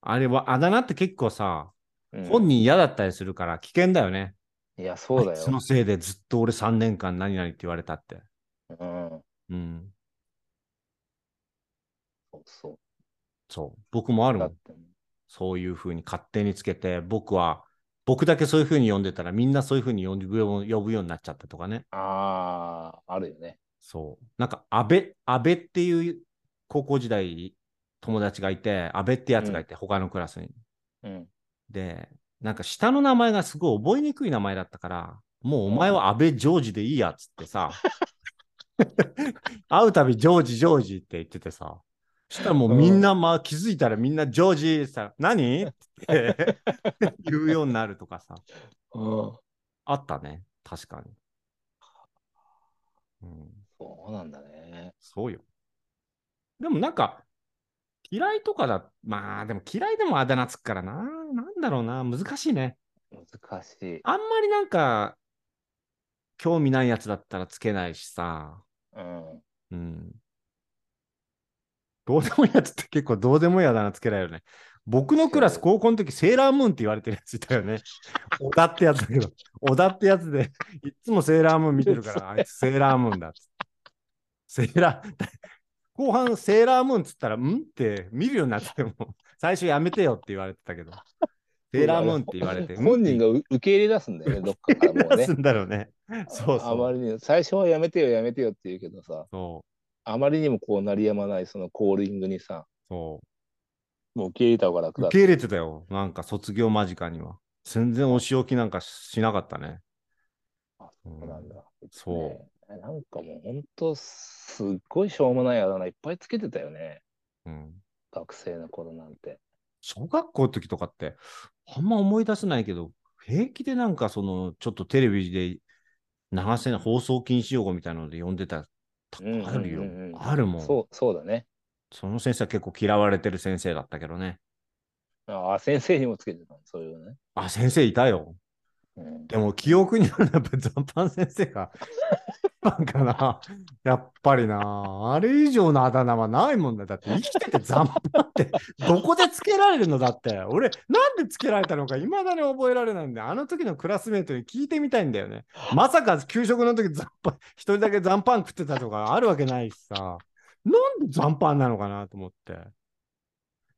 Speaker 1: あれは、あだ名って結構さ、
Speaker 2: うん
Speaker 1: 本人嫌だったりするから危険だよね。
Speaker 2: いやそうだ
Speaker 1: あいつの
Speaker 2: よ、
Speaker 1: せいでずっと俺3年間何々って言われたって。
Speaker 2: うん、
Speaker 1: うん。
Speaker 2: そうそ
Speaker 1: そう。僕もあ
Speaker 2: う
Speaker 1: るも
Speaker 2: だっ
Speaker 1: ん。
Speaker 2: てね
Speaker 1: そういうふうに勝手につけて、僕は、僕だけそういうふうに呼んでたら、みんなそういうふうに呼ぶよ呼ぶようになっちゃったとかね。
Speaker 2: あああるよね
Speaker 1: そう。なんか、安倍、安倍っていう高校時代、友達がいて、安倍ってやつがいて、他のクラスに。
Speaker 2: うん
Speaker 1: で、なんか下の名前がすごい覚えにくい名前だったから、もうお前は安倍ジョージでいいやっつってさ、 [LAUGHS] 会うたびジョージジョージって言っててさ、そしたらもうみんな、まあ気づいたらみんなジョージってさ、何って言うようになるとかさ、
Speaker 2: うん
Speaker 1: あったね、確かに。うん、
Speaker 2: そうなんだね。
Speaker 1: そうよ。でもなんか、嫌いとかだ、まあでも嫌いでもあだ名つくからな、なんだろうな、難しいね。
Speaker 2: 難しい。
Speaker 1: あんまりなんか、興味ないやつだったらつけないしさ、
Speaker 2: うん。
Speaker 1: うん。どうでもいいやつって結構どうでもいいやだな、つけないよね。僕のクラス、高校の時、セーラームーンって言われてるやついたよ
Speaker 2: [LAUGHS]
Speaker 1: ね。小田ってやつだけど、小田ってやつで、いっつもセーラームーン見てるから、あいつセーラームーンだっつって。セーラー、 [LAUGHS] 後半セーラームーンっつったら、んって見るようになっても、最初やめてよって言われてたけど、セーラームーンって言われて。
Speaker 2: [LAUGHS] 本人がう受け入れ出すんだよ
Speaker 1: [LAUGHS]
Speaker 2: ね、どっかからもう
Speaker 1: 出
Speaker 2: ね
Speaker 1: す。んだろうね。そう
Speaker 2: あ
Speaker 1: そ
Speaker 2: ま
Speaker 1: う。
Speaker 2: りに最初はやめてよやめてよって言うけどさ
Speaker 1: そう。
Speaker 2: あまりにもこう鳴りやまないそのコーリングにさ
Speaker 1: そ
Speaker 2: もう受け入れた方が楽
Speaker 1: う。
Speaker 2: だ
Speaker 1: 受け入れてたよ。なんか卒業間近には。全然お仕置きなんかしなかったね。
Speaker 2: あそうなんだ。
Speaker 1: そう
Speaker 2: ねえなんかもうほんとすっごいしょうもないあだ名いっぱいつけてたよね。
Speaker 1: うん
Speaker 2: 学生の頃なんて。
Speaker 1: 小学校の時とかって、あんま思い出せないけど、平気でなんかその、ちょっとテレビで流せない放送禁止用語みたいなので呼んでた、た
Speaker 2: うんうんうんうん
Speaker 1: あるよ。あるもん。
Speaker 2: そう、そうだね。
Speaker 1: その先生は結構嫌われてる先生だったけどね。
Speaker 2: ああ、先生にもつけてたの、そういうのね。
Speaker 1: あ、先生いたよ。
Speaker 2: うん
Speaker 1: でも記憶にはやっぱ残飯先生が、なんかな。やっぱりな。あれ以上のあだ名はないもんだ。だって生きてて残飯って、どこでつけられるのだって。俺、なんでつけられたのか、いまだに覚えられないんで、あの時のクラスメートに聞いてみたいんだよね。まさか給食の時残飯、一人だけ残飯食ってたとかあるわけないしさ。なんで残飯なのかなと思って。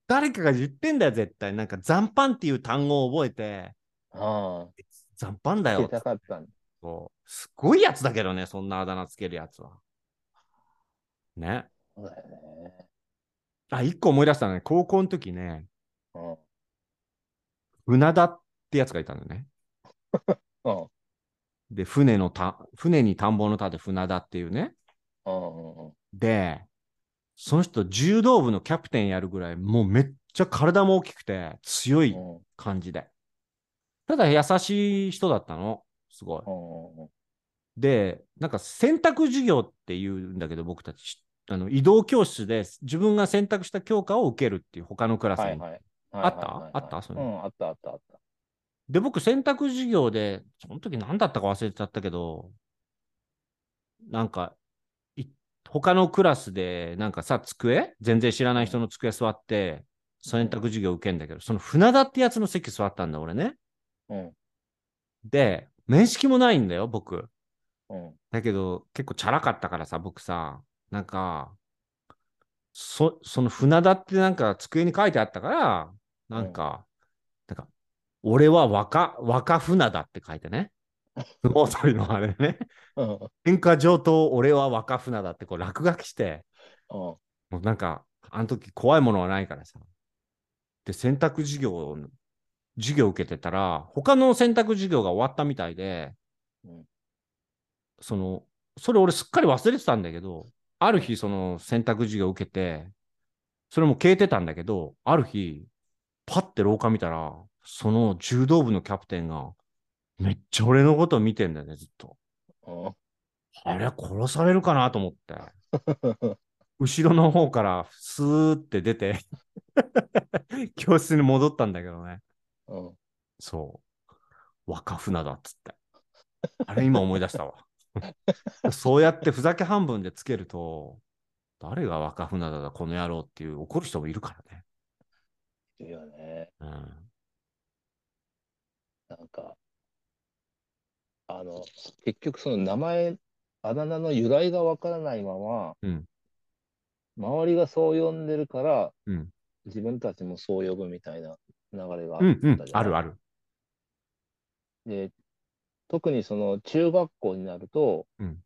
Speaker 1: 誰かが言ってんだよ、絶対。なんか残飯っていう単語を覚えて、
Speaker 2: あ
Speaker 1: 残飯だ
Speaker 2: あ、
Speaker 1: よっ
Speaker 2: つけ
Speaker 1: て
Speaker 2: たかったんだ。
Speaker 1: そう。すごいやつだけどね、そんなあだ名つけるやつは。ね。
Speaker 2: そうだよね。
Speaker 1: あ、一個思い出したね。高校の時ね、
Speaker 2: うん。
Speaker 1: 船田ってやつがいたんだよね。
Speaker 2: うん。
Speaker 1: で、船のた、船に田んぼの田で船田っていうね。
Speaker 2: うんうんうん。
Speaker 1: で、その人、柔道部のキャプテンやるぐらい、もうめっちゃ体も大きくて、強い
Speaker 2: うん
Speaker 1: 感じで。ただ優しい人だったの。すごい。
Speaker 2: うんうん
Speaker 1: で、なんか選択授業っていうんだけど、僕たち、あの移動教室で自分が選択した教科を受けるっていう、他のクラスに。
Speaker 2: はいはい。はい
Speaker 1: あった
Speaker 2: はいはいはい
Speaker 1: あったそう
Speaker 2: う
Speaker 1: いうの
Speaker 2: ん、あったあったあった。
Speaker 1: で、僕、選択授業で、その時何だったか忘れちゃったけど、なんか、い他のクラスで、なんかさ、机全然知らない人の机座って、選択授業受けんだけど、その船田ってやつの席座ったんだ、俺ね。
Speaker 2: うん
Speaker 1: で、面識もないんだよ、僕。
Speaker 2: うん。
Speaker 1: だけど、結構チャラかったからさ、僕さ、なんか、そその船田ってなんか机に書いてあったから、なんか、なんか、俺は若、若船田って書いてね。大鳥のあれね。
Speaker 2: うん
Speaker 1: 天下上等、俺は若船田ってこう落書きして、
Speaker 2: うん。
Speaker 1: もうなんか、あの時怖いものはないからさ。で、選択授業を、授業受けてたら、他の選択授業が終わったみたいで、
Speaker 2: うん
Speaker 1: その、それ俺すっかり忘れてたんだけど、ある日その選択授業受けて、それも消えてたんだけど、ある日、パッて廊下見たら、その柔道部のキャプテンが、めっちゃ俺のこと見てんだよね、ずっと。
Speaker 2: うん
Speaker 1: あれ、殺されるかなと思って。
Speaker 2: [LAUGHS]
Speaker 1: 後ろの方からスーって出て [LAUGHS] 教室に戻ったんだけどね
Speaker 2: うん。
Speaker 1: そう若船だっつってあれ今思い出したわそうやってふざけ半分でつけると誰が若船だだこの野郎っていう怒る人もいるからね、
Speaker 2: いるよね。
Speaker 1: うん、
Speaker 2: なんか、あの、結局その名前、あだ名の由来がわからないまま、
Speaker 1: うん
Speaker 2: 周りがそう呼んでるから、
Speaker 1: うん
Speaker 2: 自分たちもそう呼ぶみたいな流れがあっ
Speaker 1: うんうん
Speaker 2: たじゃ
Speaker 1: ある
Speaker 2: ない
Speaker 1: ある
Speaker 2: で、特にその中学校になると、
Speaker 1: うん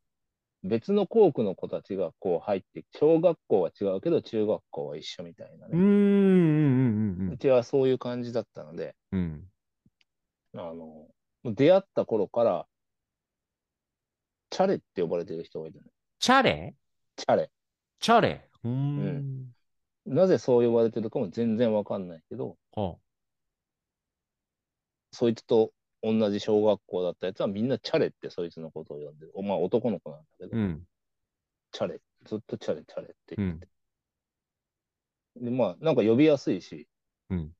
Speaker 2: 別の校区の子たちがこう入って、小学校は違うけど中学校は一緒みたいな
Speaker 1: うーん
Speaker 2: ね。
Speaker 1: うんうん
Speaker 2: うちはそういう感じだったので、
Speaker 1: うんうん
Speaker 2: あの、もう出会った頃から、チャレって呼ばれてる人がいるの。
Speaker 1: チャレ
Speaker 2: チャレ。
Speaker 1: チャレうー
Speaker 2: うんなぜそう呼ばれてるかも全然わかんないけど、
Speaker 1: あ
Speaker 2: そいつと同じ小学校だったやつはみんなチャレってそいつのことを呼んでる。お前男の子なんだけど、
Speaker 1: うん
Speaker 2: チャレ。ずっとチャレチャレって
Speaker 1: う
Speaker 2: 言っ
Speaker 1: ん
Speaker 2: て。で、まあなんか呼びやすいし、
Speaker 1: うん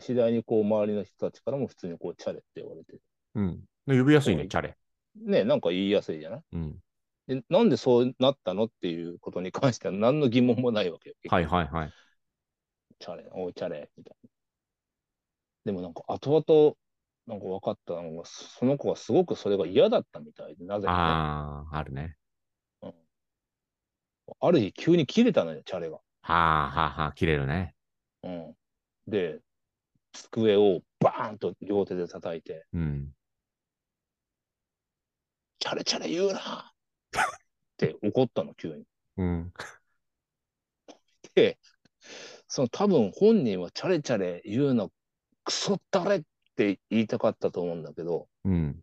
Speaker 2: 次第にこう周りの人たちからも普通にこうチャレって呼ばれてる。
Speaker 1: うんで呼びやすい
Speaker 2: は
Speaker 1: ね
Speaker 2: い
Speaker 1: チャレ
Speaker 2: ねえなんか言いやすいじゃない
Speaker 1: うん
Speaker 2: で、なんでそうなったのっていうことに関しては何の疑問もないわけよ。
Speaker 1: はいはいはい
Speaker 2: チャレ、おい、チャレ、みたいな。でもなんか、後々、なんか分かったのが、その子はすごくそれが嫌だったみたいで、なぜかね、
Speaker 1: あああるね
Speaker 2: ある日急に切れたのよ、チャレが。
Speaker 1: はあはあはあ、切れるね。
Speaker 2: うん。で、机をバーンと両手で叩いて、
Speaker 1: うん。
Speaker 2: チャレチャレ言うなって怒ったの、急に。
Speaker 1: うん。
Speaker 2: で、その多分本人はチャレチャレ言うな、クソだれって言いたかったと思うんだけど、
Speaker 1: うん。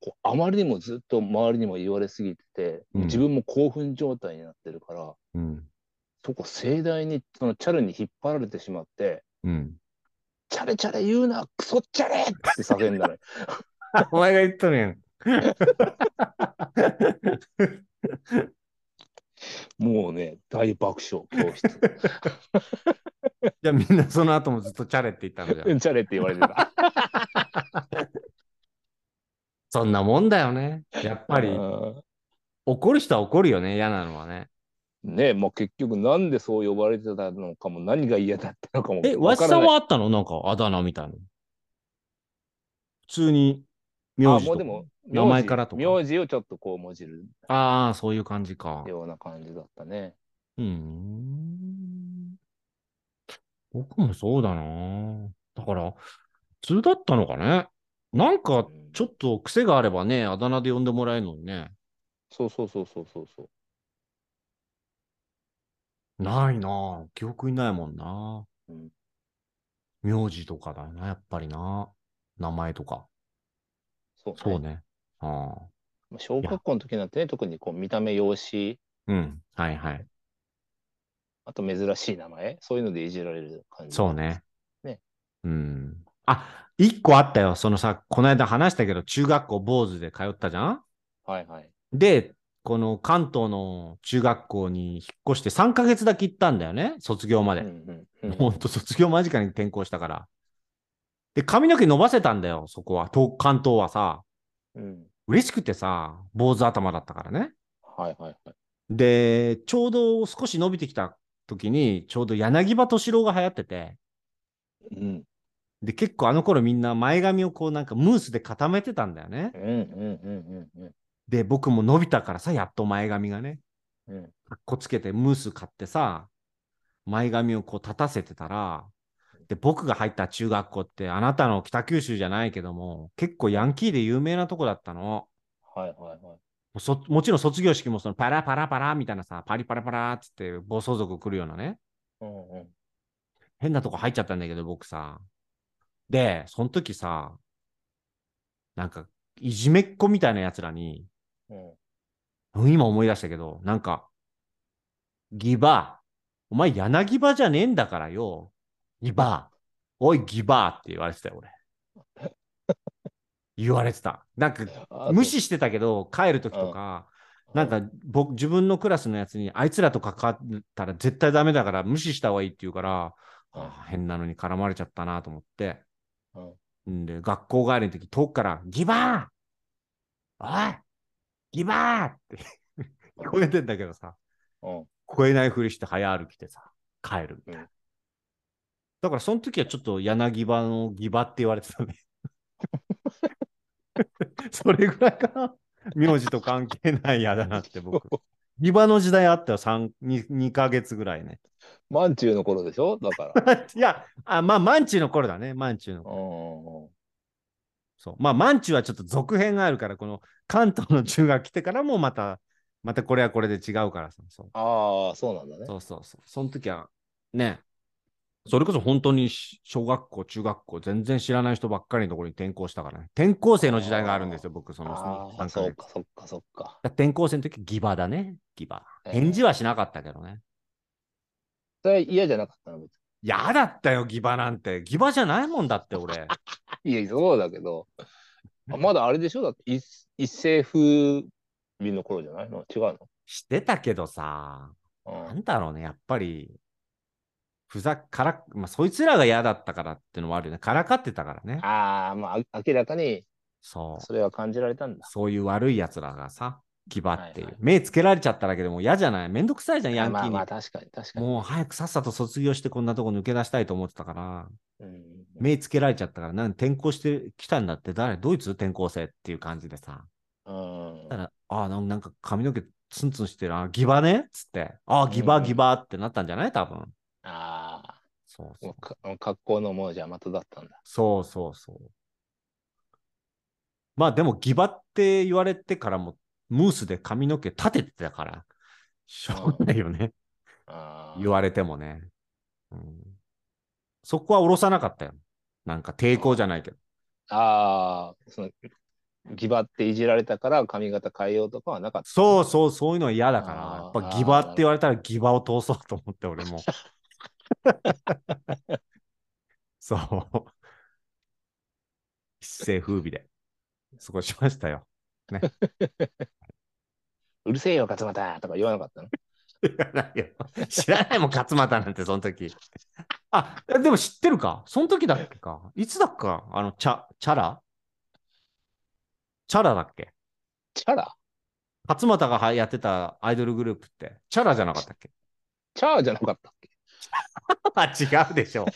Speaker 2: こうあまりにもずっと周りにも言われすぎてて、
Speaker 1: うん
Speaker 2: 自分も興奮状態になってるから、
Speaker 1: うん。
Speaker 2: そこ盛大にそのチャレに引っ張られてしまって、
Speaker 1: うん。 [LAUGHS]
Speaker 2: チャレチャレ言うな、クソチャレって叫んだのよ。
Speaker 1: お前が言ったのやん。
Speaker 2: もうね、大爆笑、
Speaker 1: [LAUGHS]
Speaker 2: 教室。
Speaker 1: じゃあみんなその後もずっとチャレって言ったのじゃん。
Speaker 2: チャレって言われてた。
Speaker 1: そんなもんだよね。やっぱり
Speaker 2: うん
Speaker 1: 怒る人は怒るよね。嫌なのはね。
Speaker 2: ねもう結局なんでそう呼ばれてたのかも、何が嫌だったのかも。
Speaker 1: え、わ
Speaker 2: わ
Speaker 1: し
Speaker 2: から
Speaker 1: さ
Speaker 2: なんい
Speaker 1: はあったのなんかあだ名みたいな。普通に名字
Speaker 2: あ、も
Speaker 1: と
Speaker 2: う
Speaker 1: か
Speaker 2: でも、
Speaker 1: 名前からとか
Speaker 2: 名字をちょっとこう、もじる
Speaker 1: ああ、そういう感じか。
Speaker 2: ような感じだったね。
Speaker 1: うーん。僕もそうだな。だから、普通だったのかね。なんか、ちょっと癖があればね、あだ名で呼んでもらえるのにね。
Speaker 2: そうそうそうそうそうそう。
Speaker 1: ないな。記憶にないもんな。
Speaker 2: うん
Speaker 1: 名字とかだよな、やっぱりな。名前とか。
Speaker 2: そうね
Speaker 1: そうね。ああ。
Speaker 2: まあ小学校の時なんてね、特にこう見た目、容姿、
Speaker 1: うん。はいはい。
Speaker 2: あと珍しい名前、そういうのでいじられる感じ。
Speaker 1: そうね。
Speaker 2: ね
Speaker 1: うん。あ、一個あったよ。そのさ、この間話したけど、中学校坊主で通ったじゃん
Speaker 2: はいはい。
Speaker 1: で、この関東の中学校に引っ越して3ヶ月だけ行ったんだよね、卒業ま
Speaker 2: う
Speaker 1: で。
Speaker 2: んうんうん
Speaker 1: ほんと卒業間近に転校したから。で、髪の毛伸ばせたんだよ、そこは。東関東はさ、
Speaker 2: うん。
Speaker 1: 嬉しくてさ、坊主頭だったからね。
Speaker 2: はいはいはい。
Speaker 1: で、ちょうど少し伸びてきた時に、ちょうど柳葉敏郎が流行ってて、
Speaker 2: うん
Speaker 1: で、結構あの頃みんな前髪をこうなんかムースで固めてたんだよね
Speaker 2: う。んうんうんうん
Speaker 1: で、僕も伸びたからさ、やっと前髪がね。
Speaker 2: うんうん。
Speaker 1: かっこつけてムース買ってさ前髪をこう立たせてたらで僕が入った中学校ってあなたの北九州じゃないけども結構ヤンキーで有名なとこだったのも
Speaker 2: はいはいはい。
Speaker 1: うそもちろん卒業式もそのパラパラパラみたいなさパリパラパラっつって暴走族来るようなね
Speaker 2: うんうん。
Speaker 1: 変なとこ入っちゃったんだけど僕さでその時さなんかいじめっ子みたいなやつらに
Speaker 2: うん、
Speaker 1: うん今思い出したけど、なんか、ギバー。お前、柳葉じゃねえんだからよ。ギバー。おい、ギバーって言われてたよ、俺。言われてた。なんか、
Speaker 2: あ
Speaker 1: 無視してたけど、帰るときとか、なんか、僕、自分のクラスのやつに、あいつらと関わったら絶対ダメだから、無視した方がいいって言うから、
Speaker 2: うん
Speaker 1: あー変なのに絡まれちゃったなと思って。
Speaker 2: うん
Speaker 1: んで、学校帰りの時、遠くから、ギバーおいギバーって [LAUGHS] 聞こえてんだけどさ、
Speaker 2: うん
Speaker 1: 聞こえないふりして早歩きでさ、帰るみたいな。
Speaker 2: うん
Speaker 1: だから、その時はちょっと柳葉のギバって言われてたね。 [LAUGHS] それぐらいかな。名字と関係ないやだなって
Speaker 2: [LAUGHS]
Speaker 1: 僕。ギバの時代あったよ、3 2, 2ヶ月ぐらいね。
Speaker 2: マンチューの頃でしょだから。
Speaker 1: いや、あまあ、マンチュの頃だね、マンチュの頃
Speaker 2: うんうんうん
Speaker 1: そう。まあ、マンチュはちょっと続編があるから、この関東の中学来てからもまた、またこれはこれで違うからさ。そう
Speaker 2: ああ、そうなんだね。
Speaker 1: そうそうそう。その時は、ね、それこそ本当にし小学校、中学校、全然知らない人ばっかりのところに転校したからね。転校生の時代があるんですよ、僕、その
Speaker 2: あ
Speaker 1: 3
Speaker 2: あ、
Speaker 1: ヶ
Speaker 2: そう
Speaker 1: 月。
Speaker 2: かそっかそっか。
Speaker 1: 転校生の時、ギバだね、ギバ。
Speaker 2: ええ
Speaker 1: 返事はしなかったけどね。
Speaker 2: それは嫌じゃなかったの別
Speaker 1: 嫌だったよ、ギバなんて。ギバじゃないもんだって、
Speaker 2: [LAUGHS]
Speaker 1: 俺。
Speaker 2: に。いや、そうだけど。あまだあれでしょだって一一世風靡の頃じゃないの違うの
Speaker 1: してたけどさ。な
Speaker 2: うん
Speaker 1: んだろうね、やっぱり、ふざから、まあ、そいつらが嫌だったからってのもあるよね。からかってたからね。
Speaker 2: ああ、まああ明らかに
Speaker 1: そう。
Speaker 2: それは感じられたんだ。
Speaker 1: そういう悪い奴らがさ、牙っていう。
Speaker 2: はいはい
Speaker 1: 目つけられちゃっただけでもう嫌じゃないめんどくさいじゃん、ヤンキー
Speaker 2: まあ
Speaker 1: に。
Speaker 2: まあ確かに確かに。
Speaker 1: もう早くさっさと卒業してこんなとこ抜け出したいと思ってたから、
Speaker 2: うん
Speaker 1: 目つけられちゃったから、なん転校してきたんだって誰、ドイツ転校生っていう感じでさ。
Speaker 2: うん
Speaker 1: たら、ああ、なんか髪の毛ツンツンしてる、あ、ギバねっつって、ああ、ギバ
Speaker 2: うん
Speaker 1: ギバってなったんじゃない多分。
Speaker 2: ああ、
Speaker 1: そうそ
Speaker 2: も
Speaker 1: う
Speaker 2: う。か格好のものじゃまただったんだ。
Speaker 1: そうそうそう。まあでも、ギバって言われてからも、ムースで髪の毛立ててたから、しょうがないよね。
Speaker 2: ああ
Speaker 1: 言われてもね、うん。そこは下ろさなかったよ。なんか抵抗じゃないけど。
Speaker 2: ああ、そのギバっていじられたから髪型変えようとかはなかった。
Speaker 1: そうそう、そういうのは嫌だから、や
Speaker 2: あ
Speaker 1: っ
Speaker 2: ー
Speaker 1: ぱギバって言われたらギバを通そうと思って、俺
Speaker 2: [LAUGHS]
Speaker 1: も。そう。一世風靡で過ごしましたよ。
Speaker 2: うるせえよ、勝俣とか言わなかったの。
Speaker 1: 知らないよ知らないもん、勝俣なんて、その時。あ、でも知ってるかその時だっけかいつだっかあの、チャ、チャラチャラだっけ
Speaker 2: チャラ
Speaker 1: 勝俣がはやってたアイドルグループって、チャラじゃなかったっけ
Speaker 2: チャーじゃなかったっけ
Speaker 1: あ、違うでしょ。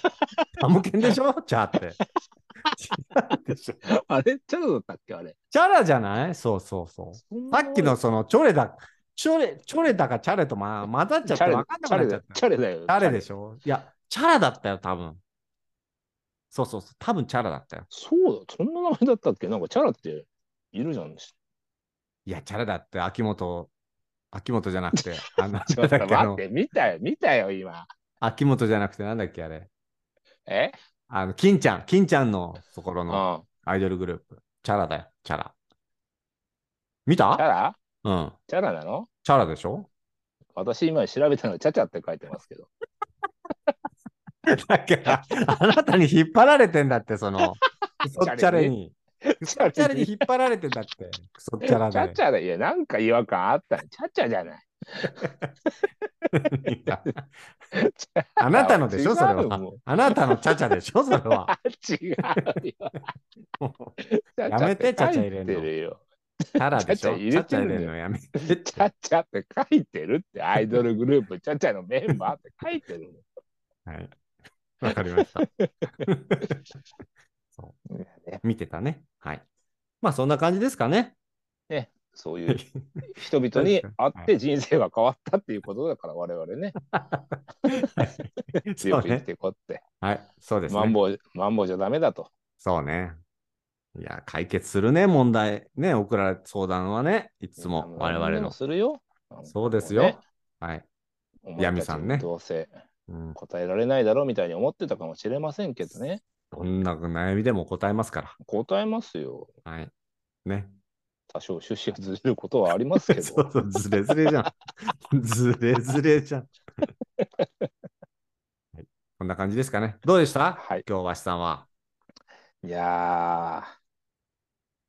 Speaker 1: タムケンでしょチャーって。違うでしょ。
Speaker 2: あれチャラだったっけあれ。
Speaker 1: チャラじゃないそうそうそう。
Speaker 2: そんな
Speaker 1: さっきのその、チョレだ、チョレ、チョレだかチャレとま、混ざっち
Speaker 2: チ
Speaker 1: ゃって
Speaker 2: ャ
Speaker 1: 分
Speaker 2: レ
Speaker 1: かんなくなっちゃった。
Speaker 2: チャレだよ。
Speaker 1: チャレでしょいや、チャラだったよ、多分。そうそうそう、多分チャラだったよ。
Speaker 2: そうだ、そんな名前だったっけなんかチャラっているじゃん。
Speaker 1: いや、チャラだって、秋元、秋元じゃな
Speaker 2: [LAUGHS]
Speaker 1: くて、あの、
Speaker 2: ちょ
Speaker 1: なんだ
Speaker 2: っと
Speaker 1: っ
Speaker 2: 待
Speaker 1: けあの
Speaker 2: って、見たよ、見たよ、今。
Speaker 1: 秋元じゃなくて、なんだっけ、あれ。
Speaker 2: え
Speaker 1: あの、金ちゃん、金ちゃんのところ
Speaker 2: うん。チ
Speaker 1: のアイドルグループ。チャラだよ、チャラ。見た
Speaker 2: ャラ
Speaker 1: うん。
Speaker 2: チャラなの
Speaker 1: チャラでしょ [LAUGHS]
Speaker 2: 私今調べたのチャチャって書いてますけど。
Speaker 1: だから、あなたに引っ張られてんだって、そ
Speaker 2: [LAUGHS]
Speaker 1: の、クソチャレに。クソチャレに引っ張られてんだって、クソチャラ
Speaker 2: チ
Speaker 1: だ
Speaker 2: ャ
Speaker 1: よ。
Speaker 2: チャだ、いや、なんか違和感あったね。チャチャじゃない。
Speaker 1: [LAUGHS] あなたのでしょ、
Speaker 2: 違う
Speaker 1: それ
Speaker 2: も
Speaker 1: は
Speaker 2: ん。
Speaker 1: あなたのチャチャでしょ、それは。
Speaker 2: [LAUGHS] あ
Speaker 1: [LAUGHS]
Speaker 2: 違うよ。や
Speaker 1: やめてチャチャ入れんの
Speaker 2: るよ。
Speaker 1: チャラでしょ。
Speaker 2: チャチャ
Speaker 1: チ
Speaker 2: 入
Speaker 1: ャチャ入
Speaker 2: れてる
Speaker 1: れ
Speaker 2: んだよ
Speaker 1: るのやめて。
Speaker 2: チャチャって書いてるって、アイドルグループ、チャチャのメンバーって書いてる
Speaker 1: はい。わかり
Speaker 2: [LAUGHS]
Speaker 1: ました。
Speaker 2: の。ね
Speaker 1: 見てたね。はい。まあ、そんな感じですかね。
Speaker 2: そういう人々に会って人生が変わったっていうことだから、我々ね、
Speaker 1: そ
Speaker 2: 強
Speaker 1: う
Speaker 2: く生き
Speaker 1: ね。
Speaker 2: ていこうって。
Speaker 1: はい。そうです
Speaker 2: マン
Speaker 1: ね。
Speaker 2: ボウ、マンボウじゃダメだと。
Speaker 1: そうね。いや、解決するね、問題。ね、送られ、相談はね、いつも我々
Speaker 2: 何で
Speaker 1: の
Speaker 2: も。するよ。
Speaker 1: そうです
Speaker 2: ね
Speaker 1: よ。はい。
Speaker 2: お前たち
Speaker 1: 闇さんね
Speaker 2: どうせ
Speaker 1: うん、
Speaker 2: 答えられないだろうみたいに思ってたかもしれませんけどね。
Speaker 1: どんな悩みでも答えますか
Speaker 2: 答えますよ。
Speaker 1: ら。はい。ね。
Speaker 2: 多少趣旨がずれることはありますけ
Speaker 1: [LAUGHS]
Speaker 2: ど。
Speaker 1: そうそう、ずれずれじゃん。 [LAUGHS] ずれずれじゃん、 [LAUGHS] はい。こんな感じですかね。どうでした、
Speaker 2: はい
Speaker 1: 今日、わしさんは。
Speaker 2: いや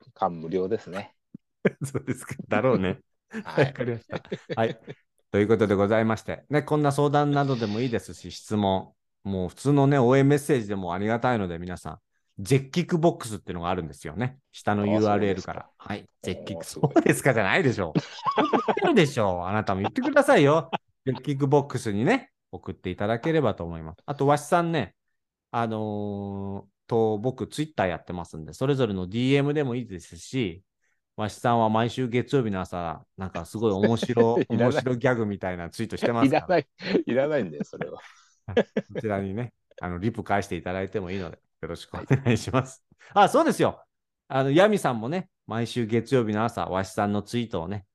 Speaker 2: ー、感無量ですね。
Speaker 1: そうですか。だろうね。
Speaker 2: は
Speaker 1: わ
Speaker 2: い。
Speaker 1: かりました。はい。ということでございまして、ね、こんな相談などでもいいですし、質問、もう普通のね、応援メッセージでもありがたいので、皆さん、ゼッキックボックスっていうのがあるんですよね。下の
Speaker 2: あそうで
Speaker 1: URL
Speaker 2: すか
Speaker 1: から。はい。ゼッキッ
Speaker 2: お
Speaker 1: ク。
Speaker 2: ーす
Speaker 1: そ
Speaker 2: ごいう
Speaker 1: ですかじゃないでしょう。言ってるでしょう。あなたも言ってくださいよ。ゼッキックボックスにね、送っていただければと思います。あと、わしさんね、あのーと、僕、ツイッターやってますんで、それぞれの DM でもいいですし、わしさんは毎週月曜日の朝、なんかすごい面白、
Speaker 2: [LAUGHS] いらない
Speaker 1: 面白ギャグみたいなツイートしてま
Speaker 2: [LAUGHS] い
Speaker 1: すから
Speaker 2: ない、いらないんだよ、それは。
Speaker 1: ら、こちらにね、あの、リプ返していただいてもいいので、よろしくお願いします。あ、そうですよ。あの、ヤミさんもね、毎週月曜日の朝、わしさんのツイートをね、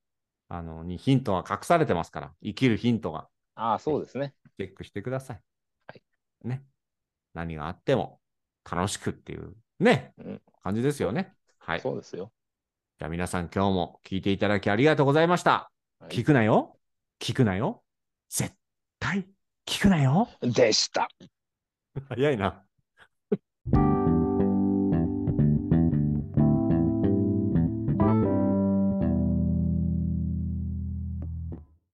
Speaker 1: あの、にヒントが隠されてますから、生きるヒントが。
Speaker 2: ああ、そうですね。
Speaker 1: チェックしてください。
Speaker 2: は
Speaker 1: ね。何があっても楽しくっていうね、
Speaker 2: うん
Speaker 1: 感じですよね。はい。じ
Speaker 2: そうですよ。
Speaker 1: ゃあ皆さん今日も聞いていただきありがとうございました。
Speaker 2: はい
Speaker 1: 聞くなよ。聞くなよ。絶対聞くなよ。
Speaker 2: [LAUGHS] でした。
Speaker 1: 早いな。